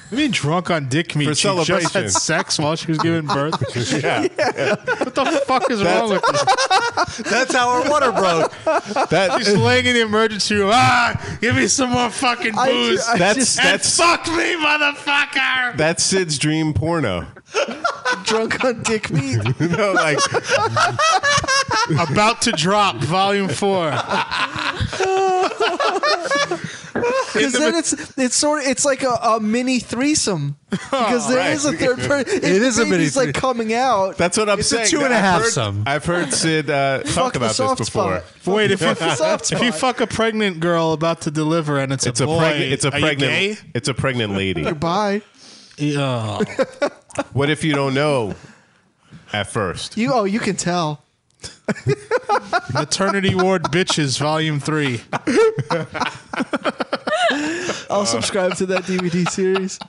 Speaker 7: I mean, drunk on dick meat.
Speaker 6: For
Speaker 7: she just
Speaker 6: celebration.
Speaker 7: had [LAUGHS] sex while she was giving birth.
Speaker 6: [LAUGHS] Yeah.
Speaker 7: What the fuck is
Speaker 6: That's-
Speaker 7: wrong with you?
Speaker 2: That's how our water broke.
Speaker 6: That-
Speaker 7: She's laying in the emergency room. Ah, give me some more fucking
Speaker 6: I ju-
Speaker 7: booze.
Speaker 6: I That's- just-
Speaker 7: and
Speaker 6: that's-
Speaker 7: fuck me, motherfucker.
Speaker 6: That's Sid's dream porno.
Speaker 4: [LAUGHS] Drunk on dick meat.
Speaker 6: [LAUGHS] no, like [LAUGHS]
Speaker 7: About to drop, volume four.
Speaker 4: Because then it's it's sort of it's like a, a mini threesome because there
Speaker 6: Right.
Speaker 4: is a third person.
Speaker 6: It is a mini
Speaker 4: baby's like
Speaker 6: thre-
Speaker 4: coming out.
Speaker 6: That's what I'm
Speaker 4: It's a
Speaker 6: saying.
Speaker 4: two and
Speaker 6: I've
Speaker 4: a half
Speaker 6: heard-
Speaker 4: some.
Speaker 6: I've heard Sid uh,
Speaker 4: [LAUGHS] Fuck
Speaker 6: talk
Speaker 4: the
Speaker 6: about this
Speaker 4: soft
Speaker 6: before.
Speaker 4: spot.
Speaker 7: Wait, if you, [LAUGHS] if you fuck a pregnant girl about to deliver and it's,
Speaker 6: it's
Speaker 7: a
Speaker 6: a
Speaker 7: boy,
Speaker 6: pregnant, it's a
Speaker 7: are you gay? Uh,
Speaker 6: pregnant, it's a pregnant lady.
Speaker 4: Goodbye.
Speaker 7: Yeah.
Speaker 6: What if you don't know at first?
Speaker 4: You oh you can tell.
Speaker 7: Maternity Ward Bitches Volume Three.
Speaker 4: I'll subscribe to that DVD series.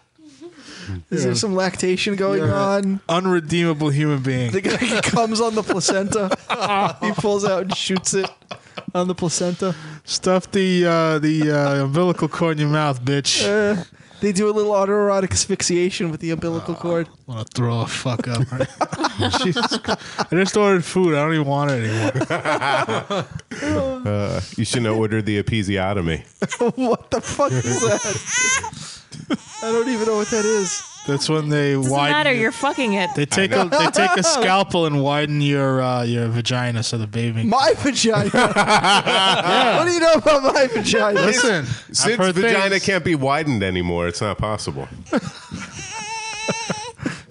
Speaker 4: Is there some lactation going on?
Speaker 7: Unredeemable human being.
Speaker 4: The guy [LAUGHS] comes on the placenta. he pulls out and shoots it on the placenta.
Speaker 7: Stuff the uh, the uh, umbilical cord in your mouth, bitch.
Speaker 4: Uh, they do a little autoerotic asphyxiation with the umbilical cord.
Speaker 7: I want to Ah, throw a fuck up. right? [LAUGHS] Jesus Christ. I just [LAUGHS] ordered food. I don't even want it anymore.
Speaker 6: [LAUGHS] Uh, you shouldn't order the episiotomy.
Speaker 4: [LAUGHS] what the fuck is that? I don't even know what that is.
Speaker 7: That's when they
Speaker 3: Doesn't
Speaker 7: widen.
Speaker 3: matter.
Speaker 7: it.
Speaker 3: You're fucking it.
Speaker 7: They take a they take
Speaker 4: [LAUGHS]
Speaker 7: a scalpel and widen your uh, your vagina so the baby.
Speaker 4: My [LAUGHS]
Speaker 7: [LAUGHS]
Speaker 4: vagina. What do you know about
Speaker 2: Uh,
Speaker 4: my vagina?
Speaker 7: Listen,
Speaker 6: Sid's vagina can't be widened anymore. It's not possible.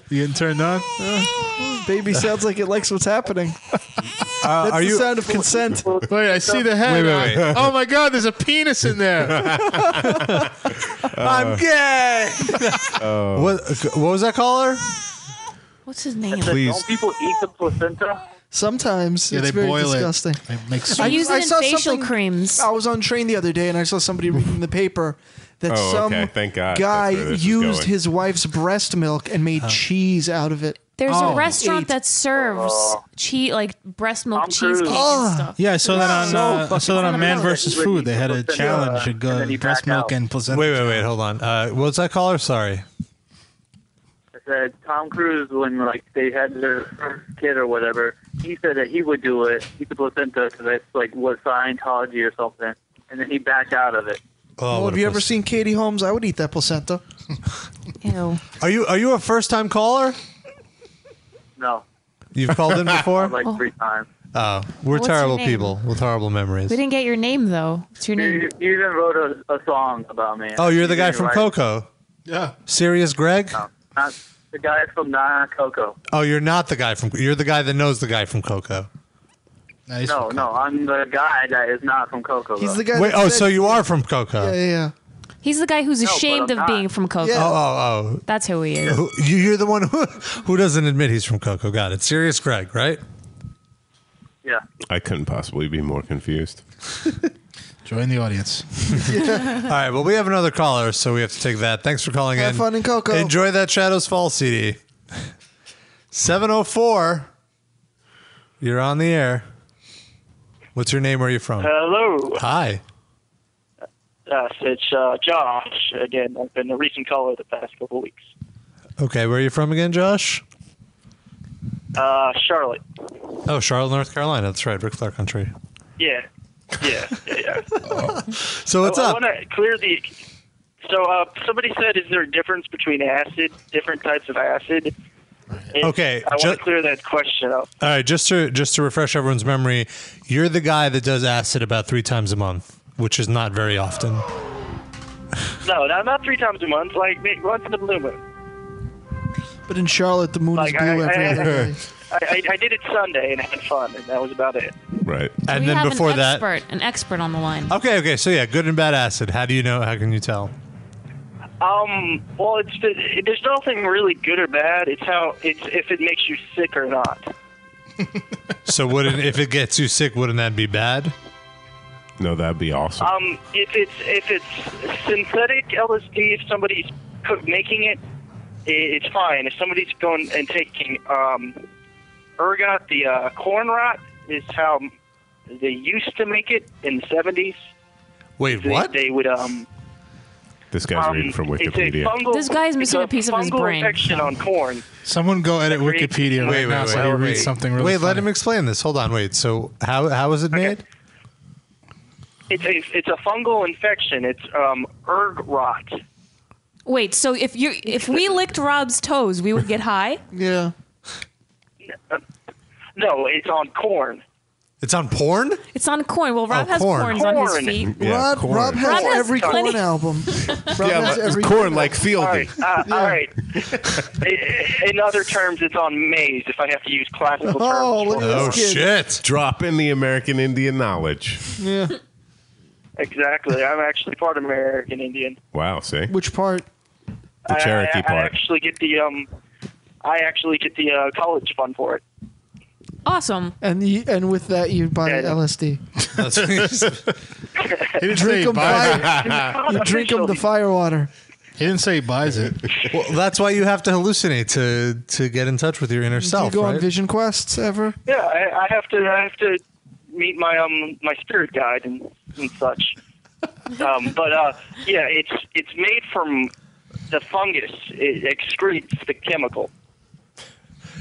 Speaker 7: You getting turned on?
Speaker 4: Uh, Baby sounds like it likes what's happening. That's
Speaker 2: are
Speaker 4: the
Speaker 2: you-
Speaker 4: sound of consent.
Speaker 7: Wait, I see the head.
Speaker 2: Wait, wait, wait.
Speaker 7: Oh my God, there's a penis in there.
Speaker 2: I'm [LAUGHS]
Speaker 7: gay.
Speaker 2: What, what was that caller?
Speaker 3: What's his name?
Speaker 2: Please.
Speaker 18: Don't people eat the placenta?
Speaker 4: Sometimes
Speaker 2: Yeah,
Speaker 4: it's
Speaker 2: they
Speaker 4: very
Speaker 2: boil it.
Speaker 4: disgusting.
Speaker 7: It makes
Speaker 3: I use it in facial
Speaker 4: something-
Speaker 3: creams.
Speaker 4: I was on train the other day and I saw somebody reading the paper that
Speaker 6: Oh,
Speaker 4: some
Speaker 6: okay. Thank God. That's
Speaker 4: guy
Speaker 6: where this is
Speaker 4: used
Speaker 6: going.
Speaker 4: his wife's breast milk and made cheese out of it. Oh.
Speaker 3: There's
Speaker 2: Oh.
Speaker 3: a restaurant that serves cheese, like breast milk cheesecake and stuff.
Speaker 7: Yeah, I saw that on
Speaker 3: So
Speaker 18: Oh,
Speaker 7: uh, I
Speaker 3: fucking-
Speaker 7: saw that on
Speaker 3: It's
Speaker 7: Man
Speaker 3: another
Speaker 7: vs.
Speaker 3: one.
Speaker 7: Food. They had a challenge to
Speaker 18: uh, and then
Speaker 7: go
Speaker 18: you
Speaker 7: breast
Speaker 18: back
Speaker 7: milk
Speaker 18: out.
Speaker 7: and placenta.
Speaker 2: Wait, wait, wait. Hold on. Uh, what was that caller? Sorry.
Speaker 18: I said Tom Cruise when like they had their first kid or whatever, he said that he would do it, eat the placenta because that's like what Scientology or something, and then he backed out of it.
Speaker 2: Oh,
Speaker 4: well, have you ever seen Katie Holmes? I would eat that placenta.
Speaker 3: [LAUGHS] Ew.
Speaker 2: Are you are you a first time caller?
Speaker 18: No,
Speaker 2: You've called
Speaker 18: [LAUGHS]
Speaker 2: in before.
Speaker 18: like three times.
Speaker 2: Oh, we're
Speaker 3: What's your
Speaker 2: terrible
Speaker 3: name?
Speaker 2: people with horrible
Speaker 3: We
Speaker 2: memories.
Speaker 3: didn't get your name though. What's your name?
Speaker 18: You, you even wrote a, a song about me.
Speaker 2: Oh, you're the
Speaker 18: You
Speaker 2: guy
Speaker 18: didn't
Speaker 2: from
Speaker 18: write-
Speaker 2: Coco.
Speaker 7: Yeah.
Speaker 2: Serious Greg?
Speaker 18: No, not the guy from Nana Coco.
Speaker 2: Oh, you're not the guy from. You're the guy that knows the guy from Coco.
Speaker 18: no, no, I'm the guy that is not from Coco. though.
Speaker 2: Wait. Oh, so you are from Coco.
Speaker 4: yeah.
Speaker 3: He's the guy who's
Speaker 18: No, but
Speaker 3: ashamed
Speaker 18: I'm
Speaker 3: of
Speaker 18: not.
Speaker 3: being from Coco.
Speaker 2: Oh, oh,
Speaker 3: That's who he
Speaker 2: oh.
Speaker 3: is.
Speaker 2: Who, you, you're the one who, [LAUGHS] who doesn't admit he's from Coco. Got it. Serious Greg, right?
Speaker 18: Yeah.
Speaker 6: I couldn't possibly be more confused.
Speaker 7: Join the audience.
Speaker 2: [LAUGHS] All right. Well, we have another caller, so we have to take that. Thanks for calling
Speaker 4: Have
Speaker 2: in.
Speaker 4: fun in Coco.
Speaker 2: Enjoy that Shadows Fall CD. [LAUGHS] 704. You're on the air. What's your name? Where are you
Speaker 18: Uh,
Speaker 2: from?
Speaker 19: Hello.
Speaker 2: Hi.
Speaker 19: Yes, it's uh, Josh again. I've been a recent caller the past couple of weeks.
Speaker 2: Okay. Where are you from again, Josh?
Speaker 19: Uh, Charlotte.
Speaker 2: Oh, Charlotte, North Carolina. That's right. Ric Flair country.
Speaker 19: Yeah, yeah,
Speaker 2: [LAUGHS]
Speaker 19: yeah. yeah.
Speaker 2: Oh. So what's
Speaker 19: I,
Speaker 2: up?
Speaker 19: I want to clear the. So uh, somebody said, "Is there a difference between acid, different types of acid?" And
Speaker 2: Okay,
Speaker 19: I
Speaker 2: ju-
Speaker 19: want to clear that question up.
Speaker 2: All right, just to just to refresh everyone's memory, you're the guy that does acid about three times a month, which is not very often.
Speaker 19: No, not not three times a month. Like may- once in the blue moon.
Speaker 4: But in Charlotte, the moon is blue every
Speaker 19: I,
Speaker 4: other day.
Speaker 19: I, I, I did it Sunday and had fun, and that was about it.
Speaker 6: Right.
Speaker 2: And
Speaker 3: we
Speaker 2: then
Speaker 3: have
Speaker 2: before
Speaker 3: an
Speaker 2: that,
Speaker 3: expert, an expert on the line.
Speaker 2: okay, okay, so yeah, good and bad acid. How do you know? How can you tell?
Speaker 19: Um. Well, it's it, there's nothing really good or bad. It's how it's if it makes you sick or not.
Speaker 2: So wouldn't if it gets you sick, wouldn't that be bad?
Speaker 6: No, that'd be awesome.
Speaker 19: Um. If it's if it's synthetic LSD, if somebody's cook, making it, i it's fine. If somebody's going and taking um, ergot, the uh, corn rot is how they used to make it in the 70s.
Speaker 2: Wait,
Speaker 19: They,
Speaker 2: what?
Speaker 19: They would um.
Speaker 6: This guy's reading from
Speaker 19: It's a
Speaker 6: Wikipedia.
Speaker 19: fungal.
Speaker 3: This guy's
Speaker 19: it's
Speaker 3: missing a piece of his
Speaker 19: fungal
Speaker 3: brain.
Speaker 19: infection on corn.
Speaker 7: Someone go edit Wikipedia right now so he reads something really
Speaker 2: Wait, let
Speaker 7: funny.
Speaker 2: him explain this. Hold on, wait. So how how was it made?
Speaker 19: It's a, it's a fungal infection. It's um, erg rot.
Speaker 3: Wait, so if you if we licked Rob's toes, we would get high?
Speaker 4: Yeah.
Speaker 19: No, it's on corn.
Speaker 2: It's on porn?
Speaker 3: It's on corn. Well, Rob has
Speaker 2: Oh, corn.
Speaker 3: corns on his
Speaker 2: Corn.
Speaker 3: feet.
Speaker 2: Yeah,
Speaker 4: Rob,
Speaker 2: corn.
Speaker 4: Rob has
Speaker 3: Rob has
Speaker 4: every
Speaker 3: plenty-
Speaker 4: corn album. Rob
Speaker 6: yeah,
Speaker 4: has
Speaker 6: like-
Speaker 4: every
Speaker 6: corn like
Speaker 19: All
Speaker 6: Fieldy.
Speaker 19: right.
Speaker 2: [LAUGHS]
Speaker 19: Uh, All right. I- In other terms, it's on maize. If I have to use classical terms.
Speaker 4: Oh,
Speaker 2: Oh,
Speaker 19: for it.
Speaker 6: Oh, shit! Drop in the American Indian knowledge.
Speaker 4: Yeah.
Speaker 19: Exactly. I'm actually part American Indian.
Speaker 6: Wow. See
Speaker 4: which part?
Speaker 6: the
Speaker 19: I-
Speaker 6: Cherokee
Speaker 19: I, I,
Speaker 6: part.
Speaker 19: actually get the um. I actually get the uh, college fund for it.
Speaker 3: [LAUGHS] Awesome.
Speaker 4: And you, and with that, you buy [LAUGHS] LSD.
Speaker 19: [LAUGHS]
Speaker 7: didn't say
Speaker 4: drink
Speaker 7: [LAUGHS] he
Speaker 4: them
Speaker 7: buys
Speaker 4: fire.
Speaker 7: it.
Speaker 4: you [LAUGHS] drink them the fire water.
Speaker 7: He didn't say he buys it.
Speaker 2: Well, that's why you have to hallucinate to to get in touch with your inner
Speaker 4: Do you
Speaker 2: self,
Speaker 4: go
Speaker 2: right?
Speaker 4: on vision quests ever?
Speaker 19: Yeah, I, I have to. I have to meet my um my spirit guide and, and such. um, but uh, yeah, it's it's made from the fungus. It excretes the chemical.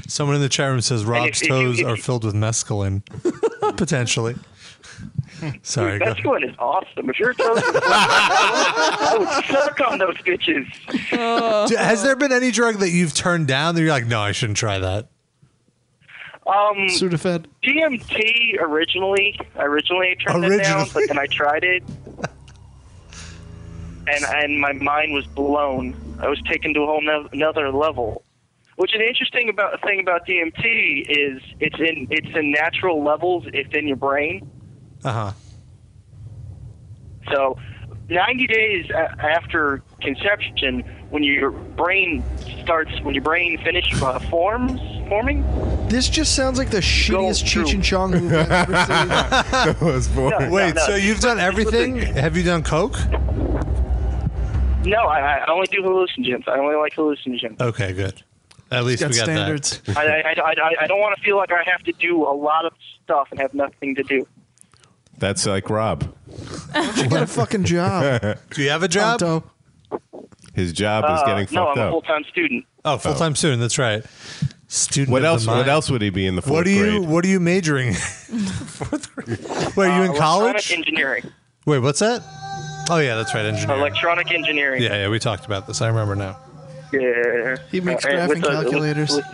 Speaker 2: Someone in the chat room says Rob's
Speaker 19: if- if you-
Speaker 2: toes
Speaker 19: if
Speaker 2: are
Speaker 19: you-
Speaker 2: filled with mescaline, [LAUGHS]
Speaker 19: [LAUGHS]
Speaker 2: potentially. Sorry,
Speaker 19: Dude,
Speaker 2: go
Speaker 19: that's one is awesome. If you're toast, I would suck on those bitches.
Speaker 2: Do- Has there been any drug that you've turned down that you're like, no, I shouldn't try that?
Speaker 19: um
Speaker 4: Sudafed.
Speaker 19: DMT originally originally I turned it down,
Speaker 2: Originally.
Speaker 19: but then I tried it, and and my mind was blown. I was taken to a whole no- another level. Which is interesting about thing about DMT is it's in it's in natural levels. It's in your brain.
Speaker 2: Uh huh.
Speaker 19: So, 90 days a- after conception, when your brain starts, when your brain finishes uh, forms forming,
Speaker 4: This just sounds like the shittiest Cheech and Chong movie I've ever [LAUGHS] seen.
Speaker 2: Wait, so you've done everything? Have you done coke?
Speaker 19: no, I, I only do hallucinogens. I only like hallucinogens.
Speaker 2: Okay, good. At least we got that.
Speaker 19: I, I, I, I- I don't want to feel like I have to do a lot of stuff and have nothing to do.
Speaker 6: That's like Rob.
Speaker 4: You got a fucking
Speaker 6: [LAUGHS]
Speaker 4: job.
Speaker 2: Do you have a job?
Speaker 6: His job is
Speaker 19: Uh,
Speaker 6: getting
Speaker 19: no,
Speaker 6: fucked
Speaker 19: I'm a
Speaker 6: up.
Speaker 19: full time student.
Speaker 2: Oh, full time student. That's right. Student.
Speaker 6: What
Speaker 2: of the
Speaker 6: else? What
Speaker 2: mind.
Speaker 6: else would he be Oh, in the fourth
Speaker 2: What are you?
Speaker 6: grade?
Speaker 2: What are you majoring? in? [LAUGHS] fourth grade. Wait, are you in
Speaker 19: Uh, Electronic
Speaker 2: college?
Speaker 19: Engineering.
Speaker 2: Wait, what's that? Oh yeah, that's right, engineering.
Speaker 19: Electronic engineering.
Speaker 2: Yeah, yeah, we talked about this. I remember now.
Speaker 19: Yeah.
Speaker 4: He makes
Speaker 19: and with
Speaker 4: graphing
Speaker 19: the- with-
Speaker 4: calculators.
Speaker 19: With,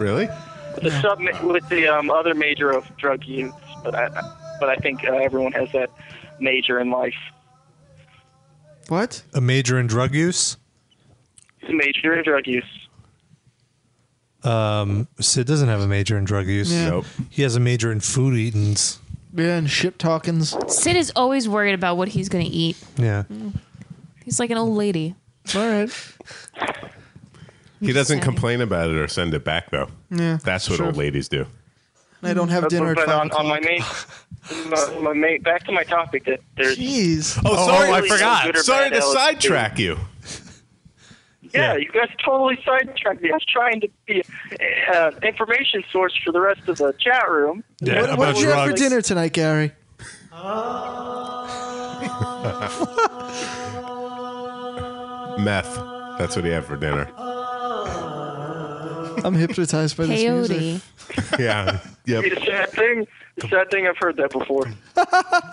Speaker 6: Really?
Speaker 19: with the sub with the um, other major of drug use, but I, but I think uh, everyone has that major in life.
Speaker 4: What?
Speaker 2: A major in drug use.
Speaker 19: It's a major in drug use.
Speaker 2: Um, Sid doesn't have a major in drug use.
Speaker 4: Yeah. Nope.
Speaker 2: He has a major in food eatings.
Speaker 4: Yeah, and ship talkings.
Speaker 3: [LAUGHS] Sid is always worried about what he's going to eat.
Speaker 2: Yeah.
Speaker 3: He's like an old lady.
Speaker 4: All right.
Speaker 6: He doesn't complain about it or send it back though.
Speaker 4: Yeah,
Speaker 6: That's what
Speaker 4: sure.
Speaker 6: old ladies do.
Speaker 4: I don't have
Speaker 19: But-
Speaker 4: dinner at
Speaker 19: But
Speaker 4: five
Speaker 19: on, on
Speaker 4: [LAUGHS]
Speaker 19: my main, my, my main, back to my topic. That there's
Speaker 4: Jeez.
Speaker 6: Oh, sorry,
Speaker 19: really
Speaker 6: I
Speaker 19: no
Speaker 6: forgot.
Speaker 19: good or
Speaker 6: Sorry
Speaker 19: bad
Speaker 6: to
Speaker 19: LSD.
Speaker 6: sidetrack you.
Speaker 19: Yeah, you guys totally sidetracked me. I was trying to be uh, information source for the rest of the chat room.
Speaker 2: Yeah,
Speaker 4: what what did you have for dinner tonight, Gary?
Speaker 6: Meth. That's what he had for dinner. [LAUGHS]
Speaker 4: I'm hypnotized by this music. [LAUGHS]
Speaker 6: Yeah. Yep.
Speaker 19: It's a sad thing. It's a Sad thing. I've heard that before.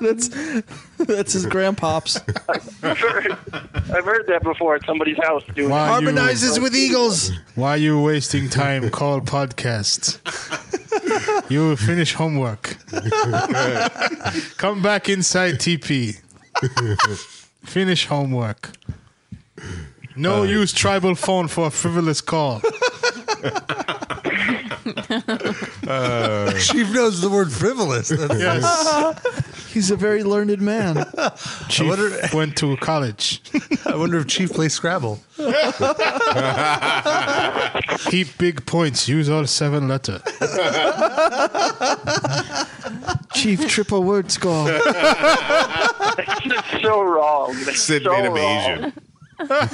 Speaker 4: that's that's his [LAUGHS] grandpops.
Speaker 19: I've heard, I've heard that before at somebody's house. Doing
Speaker 7: Why you-
Speaker 4: Harmonizes with eagles.
Speaker 7: Why are you wasting time? Call podcasts. [LAUGHS] You will finish homework. [LAUGHS] Come back inside TP. [LAUGHS] Finish homework. No use tribal phone for a frivolous
Speaker 2: [LAUGHS]
Speaker 7: call. [LAUGHS]
Speaker 2: Uh,
Speaker 7: Uh.
Speaker 2: [LAUGHS] she knows the word frivolous. That's-
Speaker 7: [LAUGHS]
Speaker 4: He's a very learned
Speaker 2: [LAUGHS]
Speaker 4: man.
Speaker 7: Chief went to college.
Speaker 2: I wonder if Chief plays Scrabble.
Speaker 20: [LAUGHS] Oh,
Speaker 7: Keep big points. Use all seven
Speaker 19: [LAUGHS]
Speaker 7: letter.
Speaker 4: Chief triple word score.
Speaker 19: That's just so wrong. That's
Speaker 7: Sid
Speaker 19: so
Speaker 7: made him
Speaker 19: wrong.
Speaker 7: Asian.
Speaker 19: [LAUGHS] I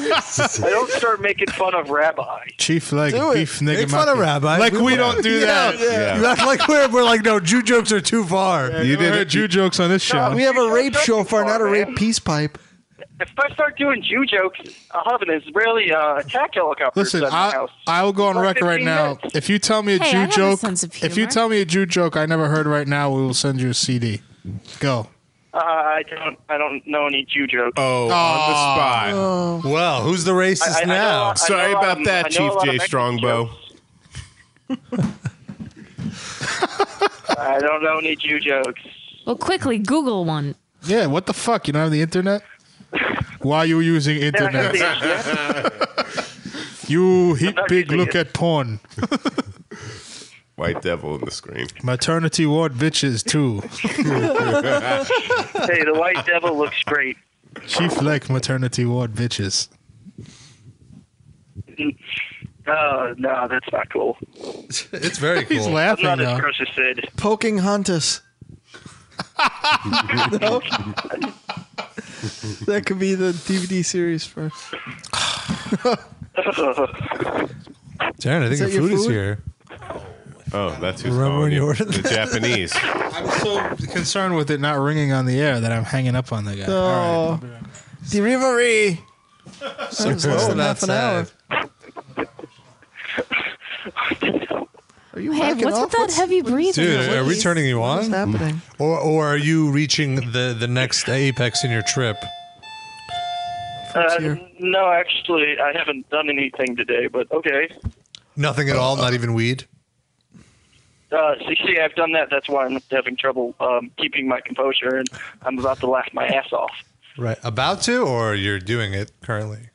Speaker 19: don't start making fun of rabbi.
Speaker 7: Chief like
Speaker 2: Do it.
Speaker 7: beef nigga.
Speaker 2: Make fun of Rabbi.
Speaker 7: Like we, don't do
Speaker 2: Yeah,
Speaker 7: that.
Speaker 2: yeah. You act like we're, we're like, no, Jew jokes are too far.
Speaker 7: You did heard Jew jokes on this show.
Speaker 4: We have a rape shofar, not a rape peace pipe.
Speaker 19: If I start doing Jew jokes, I'll have an Israeli uh, attack helicopter.
Speaker 7: Listen,
Speaker 19: at my
Speaker 7: I,
Speaker 19: house.
Speaker 7: I will go on
Speaker 19: For
Speaker 7: record right
Speaker 19: 15
Speaker 7: now.
Speaker 19: minutes.
Speaker 7: If you tell me a
Speaker 19: Hey, I
Speaker 7: Jew
Speaker 19: have a
Speaker 7: joke,
Speaker 19: sense of
Speaker 7: if you
Speaker 19: humor.
Speaker 7: tell me a Jew joke I never heard right now, we will send you a CD. Go.
Speaker 19: Uh, I don't. I don't know any Jew jokes.
Speaker 6: Oh, on the spot.
Speaker 2: Well, who's the racist
Speaker 19: Oh. I- I know a
Speaker 2: now?
Speaker 19: lot- I
Speaker 6: Sorry
Speaker 19: know a lot
Speaker 6: about
Speaker 19: of- I
Speaker 6: that,
Speaker 19: know a
Speaker 6: Chief
Speaker 19: lot of
Speaker 6: J.
Speaker 19: Mexican
Speaker 6: Strongbow.
Speaker 19: jokes. I don't know any Jew jokes.
Speaker 3: Well, quickly Google one.
Speaker 7: Yeah, what the fuck? You don't have the internet? Why you using internet? [LAUGHS] you hit
Speaker 6: not
Speaker 7: big
Speaker 6: using
Speaker 7: look
Speaker 6: it.
Speaker 7: at porn. [LAUGHS]
Speaker 6: White devil in the
Speaker 19: [LAUGHS]
Speaker 6: screen.
Speaker 7: Maternity ward bitches too. [LAUGHS]
Speaker 19: hey, the white devil looks great.
Speaker 7: Chief like maternity ward bitches.
Speaker 19: Oh, no, that's not cool.
Speaker 2: It's
Speaker 7: [LAUGHS]
Speaker 2: very
Speaker 7: He's cool. laughing,
Speaker 19: I'm not
Speaker 7: though.
Speaker 19: as gross as Sid. [LAUGHS]
Speaker 4: Poking Huntus. No? that could be the DVD series for.
Speaker 2: Darren, I
Speaker 4: Is
Speaker 2: think your
Speaker 4: that your
Speaker 2: food, is
Speaker 4: food?
Speaker 2: here.
Speaker 6: Oh, that's who's
Speaker 2: Remember when
Speaker 6: calling
Speaker 2: you
Speaker 6: you.
Speaker 2: ordered
Speaker 6: the
Speaker 2: that?
Speaker 19: [LAUGHS]
Speaker 6: Japanese.
Speaker 7: Concerned with it not ringing on the air that I'm hanging up on the guy.
Speaker 4: Oh, delivery.
Speaker 7: So
Speaker 4: That was
Speaker 7: close
Speaker 4: less
Speaker 7: to
Speaker 4: than half an hour. Are you
Speaker 3: Hey,
Speaker 4: whacking
Speaker 3: what's
Speaker 4: off?
Speaker 3: with that heavy breathing?
Speaker 2: Dude, are we turning you on?
Speaker 4: What's happening?
Speaker 2: Or, or are you reaching the, the next apex in your trip?
Speaker 19: Uh, no, actually, I haven't done anything today, but okay.
Speaker 2: Nothing at all, not even weed?
Speaker 19: Uh, see, see, I've done that. That's why I'm having trouble um, keeping my composure, and I'm about to laugh my ass off.
Speaker 2: Right. About to, or you're doing it currently?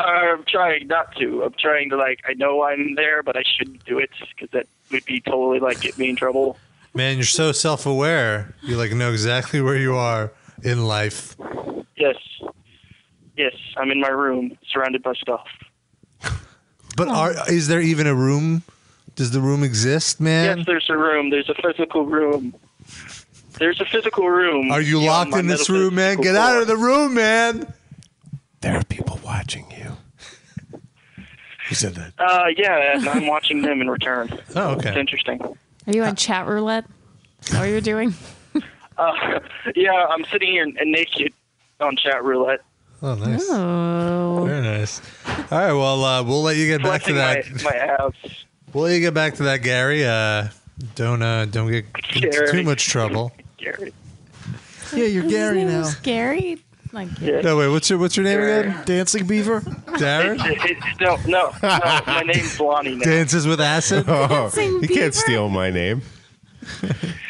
Speaker 19: I'm trying not to. I'm trying to, like, I know I'm there, but I shouldn't do it because that would be totally, like, get me in trouble.
Speaker 2: Man, you're so self aware. You like know exactly where you are in life.
Speaker 19: Yes. Yes, I'm in my room, surrounded by stuff.
Speaker 2: But are is there even a room? Does the room exist, man?
Speaker 19: Yes, there's a room. There's a physical room. There's a physical room.
Speaker 2: Are you locked in this room, man? Get out of the room, man.
Speaker 6: There are people watching
Speaker 19: [LAUGHS]
Speaker 6: you. He said that.
Speaker 19: Uh, yeah, and I'm watching them in return.
Speaker 2: Oh, okay.
Speaker 19: It's interesting.
Speaker 3: Are you on chat roulette? Is that what you're doing?
Speaker 19: Uh, [LAUGHS] yeah, I'm sitting here n- naked on chat roulette.
Speaker 2: Oh, nice.
Speaker 3: Oh.
Speaker 2: Very nice. All right. Well, uh, we'll let you get back to
Speaker 19: Flexing
Speaker 2: that.
Speaker 19: my, my abs.
Speaker 2: We'll let you get back to that, Gary. Uh, don't uh, don't get into
Speaker 19: Gary.
Speaker 2: too much trouble.
Speaker 19: Gary.
Speaker 4: Yeah, you're Gary
Speaker 3: His
Speaker 4: now.
Speaker 3: name was Gary? Like
Speaker 2: No, wait. What's your what's your name again?
Speaker 4: Dancing Beaver.
Speaker 2: Darren.
Speaker 19: It's, it's, [LAUGHS] no, no, no. My name's Lonnie now.
Speaker 2: Dances
Speaker 6: [LAUGHS]
Speaker 2: with acid.
Speaker 6: Oh,
Speaker 3: Dancing
Speaker 6: you
Speaker 3: beaver?
Speaker 6: can't steal my
Speaker 19: [LAUGHS]
Speaker 6: name.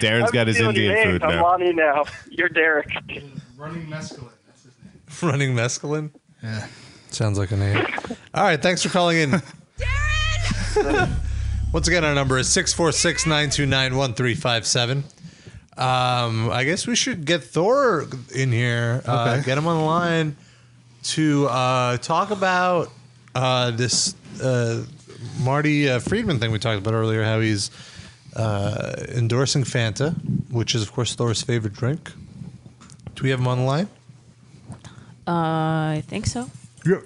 Speaker 6: Darren's
Speaker 19: I'm
Speaker 6: got his
Speaker 19: stealing your
Speaker 6: Indian
Speaker 19: name.
Speaker 6: food
Speaker 19: I'm
Speaker 6: now.
Speaker 19: Lonnie now. You're Derek.
Speaker 2: [LAUGHS] Running mescaline.
Speaker 7: Yeah.
Speaker 2: Sounds like a name. All right. Thanks for calling in. Once again, our number is 646 929 1357. Um, I guess we should get Thor in here, uh,
Speaker 7: Okay.
Speaker 2: get him on the line to uh, talk about uh, this uh, Marty uh, Friedman thing we talked about earlier, how he's uh, endorsing Fanta, which is, of course, Thor's favorite drink. Do we have him on the line?
Speaker 3: Uh, I think so.
Speaker 2: Yeah.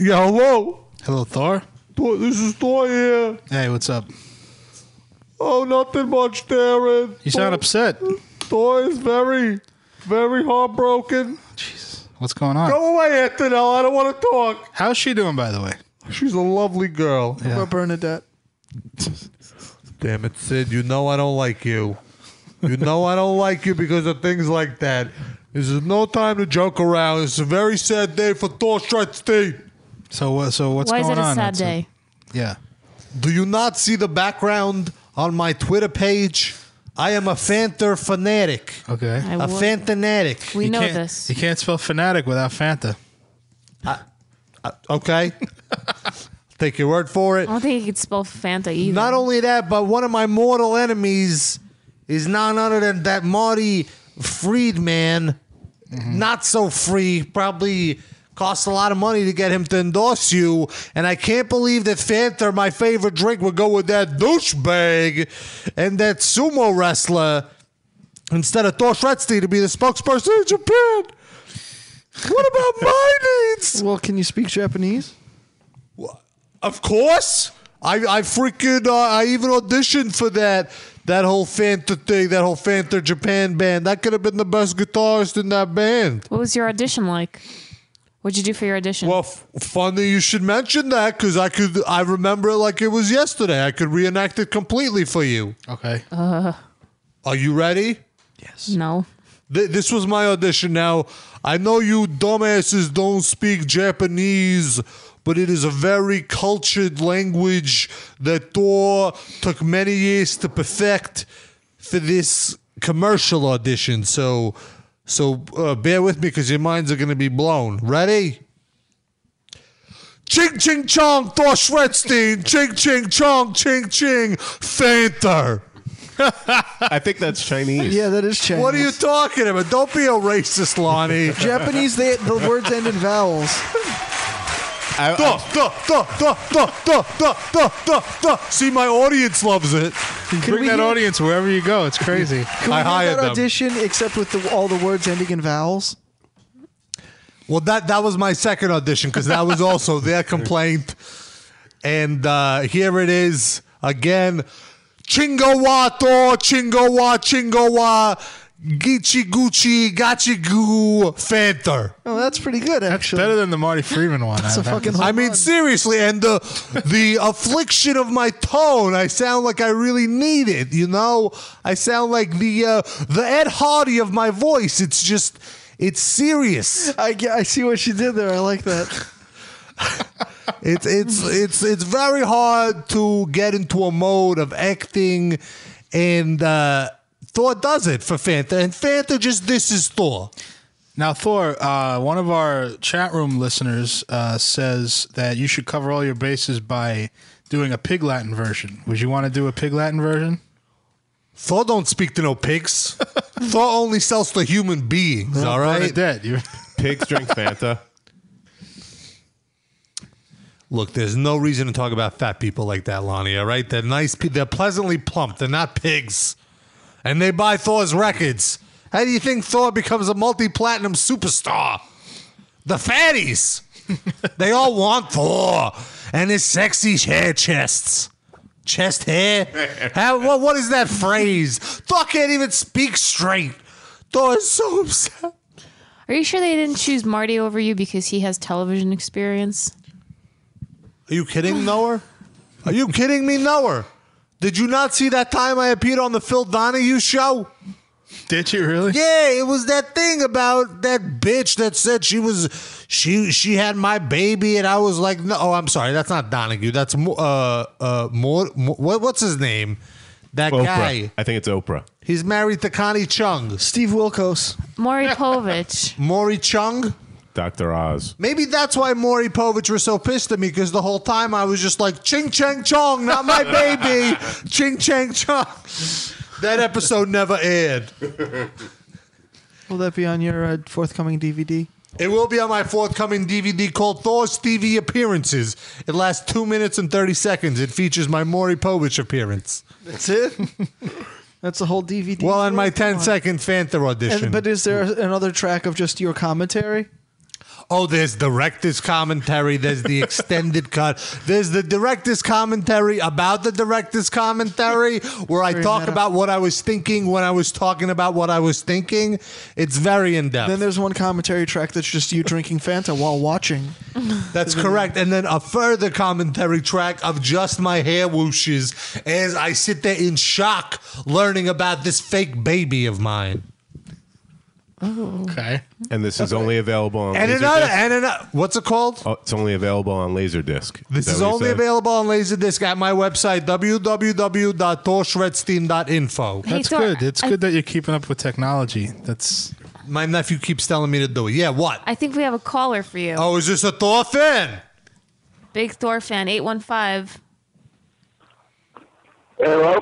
Speaker 2: yeah, hello.
Speaker 7: Hello, Thor.
Speaker 20: Thor, this is Thor here.
Speaker 7: Hey, what's up?
Speaker 20: Oh, nothing much, Darren.
Speaker 7: You sound upset.
Speaker 20: Thor is very, very heartbroken.
Speaker 7: What's going on?
Speaker 20: Go away, Antonella. I don't want to talk.
Speaker 7: How's she doing, by the way?
Speaker 20: She's a lovely girl.
Speaker 4: What about Bernadette?
Speaker 20: Damn it, Sid. You know I don't like you. You know I don't like you because of things like that. This is no time to joke around. It's a very sad day for Thor Schreitstein.
Speaker 7: So what? So what's
Speaker 3: Why is
Speaker 7: going
Speaker 3: it a
Speaker 7: on?
Speaker 3: sad
Speaker 7: That's
Speaker 3: day?
Speaker 7: Yeah.
Speaker 2: Do you not see the background on my Twitter page? I am a Fanta fanatic.
Speaker 7: Okay.
Speaker 2: A Fantanatic.
Speaker 3: We know
Speaker 7: can't-
Speaker 3: this.
Speaker 7: You can't spell fanatic without Fanta.
Speaker 2: Okay. [LAUGHS] Take your word for
Speaker 3: I
Speaker 2: it.
Speaker 3: don't think you could spell Fanta either.
Speaker 2: Not only that, but one of my mortal enemies is none other than that Marty Friedman. Not so free, probably cost a lot of money to get him to endorse you. And I can't believe that Fanta, my favorite drink, would go with that douchebag and that sumo wrestler instead of Thor Shretstein to be the spokesperson in Japan. What about
Speaker 4: [LAUGHS]
Speaker 2: my needs?
Speaker 4: Well, can you speak Japanese?
Speaker 2: Of course. I, I freaking uh, I even auditioned for that that whole Fanta thing, that whole Fanta Japan band. That could have been the best guitarist in that band.
Speaker 3: What was your audition like? What'd you do for your audition?
Speaker 2: Well, f- funny you should mention that because I could I remember it like it was yesterday. I could reenact it completely for you.
Speaker 7: Okay.
Speaker 3: uh,
Speaker 2: Are you ready?
Speaker 3: no.
Speaker 2: Th- this was my audition. Now, I know you dumbasses don't speak Japanese, but it is a very cultured language that Thor took many years to perfect. for this commercial audition. So, so uh, bear with me because your minds are going to be blown. Ready? Ching ching chong, Thor Schwedstein, ching ching chong, ching ching, fainter.
Speaker 6: I think that's Chinese.
Speaker 4: Yeah, that is Chinese.
Speaker 2: What are you talking about? Don't be a racist,
Speaker 4: [LAUGHS]
Speaker 2: Lonnie.
Speaker 4: Japanese, they, the words end in vowels.
Speaker 6: I,
Speaker 2: duh, duh, duh, duh, duh, duh, duh, duh, duh, duh. See, my audience loves it.
Speaker 4: Can we
Speaker 7: Bring that
Speaker 4: hear-
Speaker 7: audience wherever you go. It's crazy.
Speaker 4: Can we have that audition except with the, all the words ending in vowels?
Speaker 2: Well, that that was my second audition because that was also their complaint, and uh, here it is again. Chingo wa to, chingo wa, chingo wa, gichi guchi, gachi goo, fanter.
Speaker 4: Oh, that's pretty good, actually.
Speaker 7: better than the Marty Freeman one. I-
Speaker 2: I mean, seriously, and the the affliction of my tone. I sound like I really need it. You know, I sound like the uh, the Ed Hardy of my voice. It's just, it's serious.
Speaker 4: I, ge- I see what you did there. I like that.
Speaker 2: It's it's it's it's very hard to get into a mode of acting, and uh, Thor does it for Fanta, and Fanta just this is Thor.
Speaker 7: Now, Thor, uh, one of our chat room listeners uh, says that you should cover all your bases by doing a pig Latin version. Would you want to do a pig Latin version?
Speaker 2: Thor don't speak to
Speaker 7: [LAUGHS]
Speaker 2: no pigs. Thor only sells to human beings. all right,
Speaker 7: dead.
Speaker 2: [LAUGHS]
Speaker 6: Pigs drink Fanta.
Speaker 2: Look, there's no reason to talk about fat people like that, Lonnie. All right, they're nice. pe- They're pleasantly plump. They're not pigs, and they buy Thor's records. How do you think Thor becomes a multi-platinum superstar? The fatties. they all want Thor and his sexy hair chests. Chest hair? How, what, what is that phrase? Thor can't even speak straight.
Speaker 4: Oh,
Speaker 2: Thor is so upset.
Speaker 3: Are you sure they didn't choose Marty over you because he has television experience?
Speaker 2: Are you kidding, Noah? Are you kidding me, Noah? Did you not see that time I appeared on the Phil Donahue show?
Speaker 7: Did you really?
Speaker 2: Yeah, it was that thing about that bitch that said she was she she had my baby, and I was like, no, oh, I'm sorry, that's not Donahue. That's Mo- uh uh more what, what's his name? That
Speaker 6: Oprah.
Speaker 2: guy.
Speaker 6: I think it's Oprah.
Speaker 2: He's married to Connie Chung.
Speaker 4: Steve Wilkos.
Speaker 3: Maury Povich.
Speaker 2: Maury Chung.
Speaker 6: Dr. Oz.
Speaker 2: Maybe that's why Maury Povich was so pissed at me because the whole time I was just like, ching, chang, chong, not my baby. ching, chang, chong. That episode never aired.
Speaker 4: [SIGHS] Will that be on your uh, forthcoming DVD?
Speaker 2: It will be on my forthcoming DVD called Thor's TV Appearances. It lasts two minutes and 30 seconds. It features my Maury Povich appearance.
Speaker 4: That's it. That's the whole DVD.
Speaker 2: Well, and my
Speaker 4: Come on.
Speaker 2: 10 second Fanta audition.
Speaker 4: And, but is there another track of just your commentary?
Speaker 2: Oh, there's director's commentary. There's the extended cut. There's the director's commentary about the director's commentary, where I
Speaker 4: Very
Speaker 2: talk
Speaker 4: meta.
Speaker 2: about what I was thinking when I was talking about what I was thinking. It's very in depth.
Speaker 4: Then there's one commentary track that's just you drinking Fanta while watching.
Speaker 2: That's correct. And then a further commentary track of just my hair whooshes as I sit there in shock learning about this fake baby of mine.
Speaker 4: Oh.
Speaker 7: Okay.
Speaker 6: And this is only available on
Speaker 2: And
Speaker 6: Laserdisc.
Speaker 2: another, and another, what's it called?
Speaker 6: Oh, it's only available on Laserdisc.
Speaker 2: This is only available on Laserdisc at my website, www.torshredsteam.info.
Speaker 3: Hey, That's Thor, good. It's I- good
Speaker 7: that you're keeping up with technology. That's
Speaker 2: my nephew keeps telling me to do it. Yeah, what?
Speaker 3: I think we have a caller for you.
Speaker 2: Oh, is this a Thor fan?
Speaker 3: Big Thor fan, 815.
Speaker 7: Hello?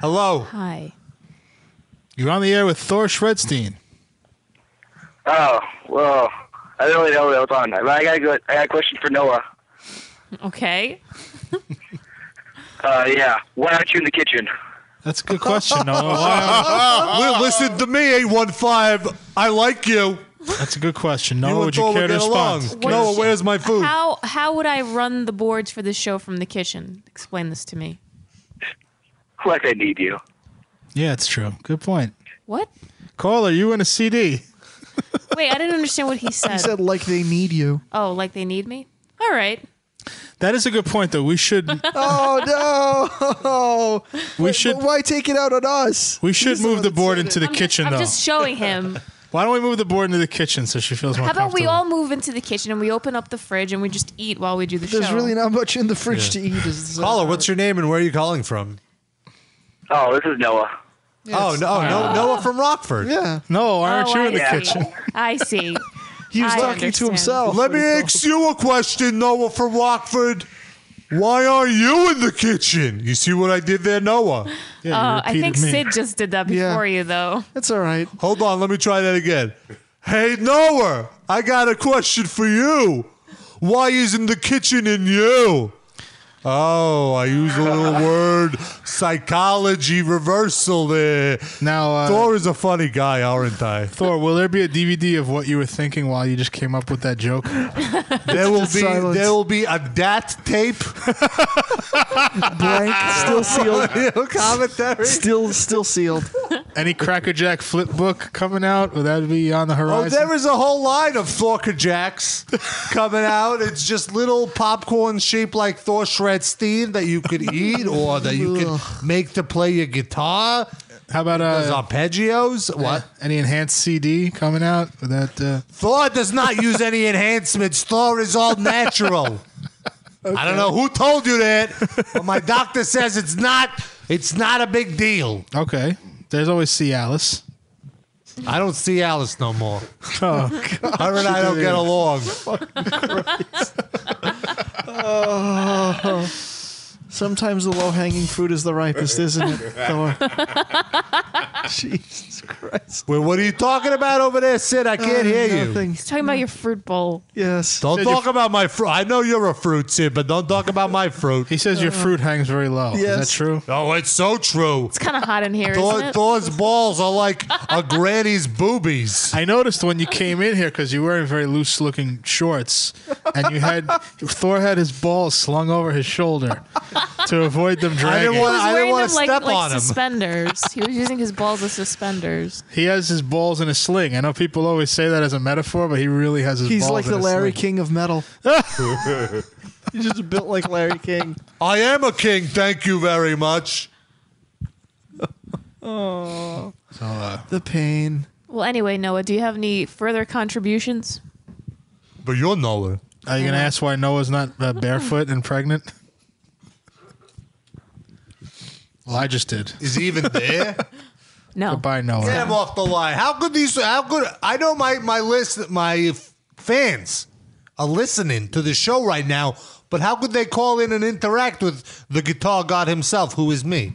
Speaker 2: Hello.
Speaker 3: Hi.
Speaker 7: You're on the air with Thor Schredstein.
Speaker 19: Oh, well, I didn't really know what that was on. But I got a good, I got a question for Noah.
Speaker 3: Okay.
Speaker 19: Uh, yeah, why aren't you in the kitchen?
Speaker 7: That's a good question.
Speaker 2: [LAUGHS] Well, listen to me, 815. I like you.
Speaker 7: That's a good question.
Speaker 2: You
Speaker 7: Noah,
Speaker 2: and
Speaker 7: would you
Speaker 2: Thor
Speaker 7: care
Speaker 2: would
Speaker 7: to
Speaker 2: get along.
Speaker 7: respond?
Speaker 2: Noah, where's my food?
Speaker 3: How how would I run the boards for the show from the kitchen? Explain this to me.
Speaker 19: Like I need you.
Speaker 7: Yeah, it's true. Good point.
Speaker 3: What?
Speaker 7: Caller, you in a CD?
Speaker 3: Wait, I didn't understand what he said.
Speaker 4: He said like they need you.
Speaker 3: oh, like they need me? All right.
Speaker 7: That is a good point, though. We
Speaker 4: [LAUGHS]
Speaker 7: should
Speaker 3: [LAUGHS]
Speaker 4: Oh no!
Speaker 7: We should-
Speaker 4: but Why take it out on us?
Speaker 7: we should move the board into the kitchen,
Speaker 3: I'm
Speaker 7: though.
Speaker 3: just showing him.
Speaker 7: Why don't we move the board into the kitchen so she feels more
Speaker 3: How about we
Speaker 7: comfortable?
Speaker 3: all move into the kitchen and we open up the fridge and we just eat while we do the show?
Speaker 4: There's really not much in the [LAUGHS] fridge
Speaker 2: Yeah.
Speaker 4: to eat. Is uh,
Speaker 2: Caller, what's your name and where are you calling from?
Speaker 19: Oh, this is Noah. oh no, no, Noah from Rockford.
Speaker 4: Yeah.
Speaker 7: No,
Speaker 3: Oh, I see. [LAUGHS] I see.
Speaker 4: He was
Speaker 3: I
Speaker 4: talking to
Speaker 3: understand.
Speaker 4: himself.
Speaker 2: Let me ask you a question, Noah from Rockford. Why are you in the kitchen? You see what I did there,
Speaker 3: [LAUGHS]
Speaker 2: Noah?
Speaker 3: oh, I think Sid just did that before you, though.
Speaker 4: That's all right.
Speaker 2: Hold on, let me try that again. Hey, Noah, I got a question for you. Why isn't the kitchen in you? Oh, I use a little
Speaker 3: [LAUGHS]
Speaker 2: word psychology reversal there.
Speaker 7: Now, uh,
Speaker 2: Thor is a funny guy, aren't I?
Speaker 7: Thor, will there be a DVD of what you were thinking while you just came up with
Speaker 4: [LAUGHS]
Speaker 7: that joke?
Speaker 2: there will be there will be a dat tape.
Speaker 4: [LAUGHS] Blank, still sealed.
Speaker 2: Commentary.
Speaker 4: Still, still sealed.
Speaker 7: Any Cracker Jack flip book coming out? Will that be on the
Speaker 2: Oh,
Speaker 7: horizon?
Speaker 2: there is a whole line of Thorker Jacks coming out. It's just little popcorn shaped like Thor shred steam that you could eat or that you could make to play your guitar.
Speaker 7: How about
Speaker 2: There's
Speaker 7: uh,
Speaker 2: arpeggios? What?
Speaker 7: Any enhanced CD coming out? With that uh,
Speaker 2: Thor does not use any enhancements. Thor is all natural. I don't know who told you that, but my doctor says it's not. It's not a big deal.
Speaker 7: Okay. There's always C. Alice.
Speaker 2: I don't see Alice no more.
Speaker 7: Oh,
Speaker 2: Her and I don't
Speaker 7: [LAUGHS]
Speaker 2: get along.
Speaker 4: Oh. Sometimes the low hanging fruit is the ripest, isn't it, Thor?
Speaker 2: [LAUGHS]
Speaker 4: Jesus Christ.
Speaker 2: Well, what are you talking about over there, Sid? I can't
Speaker 4: Uh,
Speaker 2: hear
Speaker 4: nothing.
Speaker 2: you.
Speaker 3: He's talking about your fruit bowl.
Speaker 4: Yes.
Speaker 2: Don't talk about my fruit. I know you're a fruit, Sid, but don't talk about my fruit. He
Speaker 7: says your
Speaker 4: Uh-huh.
Speaker 7: fruit hangs very low. Is that
Speaker 2: Yes.
Speaker 7: true?
Speaker 2: Oh, it's so true.
Speaker 3: It's kind of hot in here,
Speaker 2: Thor,
Speaker 3: not it?
Speaker 2: Thor's balls are like a granny's boobies.
Speaker 7: I noticed when you came in here because you were wearing very loose looking shorts and you had Thor had his balls slung over his shoulder to avoid them dragging.
Speaker 3: He was wearing them like, like suspenders. he was using his balls as suspenders.
Speaker 7: He has his balls in a sling. I know people always say that as a metaphor, but he really has his
Speaker 4: He's
Speaker 7: balls
Speaker 4: like
Speaker 7: in
Speaker 4: the
Speaker 7: a
Speaker 4: Larry
Speaker 7: sling.
Speaker 4: King of metal.
Speaker 7: [LAUGHS]
Speaker 2: [LAUGHS]
Speaker 4: He's just built like Larry King.
Speaker 2: I am a king. Thank you very much.
Speaker 4: Oh.
Speaker 7: So, uh,
Speaker 4: The pain.
Speaker 3: Well, anyway, Noah, do you have any further contributions?
Speaker 2: but you're Noah.
Speaker 7: Are you going to ask why Noah's not uh, barefoot and pregnant? Well, I just did.
Speaker 2: Is he even there?
Speaker 3: No.
Speaker 7: Goodbye, Noah.
Speaker 2: Get him off the line. How could these? How could I know my my list? My f- fans are listening to the show right now, but how could they call in and interact with the guitar god himself, who is me?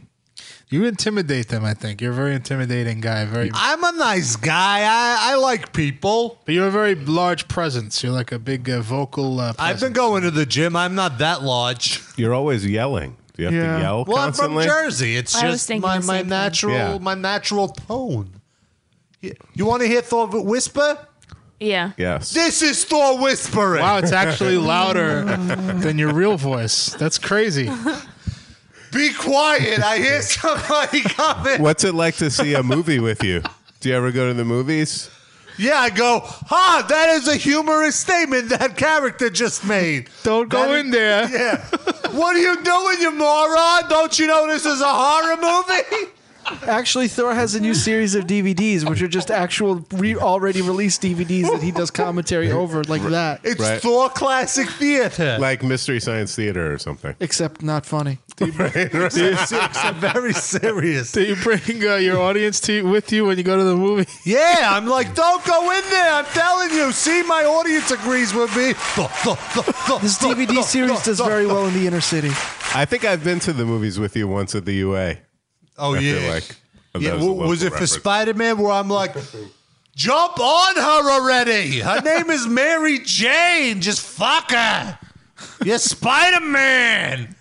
Speaker 7: You intimidate them, I think. You're a very intimidating guy. Very.
Speaker 2: I'm a nice guy. I, I like people.
Speaker 7: But you're a very large presence. You're like a big uh, vocal. Uh,
Speaker 2: I've been going to the gym. I'm not that large.
Speaker 6: You're always yelling. Do you have to yell
Speaker 2: Well,
Speaker 6: constantly?
Speaker 2: I'm from Jersey. It's
Speaker 3: I was
Speaker 2: just
Speaker 3: thinking
Speaker 2: my,
Speaker 3: the
Speaker 2: my
Speaker 3: same thing.
Speaker 2: natural
Speaker 6: Yeah.
Speaker 2: my natural tone. Yeah. You want to hear Thor whisper?
Speaker 3: Yeah.
Speaker 6: Yes.
Speaker 2: This is Thor whispering.
Speaker 7: wow, it's actually
Speaker 2: [LAUGHS]
Speaker 7: louder than your real voice. That's crazy.
Speaker 2: Be quiet.
Speaker 6: [LAUGHS]
Speaker 2: I hear somebody coming.
Speaker 6: What's it like to see a movie with you? Do you ever go to the movies?
Speaker 2: Yeah, I go, ha, that is a humorous statement that character just made.
Speaker 7: Don't
Speaker 2: go
Speaker 7: in there.
Speaker 2: [LAUGHS] Yeah. what are you doing, you moron? Don't you know this is a [LAUGHS] horror movie?
Speaker 4: Actually, Thor has a new series of DVDs, which are just actual re- already released DVDs that he does commentary over like that.
Speaker 2: It's
Speaker 6: Right.
Speaker 2: Thor classic theater.
Speaker 6: Like Mystery Science Theater or something.
Speaker 4: Except not
Speaker 2: [LAUGHS]
Speaker 4: funny.
Speaker 2: It's, it's very serious.
Speaker 7: Do you bring uh, your audience to with you when you go to the movie? [LAUGHS]
Speaker 2: Yeah, I'm like, don't go in there. I'm telling you. See, my audience agrees with me.
Speaker 4: This DVD series does very well in the inner city.
Speaker 6: I think I've been to the movies with you once at the UA.
Speaker 2: Oh,
Speaker 6: I feel
Speaker 2: yeah.
Speaker 6: like
Speaker 2: Yeah,
Speaker 6: that
Speaker 2: wa-
Speaker 6: a
Speaker 2: was, it
Speaker 6: local
Speaker 2: for
Speaker 6: reference.
Speaker 2: Spider Man where I'm like, jump on her
Speaker 6: [LAUGHS]
Speaker 2: already? Her name is Mary
Speaker 20: [LAUGHS]
Speaker 2: Jane. Just fuck her. You're Spider Man.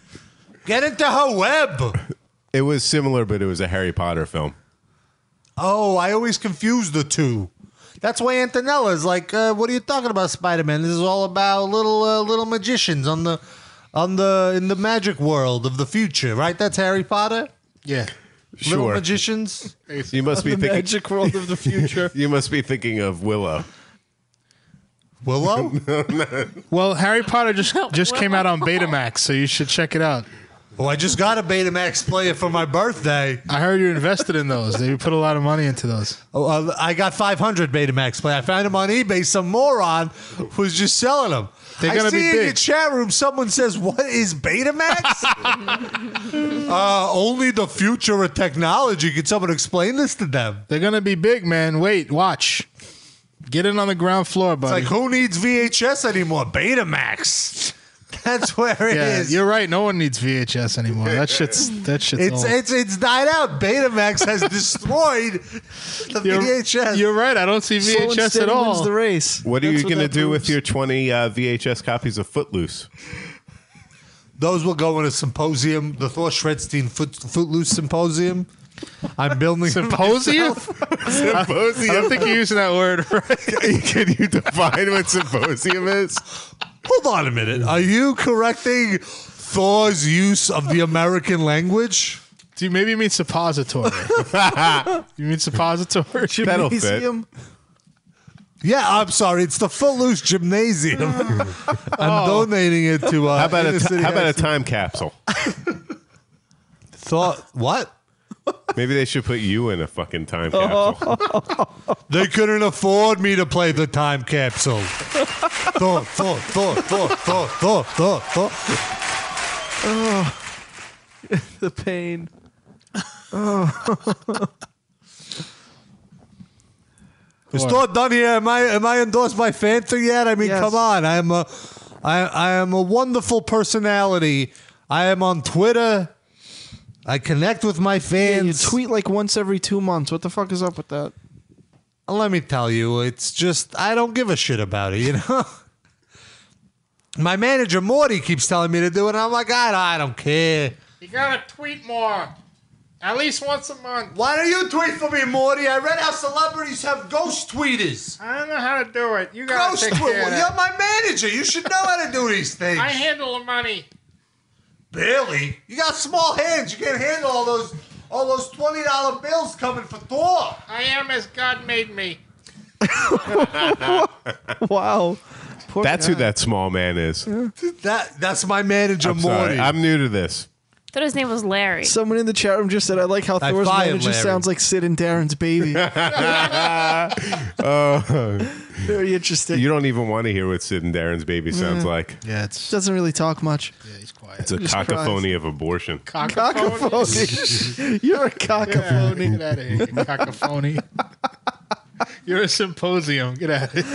Speaker 2: Get into her web.
Speaker 6: [LAUGHS] It was similar, but it was a Harry Potter film.
Speaker 2: Oh, I always confuse the two. That's why Antonella is like, uh, "What are you talking about, Spider Man? This is all about little uh, little magicians on the on the in the magic world of the future, right? That's Harry Potter,
Speaker 7: Yeah.
Speaker 2: little
Speaker 6: Sure.
Speaker 2: magicians.
Speaker 6: You must be
Speaker 4: the
Speaker 6: thinking
Speaker 4: magic world of the future.
Speaker 6: [LAUGHS] You must be thinking of Willow.
Speaker 2: Willow,
Speaker 6: [LAUGHS]
Speaker 7: Well, Harry Potter just just came out on Betamax, so you should check it out.
Speaker 2: Well, Oh, I just got a Betamax player for my birthday. [LAUGHS]
Speaker 7: I heard you invested in those. They put a lot of money into those.
Speaker 2: Oh, uh, I got 500 Betamax play. I found them on eBay. Some moron was just selling them.
Speaker 7: They're
Speaker 2: I
Speaker 7: gonna
Speaker 2: see
Speaker 7: be
Speaker 2: in
Speaker 7: big.
Speaker 2: the chat room someone says, "What is Betamax?"
Speaker 7: [LAUGHS]
Speaker 2: uh, only the future of technology. Could someone explain this to them?
Speaker 7: They're gonna be big, man. Wait, watch. Get in on the ground floor, buddy.
Speaker 2: like, who needs VHS anymore? Betamax. That's where it
Speaker 7: yeah,
Speaker 2: is.
Speaker 7: you're right. No one needs VHS anymore.
Speaker 2: [LAUGHS]
Speaker 7: That shit's that shit's
Speaker 2: It's,
Speaker 7: old.
Speaker 2: it's it's died out. Betamax
Speaker 7: [LAUGHS]
Speaker 2: has destroyed the
Speaker 7: You're-
Speaker 2: VHS.
Speaker 7: you're right. I don't see
Speaker 2: Slow and VHS at steady all. wins the
Speaker 4: race.
Speaker 6: What are
Speaker 2: That's
Speaker 6: you
Speaker 2: what
Speaker 6: going to
Speaker 2: that
Speaker 6: do with
Speaker 2: proves.
Speaker 6: your 20 uh, VHS copies of Footloose?
Speaker 2: Those will go in a symposium, the Thor Shredstein Foot, Footloose Symposium. I'm building
Speaker 7: Symposium?
Speaker 6: Symposium.
Speaker 7: I don't think you're using that word
Speaker 2: [LAUGHS]
Speaker 7: right.
Speaker 6: Can you define what symposium is?
Speaker 2: Hold on a minute. Are you correcting Thor's use of the
Speaker 7: [LAUGHS]
Speaker 2: American language?
Speaker 7: Do you maybe you mean
Speaker 2: [LAUGHS]
Speaker 7: suppository? [LAUGHS] you mean suppository?
Speaker 6: That'll fit. Gymnasium?
Speaker 2: Yeah, I'm sorry. It's the Footloose Gymnasium. I'm donating it to. Uh,
Speaker 6: Oh. how about a
Speaker 2: inner
Speaker 6: ti-
Speaker 2: city
Speaker 6: how about a
Speaker 2: access.
Speaker 6: time capsule?
Speaker 2: Thought what? Oh.
Speaker 6: Maybe they should put you in a fucking time
Speaker 7: Oh.
Speaker 6: capsule.
Speaker 2: they couldn't afford me to play the time capsule. Thor, Thor, Thor, Thor, Thor, Thor, Thor, Thor.
Speaker 4: Oh, [LAUGHS] the
Speaker 2: [LAUGHS]
Speaker 4: pain. Oh.
Speaker 2: Is Thor done here? Am I am I endorsed by Fanta yet? I mean,
Speaker 4: Yes.
Speaker 2: come on. I am a I I am a wonderful personality. I am on Twitter. I connect with my fans.
Speaker 4: you tweet like once every two months. What the fuck is up with that?
Speaker 2: Let me tell you, it's just I don't give a shit about it, you [LAUGHS] know? my manager Morty keeps telling me to do it, and I'm like, I, I don't care.
Speaker 7: You gotta tweet more. At least once a month.
Speaker 2: Why don't you tweet for me, Morty? I read how celebrities have ghost tweeters.
Speaker 7: I don't know how to do it. You
Speaker 2: Ghost tweeter. You're my manager. You should know how to do these things.
Speaker 7: handle the money.
Speaker 2: Barely. You got small hands. You can't handle all those all those twenty dollar bills coming for Thor.
Speaker 7: I am as God made me.
Speaker 4: [LAUGHS] wow.
Speaker 6: That's who that small man is.
Speaker 2: That that's my manager
Speaker 6: I'm sorry.
Speaker 2: Morty.
Speaker 6: I'm new to
Speaker 2: [LAUGHS]
Speaker 6: this. [LAUGHS]
Speaker 3: thought his name was Larry.
Speaker 4: Someone in the chat room just said, "I like how
Speaker 2: I
Speaker 4: Thor's
Speaker 2: fired
Speaker 4: manager
Speaker 2: Larry.
Speaker 4: sounds like Sid and Darren's
Speaker 2: [LAUGHS]
Speaker 4: baby."
Speaker 6: Very
Speaker 4: interesting.
Speaker 6: Uh,
Speaker 4: Mm.
Speaker 6: You don't even want to hear what Sid and Darren's baby sounds
Speaker 4: Yeah.
Speaker 6: like.
Speaker 7: Yeah, it's
Speaker 4: doesn't really talk much.
Speaker 6: It's a
Speaker 4: Just
Speaker 6: cacophony of abortion.
Speaker 4: Cacophony. You're a cacophony.
Speaker 7: Get out of here, you cacophony. You're a symposium. Get out of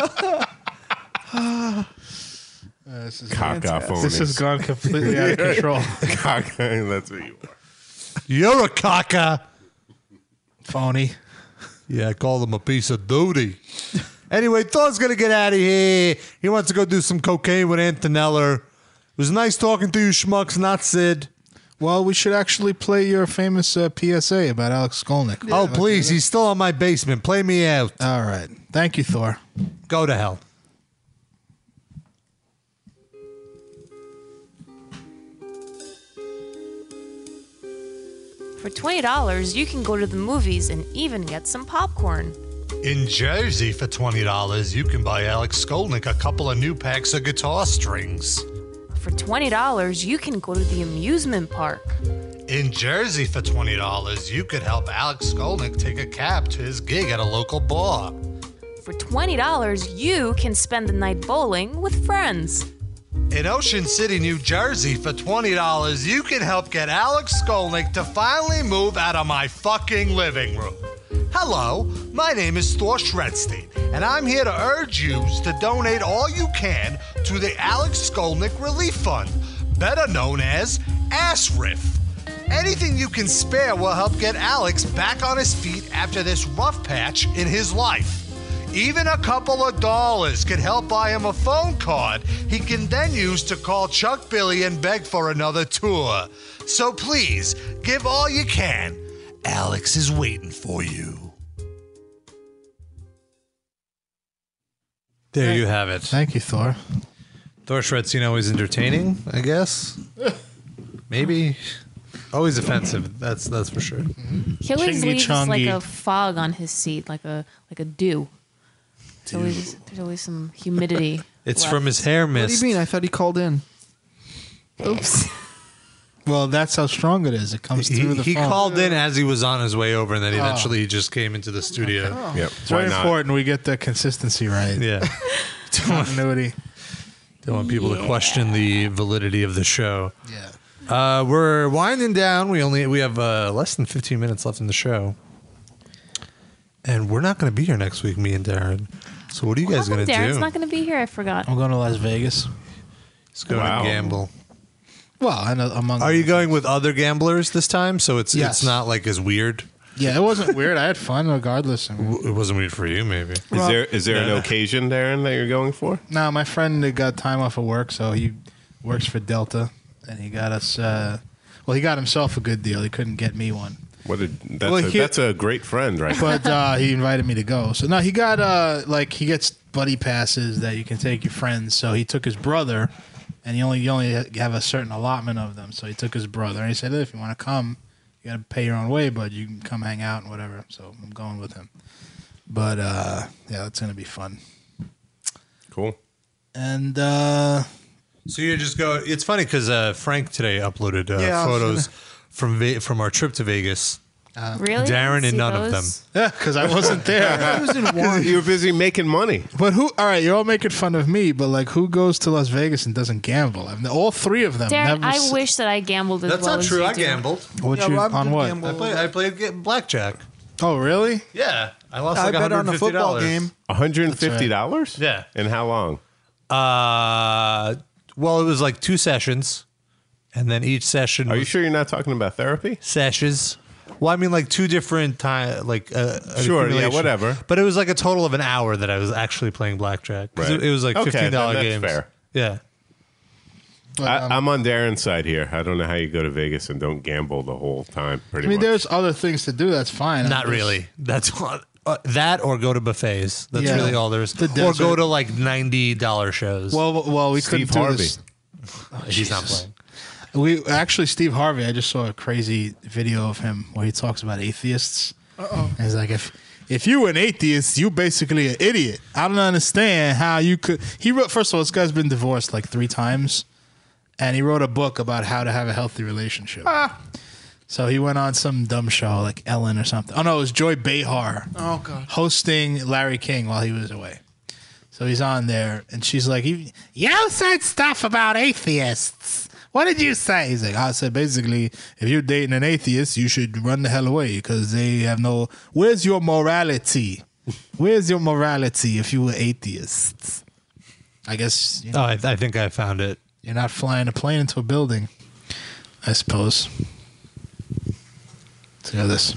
Speaker 7: here. [LAUGHS] Uh, this is
Speaker 6: Cacophony.
Speaker 7: This has gone completely [LAUGHS] out of control.
Speaker 6: Cock- [LAUGHS] that's what you are.
Speaker 2: You're a caca.
Speaker 7: Phony.
Speaker 2: Yeah, I call him a piece of duty. anyway, Thor's gonna get out of here. He wants to go do some cocaine with Antonella. It was nice talking to you, schmucks. Not Sid.
Speaker 7: Well, we should actually play your famous uh, PSA about Alex Skolnick.
Speaker 2: oh please, he's still on my basement. Play me out.
Speaker 7: All right. Thank you, Thor.
Speaker 2: Go to hell.
Speaker 3: For $20, you can go to the movies and even get some popcorn.
Speaker 2: In Jersey, for $20, you can buy Alex Skolnick a couple of new packs of guitar strings.
Speaker 3: For $20, you can go to the amusement park.
Speaker 2: In Jersey, for $20, you could help Alex Skolnick take a cab to his gig at a local bar.
Speaker 3: For $20, you can spend the night bowling with friends.
Speaker 2: In Ocean City, New Jersey, for $20, you can help get Alex Skolnick to finally move out of my fucking living room. Hello, my name is Thor Shredstein, and I'm here to urge you to donate all you can to the Alex Skolnick Relief Fund, better known as ASRIF. Anything you can spare will help get Alex back on his feet after this rough patch in his life. Even a couple of dollars could help buy him a phone card he can then use to call Chuck Billy and beg for another tour. So please, give all you can. Alex is waiting for you. There you have it.
Speaker 7: Thank you, Thor.
Speaker 2: Thor Shredsino is entertaining, I guess. Maybe. Always offensive. That's that's for sure.
Speaker 3: He
Speaker 2: Chingy
Speaker 3: always leaves like
Speaker 2: chongy.
Speaker 3: a fog on his seat, like a like a dew. There's always, there's always some humidity.
Speaker 4: [LAUGHS]
Speaker 2: It's
Speaker 3: left.
Speaker 2: from his hair
Speaker 4: What do you
Speaker 2: mist.
Speaker 4: mean? I thought he called in. Oops.
Speaker 7: Well, that's how strong it is. It comes
Speaker 2: He,
Speaker 7: through the
Speaker 2: he
Speaker 7: phone.
Speaker 2: called in as he was on his way over, and then
Speaker 7: Oh.
Speaker 2: eventually he just came into the studio.
Speaker 6: Yep.
Speaker 7: It's very important we get the consistency right. [LAUGHS]
Speaker 2: Yeah.
Speaker 7: Continuity.
Speaker 2: Don't want people to question the validity of the show.
Speaker 7: Yeah.
Speaker 2: Uh, we're winding down. We only we have uh, less than 15 minutes left in the show, and we're not going to be here next week, me and Darren. So what are you guys going to do?
Speaker 3: Darren's not going to be here. I
Speaker 2: Oh,
Speaker 3: forgot.
Speaker 7: I'm going to Las Vegas.
Speaker 2: He's going
Speaker 7: Wow.
Speaker 2: to gamble.
Speaker 7: Well, and uh, among
Speaker 2: Are you going with other gamblers this time? So it's
Speaker 7: Yes.
Speaker 2: it's not like as weird.
Speaker 7: yeah, it wasn't weird. I had fun regardless. I mean,
Speaker 2: W- It wasn't weird for you, maybe. Is
Speaker 7: Well-
Speaker 6: there- is there an occasion, Darren, that you're going for?
Speaker 7: No, my friend had got time off of work, so he works for Delta, and he got us. Uh, well, he got himself a good deal. He couldn't get me one,
Speaker 6: What did that's,
Speaker 7: Well,
Speaker 6: a,
Speaker 7: he-
Speaker 6: that's a great friend, right?
Speaker 7: [LAUGHS] but uh, he invited me to go. So no, he got uh, like he gets buddy passes that you can take your friends. So he took his brother, and you only you only have a certain allotment of them. So he took his brother, and he said, "If you want to come, you got to pay your own way, but you can come hang out and whatever." So I'm going with him. But uh, yeah, it's gonna be fun.
Speaker 6: Cool.
Speaker 7: And uh,
Speaker 2: So you just go. It's funny because uh, Frank today uploaded uh,
Speaker 7: Yeah, I was
Speaker 2: photos from Ve- from our trip to Vegas.
Speaker 7: Uh,
Speaker 3: Really?
Speaker 2: Darren and
Speaker 3: See
Speaker 2: none
Speaker 3: those?
Speaker 2: of them.
Speaker 7: Yeah, because I wasn't
Speaker 6: [LAUGHS]
Speaker 7: there. [LAUGHS] I was
Speaker 2: [LAUGHS]
Speaker 7: in one.
Speaker 6: You were busy making money.
Speaker 7: But who? All right, you're all making fun of me. But like, who goes to Las Vegas and doesn't gamble? I've, all three of them.
Speaker 3: Darren,
Speaker 7: never
Speaker 3: I
Speaker 7: s-
Speaker 3: wish that I gambled as
Speaker 2: That's
Speaker 3: well
Speaker 2: not
Speaker 3: as
Speaker 2: true.
Speaker 3: you
Speaker 2: I
Speaker 3: do.
Speaker 2: gambled.
Speaker 7: What you on what?
Speaker 2: I played. I played ga- blackjack.
Speaker 7: Oh, really?
Speaker 2: Yeah, I lost
Speaker 4: I
Speaker 2: like
Speaker 4: bet on a football
Speaker 2: $150.
Speaker 4: game.
Speaker 6: One hundred and fifty dollars.
Speaker 2: Yeah.
Speaker 6: And how long?
Speaker 2: Uh, well, it was like two sessions, and then each session. Are you
Speaker 6: sure you're not talking about therapy
Speaker 2: sessions? Well, I mean, like two different time, like uh, an
Speaker 6: Sure, yeah,
Speaker 2: accumulation.
Speaker 6: whatever.
Speaker 2: But it was like a total of an hour that I was actually playing blackjack. 'Cause It,
Speaker 6: Right.
Speaker 2: it was like
Speaker 6: Okay,
Speaker 2: fifteen dollar
Speaker 6: then
Speaker 2: games.
Speaker 6: that's fair.
Speaker 2: Yeah.
Speaker 7: um,
Speaker 6: I, I'm on Darren's side here. I don't know how you go to Vegas and don't gamble the whole time.
Speaker 7: I
Speaker 6: Pretty
Speaker 7: mean,
Speaker 6: much.
Speaker 7: there's other things to do. That's fine. I'm
Speaker 2: Not
Speaker 7: just-
Speaker 2: really. That's what, uh, that or go to buffets. That's
Speaker 7: Yeah.
Speaker 2: really all there is.
Speaker 7: The
Speaker 2: or go
Speaker 7: desert.
Speaker 2: to like ninety dollar shows.
Speaker 7: Well, well, well, we
Speaker 2: Steve
Speaker 7: couldn't
Speaker 2: Harvey. Oh,
Speaker 7: do
Speaker 2: [LAUGHS]
Speaker 7: this.
Speaker 2: He's not playing.
Speaker 7: We actually, Steve Harvey. I just saw a crazy video of him where he talks about atheists. Uh-oh. And he's like, if if you were an atheist, you basically an idiot. I don't understand how you could. He wrote. First of all, this guy's been divorced like three times, and he wrote a book about how to have a healthy relationship.
Speaker 4: Ah.
Speaker 7: So he went on some dumb show like Ellen or something. Oh no, it was Joy Behar
Speaker 4: Oh god.
Speaker 7: hosting Larry King while he was away. So he's on there, and she's like, "You, you said stuff about atheists. What did you say?" He's like, "I said basically, if you're dating an atheist, you should run the hell away because they have no. Where's your morality? Where's your morality if you were atheists? I guess you
Speaker 2: Oh, I, I think I found it.
Speaker 7: you're not flying a plane into a building. I suppose. Let's hear this.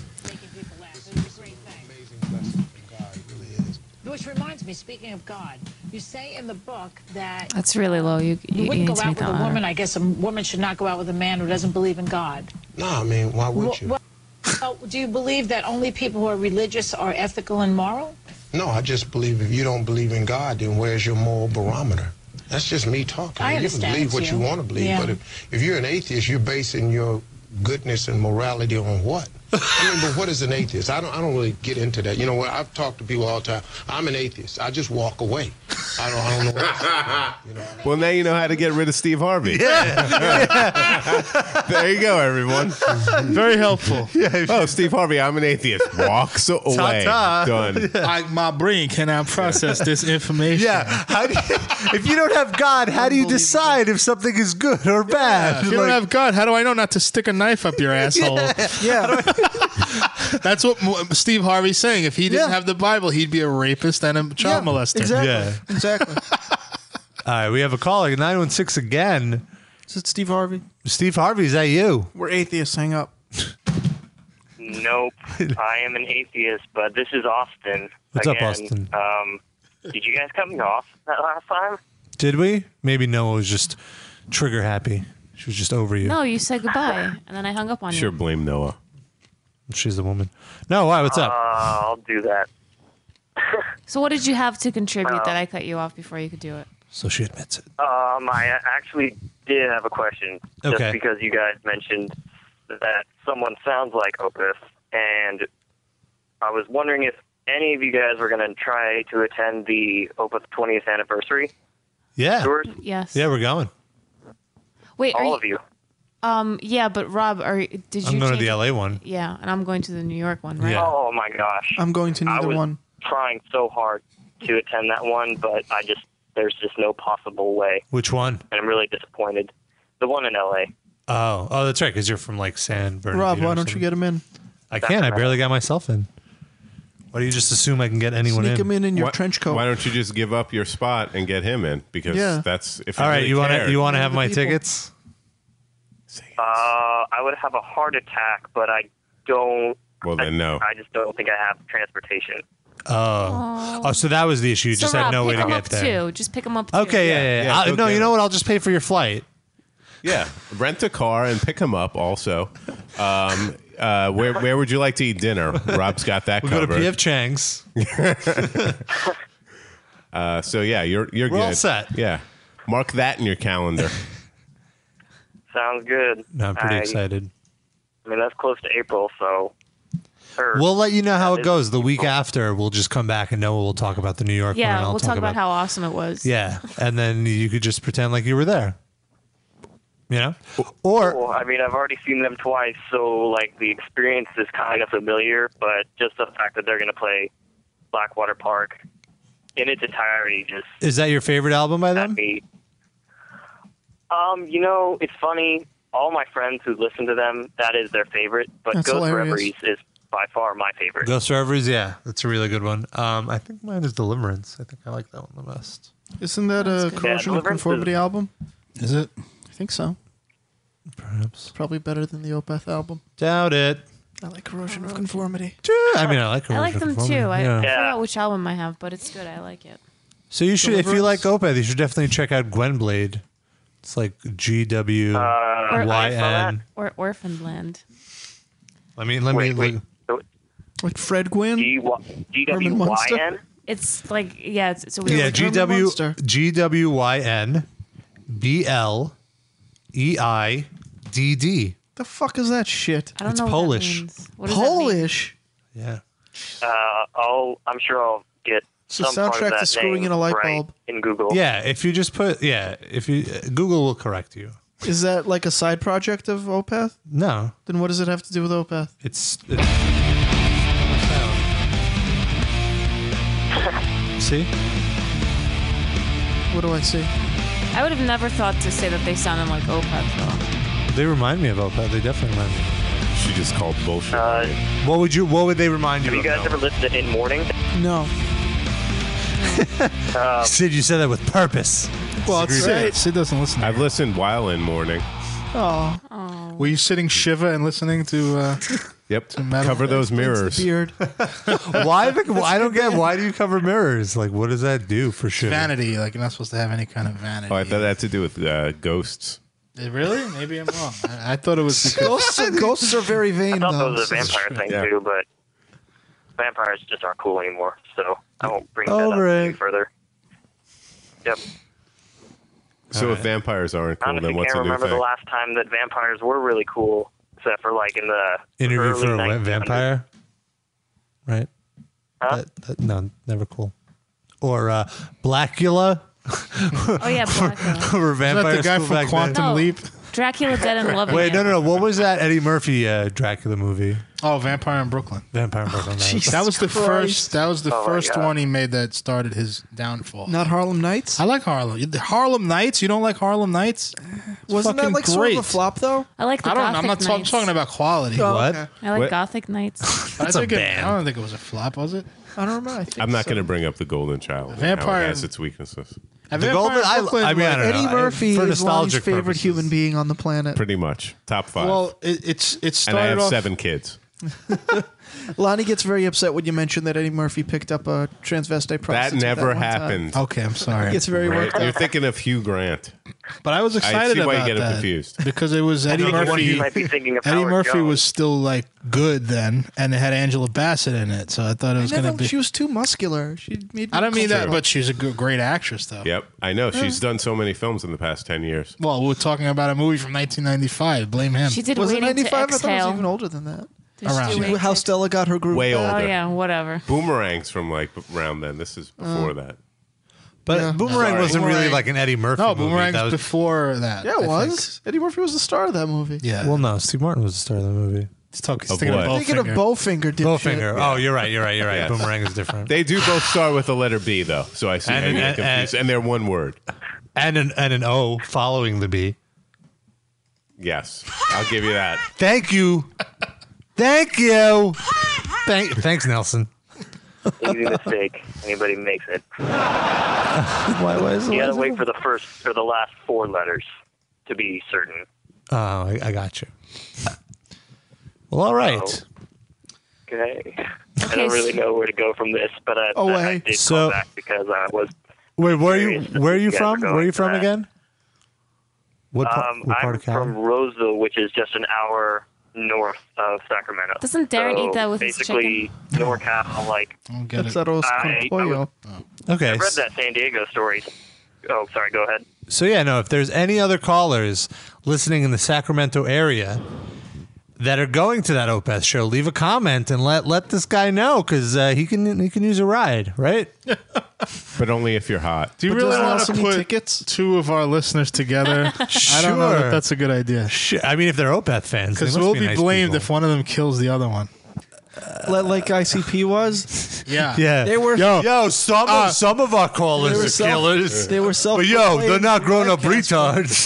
Speaker 21: Which reminds me, speaking of God, you say in the book that
Speaker 3: That's really low. You,
Speaker 21: you,
Speaker 3: Uh, you, you
Speaker 21: wouldn't
Speaker 3: need
Speaker 21: go
Speaker 3: to
Speaker 21: out
Speaker 3: make
Speaker 21: with
Speaker 3: that
Speaker 21: a
Speaker 3: louder.
Speaker 21: woman. I guess a woman should not go out with a man who doesn't believe in God.
Speaker 14: No, I mean, why would
Speaker 21: Wh-
Speaker 14: you?
Speaker 21: wh- oh, do you believe that only people who are religious are ethical and moral?
Speaker 14: No, I just believe if you don't believe in God, then where's your moral barometer? That's just me talking.
Speaker 21: I
Speaker 14: you can
Speaker 21: understand
Speaker 14: believe what you,
Speaker 21: you.
Speaker 14: want to believe,
Speaker 21: Yeah.
Speaker 14: but if, if you're an atheist, you're basing your goodness and morality on what? I mean, but what is an atheist? I don't, I don't really get into that. You know what? I've talked to people all the time. I'm an atheist. I just walk away. I don't, I don't know what else to do.
Speaker 6: well,
Speaker 14: [LAUGHS]
Speaker 6: now you know how to get rid of Steve Harvey. [LAUGHS] there you go, everyone.
Speaker 4: [LAUGHS]
Speaker 7: Very helpful.
Speaker 6: Oh, Steve Harvey, I'm an atheist. Walks
Speaker 2: Oh,
Speaker 6: away.
Speaker 7: Ta-ta.
Speaker 6: Done.
Speaker 7: [LAUGHS] I, my brain cannot process this information.
Speaker 2: [LAUGHS] Yeah. How do you, if you don't have God, how do you decide if something is good or
Speaker 7: Yeah,
Speaker 2: bad?
Speaker 7: if you don't
Speaker 2: Like-
Speaker 7: have God, how do I know not to stick a knife up your asshole?
Speaker 4: yeah. [LAUGHS]
Speaker 7: That's what Mo- Steve Harvey's saying. If he didn't have the Bible, he'd be a rapist and a child molester.
Speaker 2: exactly. Yeah.
Speaker 4: Exactly.
Speaker 2: All right, we have a caller, 916 again.
Speaker 4: Is it Steve Harvey?
Speaker 2: Steve Harvey, is that you?
Speaker 4: [LAUGHS] We're atheists. Hang up.
Speaker 2: [LAUGHS]
Speaker 13: Nope. I am an atheist, but this is Austin.
Speaker 2: What's up,
Speaker 13: again.
Speaker 2: Austin?
Speaker 13: Um, did you guys cut me off that last time?
Speaker 2: Did we? Maybe Noah was just trigger happy. She was just over you.
Speaker 3: No, you said goodbye, and then I hung up on you.
Speaker 6: blame Noah.
Speaker 2: She's the woman. No, why? What's up?
Speaker 13: Uh, I'll do that.
Speaker 3: So, what did you have to contribute that I cut you off before you could do it?
Speaker 2: So she admits it.
Speaker 13: Um, I actually did have a question.
Speaker 2: Okay.
Speaker 13: Just because you guys mentioned that someone sounds like Opus, and I was wondering if any of you guys were going to try to attend the Opus 20th anniversary.
Speaker 2: Yeah.
Speaker 13: Yours?
Speaker 3: Yes.
Speaker 2: Yeah, we're going.
Speaker 3: Wait, are
Speaker 13: All
Speaker 3: you,
Speaker 13: of you.
Speaker 3: Um, yeah, but Rob, are did you?
Speaker 2: I'm going to
Speaker 3: change-
Speaker 2: the LA one.
Speaker 3: Yeah, and I'm going to the New York one, right?
Speaker 13: Oh my gosh.
Speaker 4: I'm going to
Speaker 13: I
Speaker 4: neither
Speaker 13: was
Speaker 4: one.
Speaker 13: trying so hard to attend that one, but I just there's just no possible way,
Speaker 2: Which one?
Speaker 13: and I'm really disappointed. The one in LA.
Speaker 2: Oh, oh, that's right. Because you're from like San Bernardino.
Speaker 4: Rob,
Speaker 2: or
Speaker 4: why don't
Speaker 2: something.
Speaker 4: you get him in?
Speaker 2: I can. I barely got myself in. Why do you just assume I can get anyone
Speaker 4: Sneak
Speaker 2: in?
Speaker 4: him in in your trench coat.
Speaker 6: Why don't you just give up your spot and get him in? Because
Speaker 4: Yeah.
Speaker 6: that's if
Speaker 2: All right, you
Speaker 6: want
Speaker 2: wanna-
Speaker 6: to
Speaker 2: you wanna have my tickets?
Speaker 13: Uh, I would have a heart attack, but I don't.
Speaker 6: Well, then no.
Speaker 13: I just don't think I have transportation.
Speaker 2: Oh. oh, so that was the issue. You
Speaker 3: So
Speaker 2: just
Speaker 3: Rob,
Speaker 2: had no way
Speaker 3: pick
Speaker 2: to
Speaker 3: him
Speaker 2: get
Speaker 3: up
Speaker 2: there.
Speaker 3: too. Just pick him up.
Speaker 2: Okay,
Speaker 3: too.
Speaker 2: yeah, yeah. yeah. I- no, you know what? I'll just pay for your flight.
Speaker 6: Yeah, rent a car and pick him up. Also, um, uh, where where would you like to eat dinner? Rob's got that
Speaker 2: We'll go to
Speaker 6: covered. [LAUGHS]
Speaker 2: PF Chang's.
Speaker 6: uh, so yeah, you're you're
Speaker 2: We're
Speaker 6: good.
Speaker 2: all set.
Speaker 6: Yeah, mark that in your calendar.
Speaker 13: Sounds good.
Speaker 2: [LAUGHS] No, I'm pretty
Speaker 13: I-
Speaker 2: excited.
Speaker 13: I mean, that's close to April, so. or-
Speaker 2: We'll let you know how
Speaker 13: that
Speaker 2: it
Speaker 13: is-
Speaker 2: goes. The week after, we'll just come back and Noah will talk about the New York one.
Speaker 3: Yeah,
Speaker 2: and I'll
Speaker 3: we'll talk about how awesome it was.
Speaker 2: Yeah, and then you could just pretend like you were there. You know, or
Speaker 13: Cool. I mean, I've already seen them twice, so like the experience is kind of familiar, but just the fact that they're going to play Blackwater Park in its entirety just
Speaker 2: is that your favorite album by them?
Speaker 13: Um, you know, it's funny. All my friends who listen to them, that is their favorite. But
Speaker 2: That's
Speaker 13: Ghost
Speaker 2: hilarious.
Speaker 13: Reveries is by far my favorite.
Speaker 2: Ghost Servers, yeah, that's a really good one. Um, I think mine is Deliverance. I think I like that one the best.
Speaker 4: Isn't that a corrosion of
Speaker 13: Deliverance
Speaker 4: conformity album?
Speaker 2: Is it?
Speaker 4: I think so.
Speaker 2: Perhaps.
Speaker 4: Probably better than the Opeth album.
Speaker 2: Doubt it.
Speaker 4: I like corrosion of conformity.
Speaker 2: I mean, I like.
Speaker 3: I like
Speaker 2: Corrosion
Speaker 3: them
Speaker 2: of
Speaker 3: too.
Speaker 2: Conformity,
Speaker 3: I,
Speaker 2: yeah.
Speaker 3: I forgot which album I have, but it's good. I like it.
Speaker 2: So you should, if you like Opeth, you should definitely check out Gwenblade. It's like G W Y N.
Speaker 3: or Orphan Land.
Speaker 2: Let me let me. look-
Speaker 4: Like Fred Gwynn?
Speaker 13: Herman Munster? GWYN?
Speaker 3: It's like yeah, it's, it's a weird.
Speaker 2: Yeah, G W
Speaker 4: Monster.
Speaker 2: G W Y N B L E I D D.
Speaker 4: The fuck is that shit?
Speaker 3: I don't
Speaker 2: It's
Speaker 3: know
Speaker 2: Polish.
Speaker 3: What that means. What does that mean?
Speaker 4: Polish.
Speaker 2: Yeah.
Speaker 13: Uh, I'll, I'm sure I'll get
Speaker 4: It's the
Speaker 13: some part
Speaker 4: soundtrack
Speaker 13: of
Speaker 4: to
Speaker 13: that
Speaker 4: Screwing
Speaker 13: name
Speaker 4: in a Light
Speaker 13: right
Speaker 4: Bulb.
Speaker 13: in Google.
Speaker 2: Yeah, if you just put yeah, if you uh, Google will correct you.
Speaker 4: Is that like a side project of Opeth?
Speaker 2: No,
Speaker 4: Then what does it have to do with Opeth?
Speaker 2: it's. it's See?
Speaker 4: What do I see?
Speaker 3: I would have never thought to say that they sounded like Opeth
Speaker 2: They remind me of Opeth. They definitely remind me.
Speaker 6: She just called bullshit.
Speaker 2: what would you? What would they remind you?
Speaker 13: Uh, Have you
Speaker 2: of,
Speaker 13: guys
Speaker 2: Noah?
Speaker 13: ever listened to In Morning?
Speaker 4: No.
Speaker 13: Um,
Speaker 2: Sid, you said that with purpose.
Speaker 7: Well, it's
Speaker 6: Agreed.
Speaker 7: Sid. Sid doesn't listen.
Speaker 6: I've listened while in mourning.
Speaker 4: Oh.
Speaker 7: Were you sitting Shiva and listening to? Uh,
Speaker 6: [LAUGHS] Yep.
Speaker 7: metal?
Speaker 6: Cover those
Speaker 7: [LAUGHS]
Speaker 6: mirrors.
Speaker 4: Beard.
Speaker 2: why? The, I don't get. Why do you cover mirrors? Like, what does that do for sure?
Speaker 7: vanity. Like you're not supposed to have any kind of vanity.
Speaker 6: Oh, I thought that had to do with uh, ghosts.
Speaker 7: Eh, Really? Maybe I'm wrong. I, I thought
Speaker 4: [LAUGHS]
Speaker 7: it was because
Speaker 4: Ghosts, ghosts are very vain,
Speaker 13: I
Speaker 4: though.
Speaker 13: thought that was a vampire thing too, but vampires just aren't cool anymore. So I won't bring
Speaker 2: Over
Speaker 13: that up any
Speaker 2: it.
Speaker 13: further. Yep.
Speaker 6: So if vampires aren't cool,
Speaker 13: Honestly,
Speaker 6: then what's
Speaker 13: can't
Speaker 6: a new
Speaker 13: remember
Speaker 6: thing?
Speaker 13: the last time that vampires were really cool, except for like in the
Speaker 2: Interview
Speaker 13: early
Speaker 2: for a
Speaker 13: 1900s.
Speaker 2: vampire, right? That, that, no, never cool. Or uh, Blackula. [LAUGHS]
Speaker 3: Oh yeah, Blackula.
Speaker 2: Were vampires
Speaker 7: the guy
Speaker 2: cool
Speaker 7: from
Speaker 2: back
Speaker 7: Quantum
Speaker 2: then?
Speaker 3: No.
Speaker 7: Leap?
Speaker 3: Dracula Dead and Loving
Speaker 2: Wait,
Speaker 3: It.
Speaker 2: no, no, no. What was that Eddie Murphy uh, Dracula movie?
Speaker 7: Oh, Vampire in Brooklyn.
Speaker 2: Vampire in Brooklyn. that was-
Speaker 7: that was the
Speaker 4: Christ.
Speaker 7: first. That was the
Speaker 4: Oh my
Speaker 7: first
Speaker 4: God.
Speaker 7: one he made that started his downfall.
Speaker 4: Not Harlem Nights?
Speaker 7: I like Harlem. You- Harlem Nights. You don't like Harlem Nights? It's
Speaker 4: Wasn't that
Speaker 7: fucking
Speaker 4: like sort of a
Speaker 7: great.
Speaker 4: flop, though?
Speaker 3: I like the
Speaker 7: I don't.
Speaker 3: Gothic
Speaker 7: I'm not talk-
Speaker 3: Knights.
Speaker 7: talking about quality.
Speaker 4: Oh, What? okay.
Speaker 3: I like
Speaker 6: What?
Speaker 3: Gothic Knights.
Speaker 7: I think It, I don't think it was a flop. Was it?
Speaker 4: I don't remember. I think
Speaker 6: I'm not going to bring up the Golden Child. and how it
Speaker 7: Vampire-
Speaker 6: has its weaknesses.
Speaker 7: A
Speaker 2: The
Speaker 7: Vampire
Speaker 2: Golden-
Speaker 7: in
Speaker 2: I-
Speaker 7: Brooklyn
Speaker 2: I mean, I
Speaker 7: was-
Speaker 2: don't know.
Speaker 4: Eddie Murphy
Speaker 2: for
Speaker 4: is Lonnie's
Speaker 2: nostalgic
Speaker 4: favorite
Speaker 2: purposes.
Speaker 4: human being on the planet.
Speaker 6: Pretty much top five.
Speaker 7: Well, it, it's it
Speaker 6: and
Speaker 7: started
Speaker 6: I have
Speaker 7: off.
Speaker 6: seven kids.
Speaker 4: Lonnie gets very upset when you mention that Eddie Murphy picked up a transvestite
Speaker 6: That
Speaker 4: prostitute.
Speaker 6: never
Speaker 4: one time.
Speaker 6: happened.
Speaker 7: Okay, I'm sorry.
Speaker 4: It's very
Speaker 6: Right?
Speaker 4: worked
Speaker 6: You're
Speaker 4: up.
Speaker 6: thinking of Hugh Grant.
Speaker 7: But I was
Speaker 6: I
Speaker 7: excited
Speaker 6: see
Speaker 7: about
Speaker 6: why you get him
Speaker 7: that
Speaker 6: confused.
Speaker 7: because it was
Speaker 6: [LAUGHS] I
Speaker 7: Eddie
Speaker 6: think the one
Speaker 7: Murphy.
Speaker 6: you might be
Speaker 13: thinking of
Speaker 7: Eddie
Speaker 13: Howard
Speaker 7: Murphy
Speaker 13: Jones.
Speaker 7: was still like good then, and it had Angela Bassett in it, so I thought it
Speaker 4: I
Speaker 7: was going
Speaker 4: never,
Speaker 7: to be.
Speaker 4: she was too muscular. She made
Speaker 7: I don't mean that,
Speaker 4: True.
Speaker 7: but she's a good, great actress though.
Speaker 6: Yep, I know. She's done so many films in the past ten years.
Speaker 7: Well, we we're talking about a movie from 1995. Blame him.
Speaker 3: She did
Speaker 4: was it
Speaker 3: Waiting to
Speaker 4: 95? I thought it
Speaker 3: Exhale.
Speaker 4: was even older than that.
Speaker 3: Did she
Speaker 7: Around.
Speaker 3: do
Speaker 7: She-
Speaker 3: Waiting
Speaker 4: How
Speaker 3: to-
Speaker 4: Stella got her groove
Speaker 6: Way
Speaker 4: back.
Speaker 6: older.
Speaker 3: Oh yeah, whatever.
Speaker 4: Mm.
Speaker 6: Boomerangs from like around then. This is before that.
Speaker 2: But Boomerang
Speaker 7: Sorry.
Speaker 2: wasn't really
Speaker 7: Boomerang-
Speaker 2: like an Eddie Murphy.
Speaker 7: No,
Speaker 2: movie.
Speaker 7: Boomerang's
Speaker 2: That was-
Speaker 7: before that.
Speaker 4: Yeah, it was. Eddie Murphy was the star of that movie.
Speaker 2: Well, no, Steve Martin was the star of the movie.
Speaker 7: He's talking.
Speaker 4: Of thinking of what? Bowfinger. Thinking of Bowfinger, dipshit.
Speaker 2: Bowfinger. Oh, you're right. You're right. You're right.
Speaker 6: Yes.
Speaker 2: Boomerang is different.
Speaker 6: They do both start with the letter B, though, so I see
Speaker 2: And
Speaker 6: how
Speaker 2: an-
Speaker 6: you
Speaker 2: and-
Speaker 6: get confused. And they're one word.
Speaker 2: And an and an O following the B.
Speaker 6: Yes, I'll give you that.
Speaker 2: Thank you. Thank you. Thank, thanks, Nelson.
Speaker 4: [LAUGHS]
Speaker 13: Easy mistake. Anybody makes it.
Speaker 2: Why was
Speaker 13: you gotta wait for the first or the last four letters to be certain.
Speaker 2: Oh, I, I got you. Well, all right.
Speaker 13: Okay. I
Speaker 2: Okay,
Speaker 13: don't really
Speaker 2: so-
Speaker 13: know where to go from this, but I,
Speaker 2: Oh,
Speaker 13: I, I
Speaker 2: hey.
Speaker 13: did
Speaker 2: So-
Speaker 13: call back because I was.
Speaker 2: Wait, where are you? Where are you
Speaker 13: guys
Speaker 2: from?
Speaker 13: are
Speaker 2: Where are you
Speaker 13: going
Speaker 2: from
Speaker 13: for that.
Speaker 2: again? What, par-
Speaker 13: um,
Speaker 2: what part
Speaker 13: I'm
Speaker 2: of Cali?
Speaker 13: from Roseville, which is just an hour north of Sacramento.
Speaker 3: Doesn't Darren
Speaker 13: So
Speaker 3: eat that with his
Speaker 13: basically, his chicken? NorCal, like
Speaker 4: That's that old
Speaker 13: I, I, was- I
Speaker 2: Okay.
Speaker 13: read that San Diego story. Oh, sorry. Go ahead.
Speaker 2: So yeah, no. If there's any other callers listening in the Sacramento area that are going to that Opeth show, leave a comment and let let this guy know because uh, he can he can use a ride, right?
Speaker 6: But only if you're hot.
Speaker 7: Do you really want to put two of our listeners
Speaker 4: [LAUGHS]
Speaker 7: together? I don't know
Speaker 2: Sure.
Speaker 7: that that's a good idea.
Speaker 2: I mean, if they're Opeth fans, they
Speaker 7: Because
Speaker 2: must
Speaker 7: we'll
Speaker 2: be
Speaker 7: be,
Speaker 2: nice
Speaker 7: blamed
Speaker 2: people.
Speaker 7: if one of them kills the other one.
Speaker 4: Let like
Speaker 7: [LAUGHS]
Speaker 4: ICP was.
Speaker 7: Yeah.
Speaker 2: Yeah.
Speaker 4: They were
Speaker 2: yo, yo some
Speaker 4: uh,
Speaker 2: of some of our callers
Speaker 4: they were
Speaker 2: are
Speaker 4: self-
Speaker 2: killers.
Speaker 4: they were
Speaker 2: But yo, they're not grown up retards.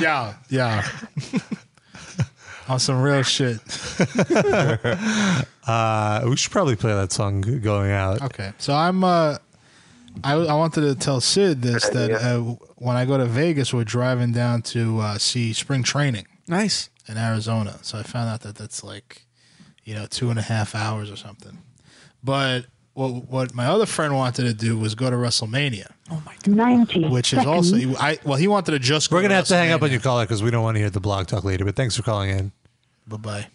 Speaker 4: [LAUGHS]
Speaker 7: yeah,
Speaker 2: [LAUGHS]
Speaker 7: yeah. On some real shit.
Speaker 2: uh, we should probably play that song g- going out.
Speaker 7: Okay. So I'm. Uh, I I wanted to tell Sid this that uh, when I go to Vegas, we're driving down to uh, see spring training.
Speaker 4: Nice
Speaker 7: in Arizona. So I found out that that's like, you know, two and a half hours or something. But what what my other friend wanted to do was go to WrestleMania. Oh my god! Ninety, which is also
Speaker 2: seconds.
Speaker 7: I. Well, he wanted to just.
Speaker 2: We're gonna have to hang up on your caller because we don't want to hear the blog talk later. But thanks for calling in.
Speaker 7: Bye bye.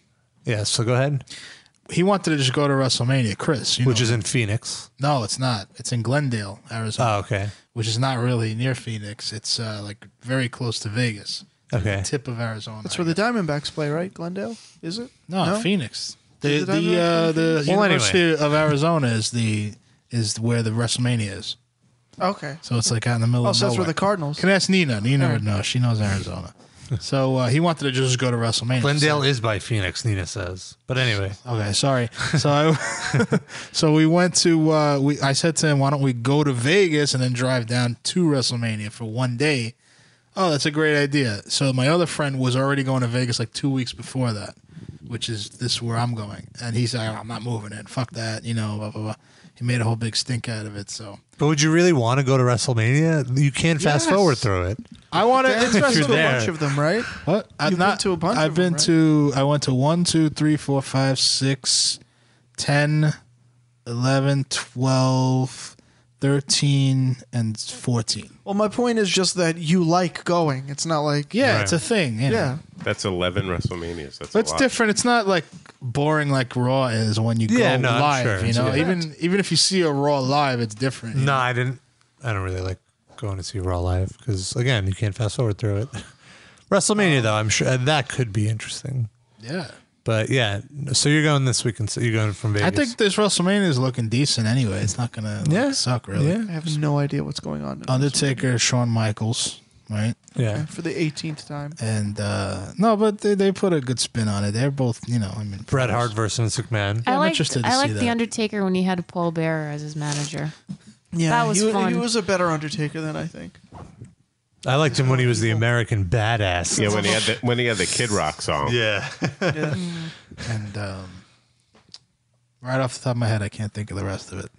Speaker 2: Yeah. So go ahead.
Speaker 7: He wanted to just go to WrestleMania, Chris. You
Speaker 2: Which
Speaker 7: know.
Speaker 2: is in Phoenix.
Speaker 7: No, it's not. It's in Glendale, Arizona.
Speaker 2: Oh, okay.
Speaker 7: Which is not really near Phoenix. It's uh, like very close to Vegas.
Speaker 2: Okay.
Speaker 7: Tip of Arizona.
Speaker 4: That's where the Diamondbacks play, right? Glendale, is it?
Speaker 7: No, Phoenix. The
Speaker 4: Is it
Speaker 7: the uh,
Speaker 4: Diamondbacks?
Speaker 7: the
Speaker 4: Well, anyway.
Speaker 7: University of Arizona is the is where the WrestleMania is.
Speaker 4: Okay.
Speaker 7: So it's like out in the middle.
Speaker 4: Oh,
Speaker 7: of
Speaker 4: so that's where
Speaker 7: nowhere.
Speaker 4: the Cardinals.
Speaker 7: Can I ask Nina? Nina would know. She knows
Speaker 4: [LAUGHS]
Speaker 7: Arizona. so uh, he wanted to just go to WrestleMania.
Speaker 2: Glendale is by Phoenix, Nina says. But anyway,
Speaker 7: Okay, sorry. So I, [LAUGHS] so we went to uh, we. I said to him, "Why don't we go to Vegas and then drive down to WrestleMania for one day?" Oh, that's a great idea. So my other friend was already going to Vegas like two weeks before that, which is this where I'm going, and he's like, "I'm not moving it. Fuck that," you know. Blah blah blah. He made a whole big stink out of it. So
Speaker 2: but would you really want to go to WrestleMania? You can fast
Speaker 7: Yes.
Speaker 2: forward through it.
Speaker 7: I want to.
Speaker 4: Dan's been to a bunch of them, right?
Speaker 7: What?
Speaker 4: You've been to a bunch.
Speaker 7: I've
Speaker 4: of
Speaker 7: been
Speaker 4: them, right?
Speaker 7: to I went to 1 two, three, four, five, six, 10 11 12 13 and 14.
Speaker 4: Well, my point is just that you like going. It's not like
Speaker 7: Yeah, it's a thing. you know.
Speaker 4: Yeah.
Speaker 6: That's 11 WrestleManias. That's
Speaker 7: But
Speaker 6: a
Speaker 7: it's
Speaker 6: lot.
Speaker 7: different. It's not like boring like Raw is when you
Speaker 6: Yeah,
Speaker 7: go
Speaker 6: no, I'm
Speaker 7: live,
Speaker 6: sure.
Speaker 7: you know.
Speaker 6: Yeah.
Speaker 7: Even even if you see a Raw live, it's different.
Speaker 2: No, I didn't. I don't really like going to see Raw live because again, you can't fast forward through it. [LAUGHS] WrestleMania, though, I'm sure uh, that could be interesting.
Speaker 7: Yeah.
Speaker 2: But yeah, so you're going this weekend. So you're going from Vegas.
Speaker 7: I think this WrestleMania is looking decent anyway. It's not going to
Speaker 2: Yeah.
Speaker 7: suck really.
Speaker 2: Yeah.
Speaker 4: I have no idea what's going on.
Speaker 7: Undertaker, Shawn Michaels, right?
Speaker 4: Okay, For the 18th time.
Speaker 7: And uh, no, but they, they put a good spin on it. They're both, you know, I
Speaker 4: [LAUGHS]
Speaker 7: mean,
Speaker 2: Bret Hart versus Vince McMahon.
Speaker 3: I like I like the Undertaker when he had Paul Bearer as his manager.
Speaker 4: Yeah,
Speaker 3: that was
Speaker 4: he, wa-
Speaker 3: fun.
Speaker 4: he was a better Undertaker than I think.
Speaker 2: I liked him when he was the American badass.
Speaker 6: Yeah, when he had the, when he had the Kid Rock song.
Speaker 7: [LAUGHS]
Speaker 2: Yeah.
Speaker 7: and um, right off the top of my head, I can't think of the rest of it.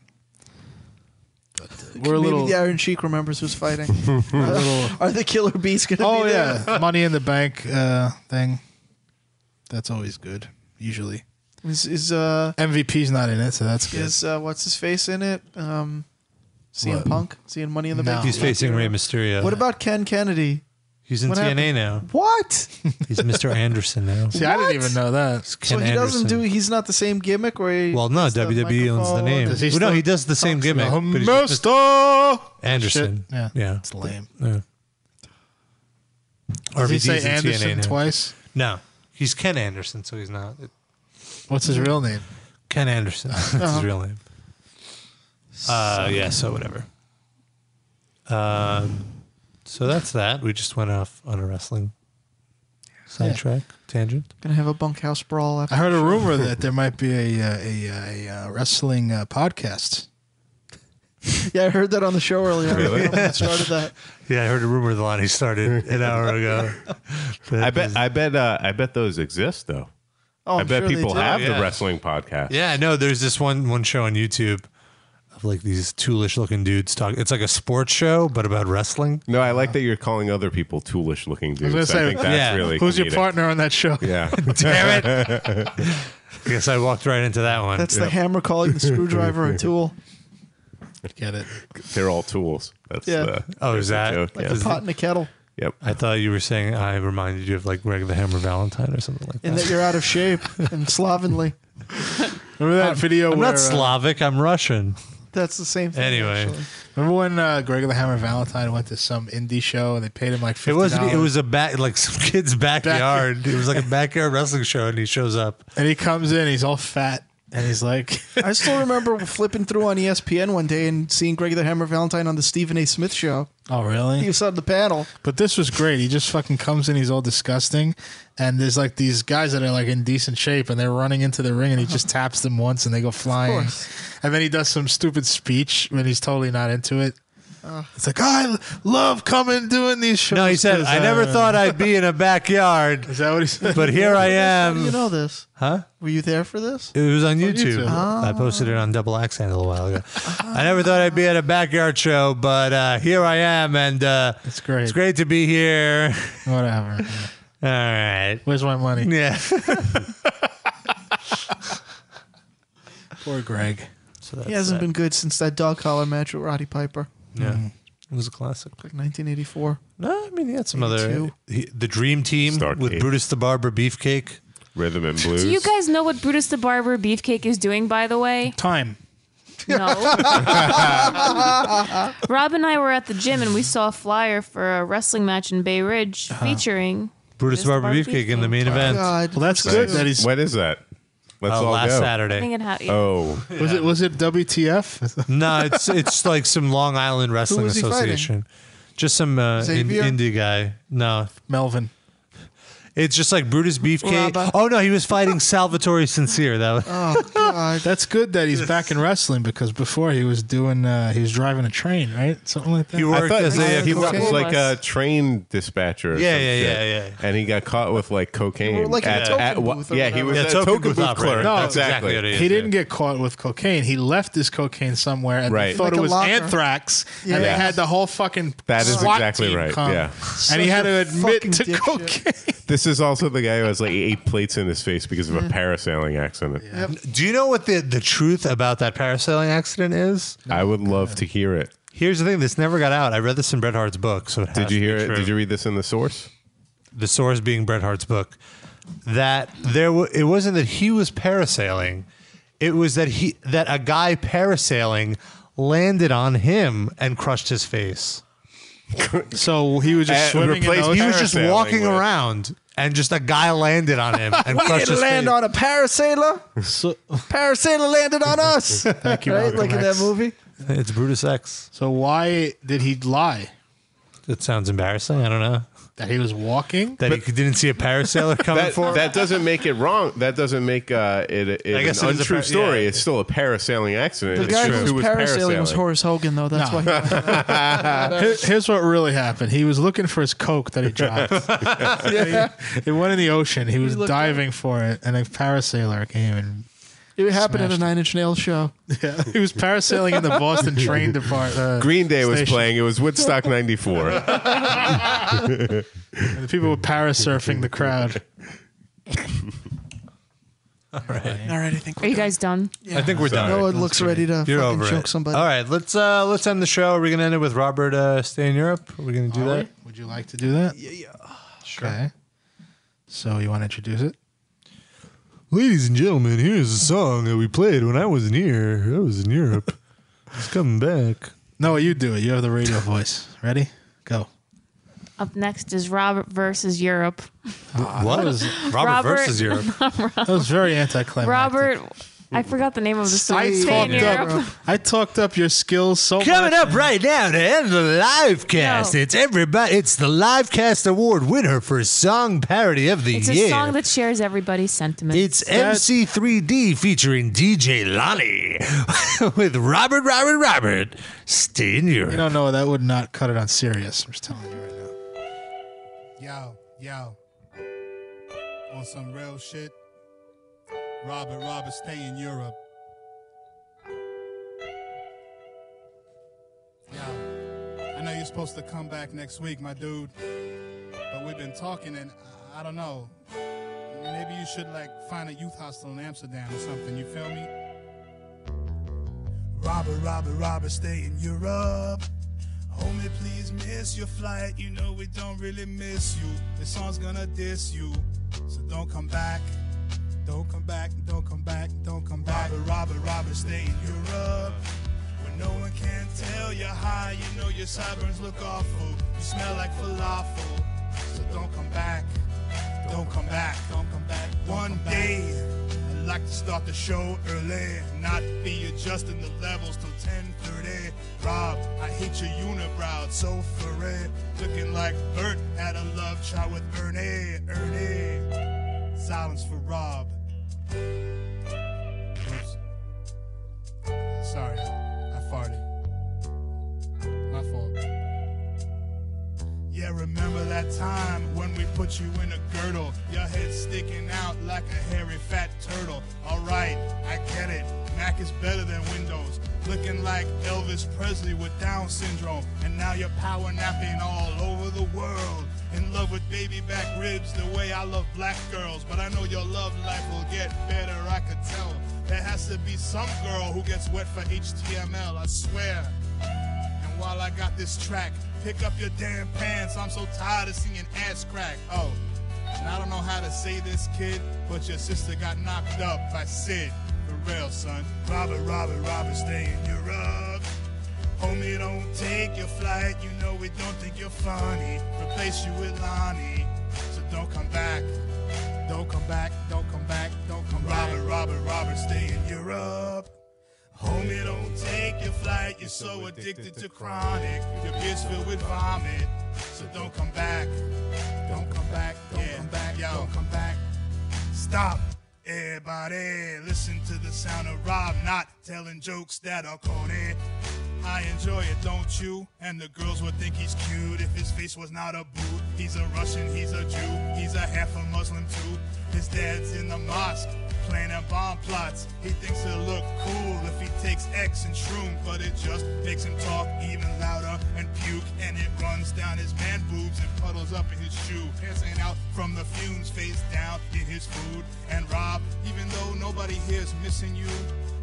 Speaker 7: But uh, we're a
Speaker 4: Maybe
Speaker 7: little.
Speaker 4: the Iron Sheik remembers who's
Speaker 2: [LAUGHS]
Speaker 4: fighting. Uh,
Speaker 7: little-
Speaker 4: [LAUGHS] Are the Killer Bees going to
Speaker 7: oh
Speaker 4: be there?
Speaker 7: yeah, Money in the Bank uh, thing. That's always good. Usually,
Speaker 4: Is, is uh
Speaker 7: MVP's not in it, so that's good.
Speaker 4: [LAUGHS] is uh, what's his face in it? Um, CM
Speaker 7: What?
Speaker 4: Punk, seeing Money in the Bank.
Speaker 2: He's facing Rey Mysterio.
Speaker 4: What about Ken Kennedy?
Speaker 2: He's in
Speaker 4: What
Speaker 2: TNA
Speaker 4: happened?
Speaker 2: now.
Speaker 4: What?
Speaker 2: He's
Speaker 7: [LAUGHS]
Speaker 2: Mr. Anderson now.
Speaker 7: See, I didn't even know that.
Speaker 4: so he doesn't do. He's not the same gimmick where he.
Speaker 2: Well, no,
Speaker 4: does the
Speaker 2: WWE owns the
Speaker 4: microphone.
Speaker 2: name.
Speaker 4: Does
Speaker 2: well, no,
Speaker 4: still-
Speaker 2: he does the same gimmick.
Speaker 7: the
Speaker 2: but he's just
Speaker 7: Mr.
Speaker 2: Anderson.
Speaker 7: Shit. Yeah,
Speaker 2: yeah,
Speaker 7: it's lame.
Speaker 2: Yeah.
Speaker 7: Does he
Speaker 2: RVD's
Speaker 7: say
Speaker 2: in TNA
Speaker 7: Anderson
Speaker 2: now.
Speaker 7: twice?
Speaker 2: No, he's Ken Anderson, so he's not.
Speaker 7: What's his real name?
Speaker 2: Ken Anderson. [LAUGHS] That's
Speaker 7: Uh-huh.
Speaker 2: his real name. Uh, yeah, so whatever. Um, so that's that. We just went off on a wrestling sidetrack tangent.
Speaker 4: Gonna have a bunkhouse brawl. After
Speaker 7: I heard
Speaker 4: the
Speaker 7: a
Speaker 4: show.
Speaker 7: rumor that there might be a uh, a, a, uh wrestling uh, podcast.
Speaker 4: [LAUGHS] yeah, I heard that on the show earlier.
Speaker 2: Really?
Speaker 4: I started that.
Speaker 2: Yeah, I heard a rumor that Lonnie started an hour ago. [LAUGHS]
Speaker 6: I bet. I bet. Uh, I bet those exist though.
Speaker 2: Oh,
Speaker 6: I
Speaker 2: I'm
Speaker 6: bet
Speaker 2: sure they
Speaker 6: people
Speaker 2: do.
Speaker 6: have
Speaker 2: Yeah.
Speaker 6: the wrestling podcast.
Speaker 2: Yeah, no, there's this one one show on YouTube of like these toolish looking dudes talk. It's like a sports show, but
Speaker 7: [LAUGHS]
Speaker 2: about wrestling.
Speaker 6: No, I like that you're calling other people toolish looking
Speaker 7: I was
Speaker 6: dudes. I,
Speaker 7: gonna say,
Speaker 6: think that's really.
Speaker 7: who's your
Speaker 6: comedic.
Speaker 7: partner on that show?
Speaker 6: Yeah.
Speaker 7: [LAUGHS] Damn it!
Speaker 2: I guess I walked right into that one.
Speaker 4: That's the hammer calling the screwdriver a
Speaker 7: [LAUGHS]
Speaker 4: tool.
Speaker 7: Get it?
Speaker 6: They're all tools. That's
Speaker 4: Yeah.
Speaker 6: the.
Speaker 2: Oh, is that
Speaker 6: joke,
Speaker 4: Like
Speaker 2: is-
Speaker 4: the pot and the kettle.
Speaker 6: Yep.
Speaker 2: I thought you were saying I reminded you of like Greg the Hammer Valentine or something like that.
Speaker 4: And that you're out of shape and slovenly.
Speaker 7: [LAUGHS] Remember that video?
Speaker 2: I'm
Speaker 7: where, uh,
Speaker 2: not Slavic. I'm Russian.
Speaker 4: That's the same thing.
Speaker 2: Anyway,
Speaker 7: Remember when uh, Greg the Hammer Valentine went to some indie show and they paid him like fifty
Speaker 2: it was
Speaker 7: dollars?
Speaker 2: it was a back like some kid's backyard. it was like a backyard wrestling show, and he shows up.
Speaker 7: and he comes in, he's all fat, and he's like,
Speaker 4: I still remember flipping through on E ESPN one day and seeing Greg the Hammer Valentine on the Stephen A. Smith show.
Speaker 7: "Oh, really?"
Speaker 4: He was on the panel.
Speaker 7: But this was great. He just fucking comes in. He's all disgusting, and there's like these guys that are like in decent shape, and they're running into the ring, and
Speaker 4: [LAUGHS]
Speaker 7: he just taps them once, and they go flying.
Speaker 4: course.
Speaker 7: And then he does some stupid speech when he's totally not into it.
Speaker 4: Oh.
Speaker 7: It's like I l- love coming doing these shows.
Speaker 2: No, he said,
Speaker 7: 'cause,
Speaker 2: "I never
Speaker 7: uh,
Speaker 2: thought I'd be in a backyard."
Speaker 7: Is that what he said?
Speaker 2: But here I
Speaker 4: How do you
Speaker 2: am.
Speaker 4: know this?
Speaker 2: Huh?
Speaker 4: Were you there for this?
Speaker 2: It was on YouTube.
Speaker 4: YouTube. Ah.
Speaker 2: I posted it on Double Axe Handle a while ago. I never thought I'd be at a backyard show, but uh, here I am, and uh, it's
Speaker 7: great.
Speaker 2: It's great to be here.
Speaker 7: Whatever.
Speaker 2: [LAUGHS] All right.
Speaker 7: Where's my money?
Speaker 2: Yeah.
Speaker 7: Poor Greg.
Speaker 2: So
Speaker 4: He hasn't been good since that dog collar match with Roddy Piper.
Speaker 2: Yeah.
Speaker 7: Mm.
Speaker 2: It was a classic.
Speaker 4: Like 1984.
Speaker 2: No, I mean, he had some
Speaker 4: 82.
Speaker 2: other. He, the Dream Team with Brutus the Barber Beefcake.
Speaker 6: Rhythm and blues.
Speaker 3: Do you guys know what Brutus the Barber Beefcake is doing, by the way?
Speaker 7: Time.
Speaker 4: [LAUGHS]
Speaker 3: No. [LAUGHS] Rob and I were at the gym and we saw a flyer for a wrestling match in Bay Ridge
Speaker 4: Uh-huh.
Speaker 3: featuring.
Speaker 2: Brutus the Barber Beefcake in the main event.
Speaker 4: God.
Speaker 7: Well, that's
Speaker 6: Nice.
Speaker 7: good. That he's.
Speaker 6: When is that? Let's
Speaker 2: Uh,
Speaker 6: all
Speaker 2: last
Speaker 6: go.
Speaker 2: Saturday.
Speaker 3: I think it ha-
Speaker 2: [LAUGHS]
Speaker 3: yeah.
Speaker 6: Oh,
Speaker 7: Was it was it WTF?
Speaker 2: no, it's it's like some Long Island Wrestling
Speaker 7: was he fighting?
Speaker 2: Association. Just some uh, in,
Speaker 7: Xavier?
Speaker 2: indie guy. No,
Speaker 7: Melvin.
Speaker 2: It's just like Brutus Beefcake.
Speaker 7: Raba.
Speaker 2: Oh no, he was fighting Salvatore Sincere. That was
Speaker 4: Oh, God.
Speaker 7: That's good that he's back in wrestling because before he was doing uh, he was driving a train, right? Something like that.
Speaker 2: He worked as a
Speaker 6: he was
Speaker 2: cocaine-
Speaker 6: like
Speaker 7: uh,
Speaker 6: a train dispatcher. Or
Speaker 2: Yeah,
Speaker 6: some
Speaker 2: yeah,
Speaker 6: shit.
Speaker 2: yeah, yeah.
Speaker 6: And he got caught with like cocaine.
Speaker 4: Or like a token booth or
Speaker 6: yeah, he
Speaker 4: whatever.
Speaker 6: was
Speaker 2: Yeah,
Speaker 6: a
Speaker 2: token
Speaker 6: token,
Speaker 2: booth
Speaker 6: booth,
Speaker 2: operator.
Speaker 6: clerk.
Speaker 2: No, that's exactly
Speaker 6: exactly.
Speaker 2: what it is.
Speaker 7: he didn't get caught with cocaine. He left his cocaine somewhere and
Speaker 6: Right.
Speaker 7: they thought
Speaker 6: Like
Speaker 7: it
Speaker 6: a
Speaker 7: was
Speaker 6: locker.
Speaker 7: anthrax,
Speaker 4: Yeah.
Speaker 7: and they had the whole fucking
Speaker 6: That is
Speaker 7: SWAT
Speaker 6: exactly
Speaker 7: team
Speaker 6: right,
Speaker 7: come.
Speaker 6: yeah.
Speaker 7: and he
Speaker 4: Such
Speaker 7: had
Speaker 4: a
Speaker 7: to
Speaker 4: fucking
Speaker 7: admit to
Speaker 4: dipshit.
Speaker 7: cocaine.
Speaker 6: This is also the guy who has like eight plates in his face because of a parasailing accident.
Speaker 2: Do you know what the the truth about that parasailing accident is?
Speaker 6: I would love to hear it.
Speaker 2: Here's the thing: this never got out. I read this in Bret Hart's book, so it has
Speaker 6: Did you
Speaker 2: to be
Speaker 6: hear it?
Speaker 2: true.
Speaker 6: Did you read this in the source?
Speaker 2: the source being Bret Hart's book, that there w- it wasn't that he was parasailing, it was that he that a guy parasailing landed on him and crushed
Speaker 6: [LAUGHS]
Speaker 2: his face.
Speaker 7: So he was just
Speaker 6: And
Speaker 7: swimming. In
Speaker 6: replaced
Speaker 7: ocean.
Speaker 2: He was just
Speaker 6: Parasailing
Speaker 2: walking
Speaker 6: with-
Speaker 2: around, and just a guy landed on
Speaker 4: [LAUGHS]
Speaker 2: him
Speaker 6: [LAUGHS]
Speaker 2: and
Speaker 4: we
Speaker 2: crushed
Speaker 4: didn't
Speaker 2: his
Speaker 4: land
Speaker 2: face. [LAUGHS]
Speaker 4: on a [LAUGHS] parasailer.
Speaker 7: So,
Speaker 4: Parasailer landed on us.
Speaker 7: Thank you,
Speaker 4: right?
Speaker 7: Malcolm
Speaker 4: Like in that
Speaker 7: X.
Speaker 4: movie.
Speaker 2: it's Brutus X.
Speaker 7: so why did he lie
Speaker 2: That sounds embarrassing. I don't know
Speaker 7: that he was walking?
Speaker 2: that he didn't see a [LAUGHS] parasailer coming
Speaker 6: That,
Speaker 2: for him.
Speaker 6: that doesn't make it wrong. That doesn't make uh, it, it
Speaker 2: I guess
Speaker 6: an
Speaker 2: it is a
Speaker 6: untrue
Speaker 2: par-
Speaker 6: story.
Speaker 2: yeah.
Speaker 6: It's still a parasailing accident.
Speaker 4: The
Speaker 6: It's
Speaker 4: guy
Speaker 6: true.
Speaker 4: who was,
Speaker 6: Who
Speaker 4: parasailing was Horace Hogan, though. That's
Speaker 7: No.
Speaker 4: why. He,
Speaker 7: Here- here's what really happened. He was looking for his coke that he dropped. It went in the ocean. He was
Speaker 4: looked
Speaker 7: diving for it, and a parasailer came and [LAUGHS]
Speaker 4: it happened at a
Speaker 7: Smashed.
Speaker 4: Nine Inch Nails show.
Speaker 7: Yeah, he was parasailing in the Boston train department. Uh,
Speaker 6: [LAUGHS] Green Day was
Speaker 7: station.
Speaker 6: playing. It
Speaker 4: [LAUGHS]
Speaker 6: was Woodstock '94.
Speaker 7: And the people were parasurfing the crowd.
Speaker 4: All right, I think.
Speaker 3: Are you guys done?
Speaker 2: I think we're done.
Speaker 4: No one looks ready to
Speaker 2: You're
Speaker 4: fucking
Speaker 2: over
Speaker 4: choke
Speaker 2: it.
Speaker 4: somebody.
Speaker 2: All right, let's uh, let's end the show. Are we gonna end it with Robert uh, stay in Europe? Are we gonna do
Speaker 7: Are
Speaker 2: that?
Speaker 7: we? Would you like to do that? Yeah, yeah. Sure. Okay. So you want to introduce it?
Speaker 2: Ladies and gentlemen, here's a song that we played when I wasn't here. I was in Europe. It's coming back.
Speaker 7: No, you do it. You have the radio voice. Ready? Go.
Speaker 3: Up next is Robert versus Europe.
Speaker 2: Uh, What?
Speaker 7: That was,
Speaker 2: Robert,
Speaker 3: Robert-
Speaker 2: versus Europe.
Speaker 7: that was very anticlimactic.
Speaker 3: [LAUGHS] Robert I forgot the name of the
Speaker 7: I
Speaker 3: song. Stay in
Speaker 7: talked up.
Speaker 3: Europe.
Speaker 7: I talked up your skills so
Speaker 10: Coming
Speaker 7: much.
Speaker 10: up right now to end the live cast. It's everybody. It's the live cast award winner for song parody of the
Speaker 3: It's a
Speaker 10: year.
Speaker 3: song that shares everybody's sentiments.
Speaker 10: It's MC3D featuring DJ Lonnie [LAUGHS] with Robert, Robert, Robert. Stay in Europe.
Speaker 7: You don't know that would not cut it on serious. I'm just telling you.
Speaker 22: Yo, yo. On some real shit. Robert, Robert, stay in Europe. Yo, I know you're supposed to come back next week, my dude. But we've been talking, and I, I don't know. Maybe you should like find a youth hostel in Amsterdam or something. You feel me? Robert, Robert, Robert, stay in Europe. Homie, please miss your flight. You know we don't really miss you. This song's gonna diss you. So don't come back. Don't come back, don't come back, don't come back. Robert, Robert, Robert, stay in Europe. Where no one can tell you high. You know your sideburns look awful. You smell like falafel. So don't come back. Don't come back, don't come back. One day, I'd like to start the show early, not be adjusting the levels till 10:30. Rob, I hate your unibrow, it's so furry, looking like Bert had a love child with Ernie. Ernie, silence for Rob. Oops. Sorry, I farted. My fault. Yeah, remember that time when we put you in a girdle, your head sticking out like a hairy fat turtle. Alright, I get it. Mac is better than Windows. Looking like Elvis Presley with Down syndrome. And now you're power napping all over the world. In love with baby back ribs the way I love black girls. But I know your love life will get better, I could tell. There has to be some girl who gets wet for HTML, I swear. And while I got this track, pick up your damn pants. I'm so tired of seeing ass crack. Oh, and I don't know how to say this, kid, but your sister got knocked up by Sid. For real, son. Robert, Robert, Robert, stay in Europe. Homie, don't take your flight. You know we don't think you're funny. Replace you with Lonnie. So don't come back. Don't come back. Don't come back. Don't come back. Robert, Robert, Robert, stay in Europe. Homie, don't take your flight. You're so addicted to chronic. Your beer's filled with vomit. So don't come back. Don't come back. Don't come back. Yo. Don't come back. Stop. Everybody, listen to the sound of Rob not telling jokes that are corny. I enjoy it, don't you? And the girls would think he's cute if his face was not a boot. He's a Russian, he's a Jew, he's a half a Muslim too. His dad's in the mosque, planning bomb plots. He thinks it'll look cool if he takes X and shroom, but it just makes him talk even louder and puke, and it runs down his man boobs and puddles up in his shoe, pissing out from the fumes face down in his food. And Rob, even though nobody here's missing you,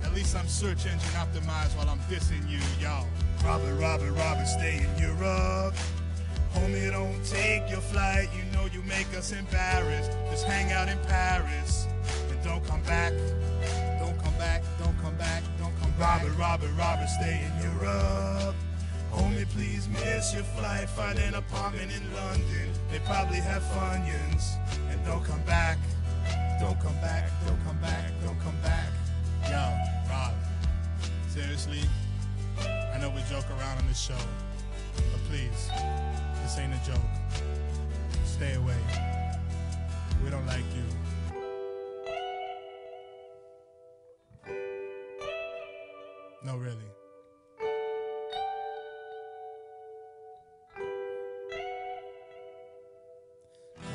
Speaker 22: at least I'm search engine optimized while I'm dissing you, y'all. Robert, Robert, Robert, stay in Europe. Homie, don't take your flight. You know you make us embarrassed. Just hang out in Paris and don't come back. Don't come back. Don't come back. Don't come back. Robert, Robert, Robert, stay in Europe. Homie, please miss your flight. Find an apartment in London. They probably have funyuns and don't come back. Don't come back. Don't come back. Don't come back. Yo, Rob, seriously, I know we joke around on this show, but please, this ain't a joke. Stay away. We don't like you. No, really.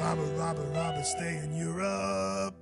Speaker 22: Robert, Robert, Robert, stay in Europe.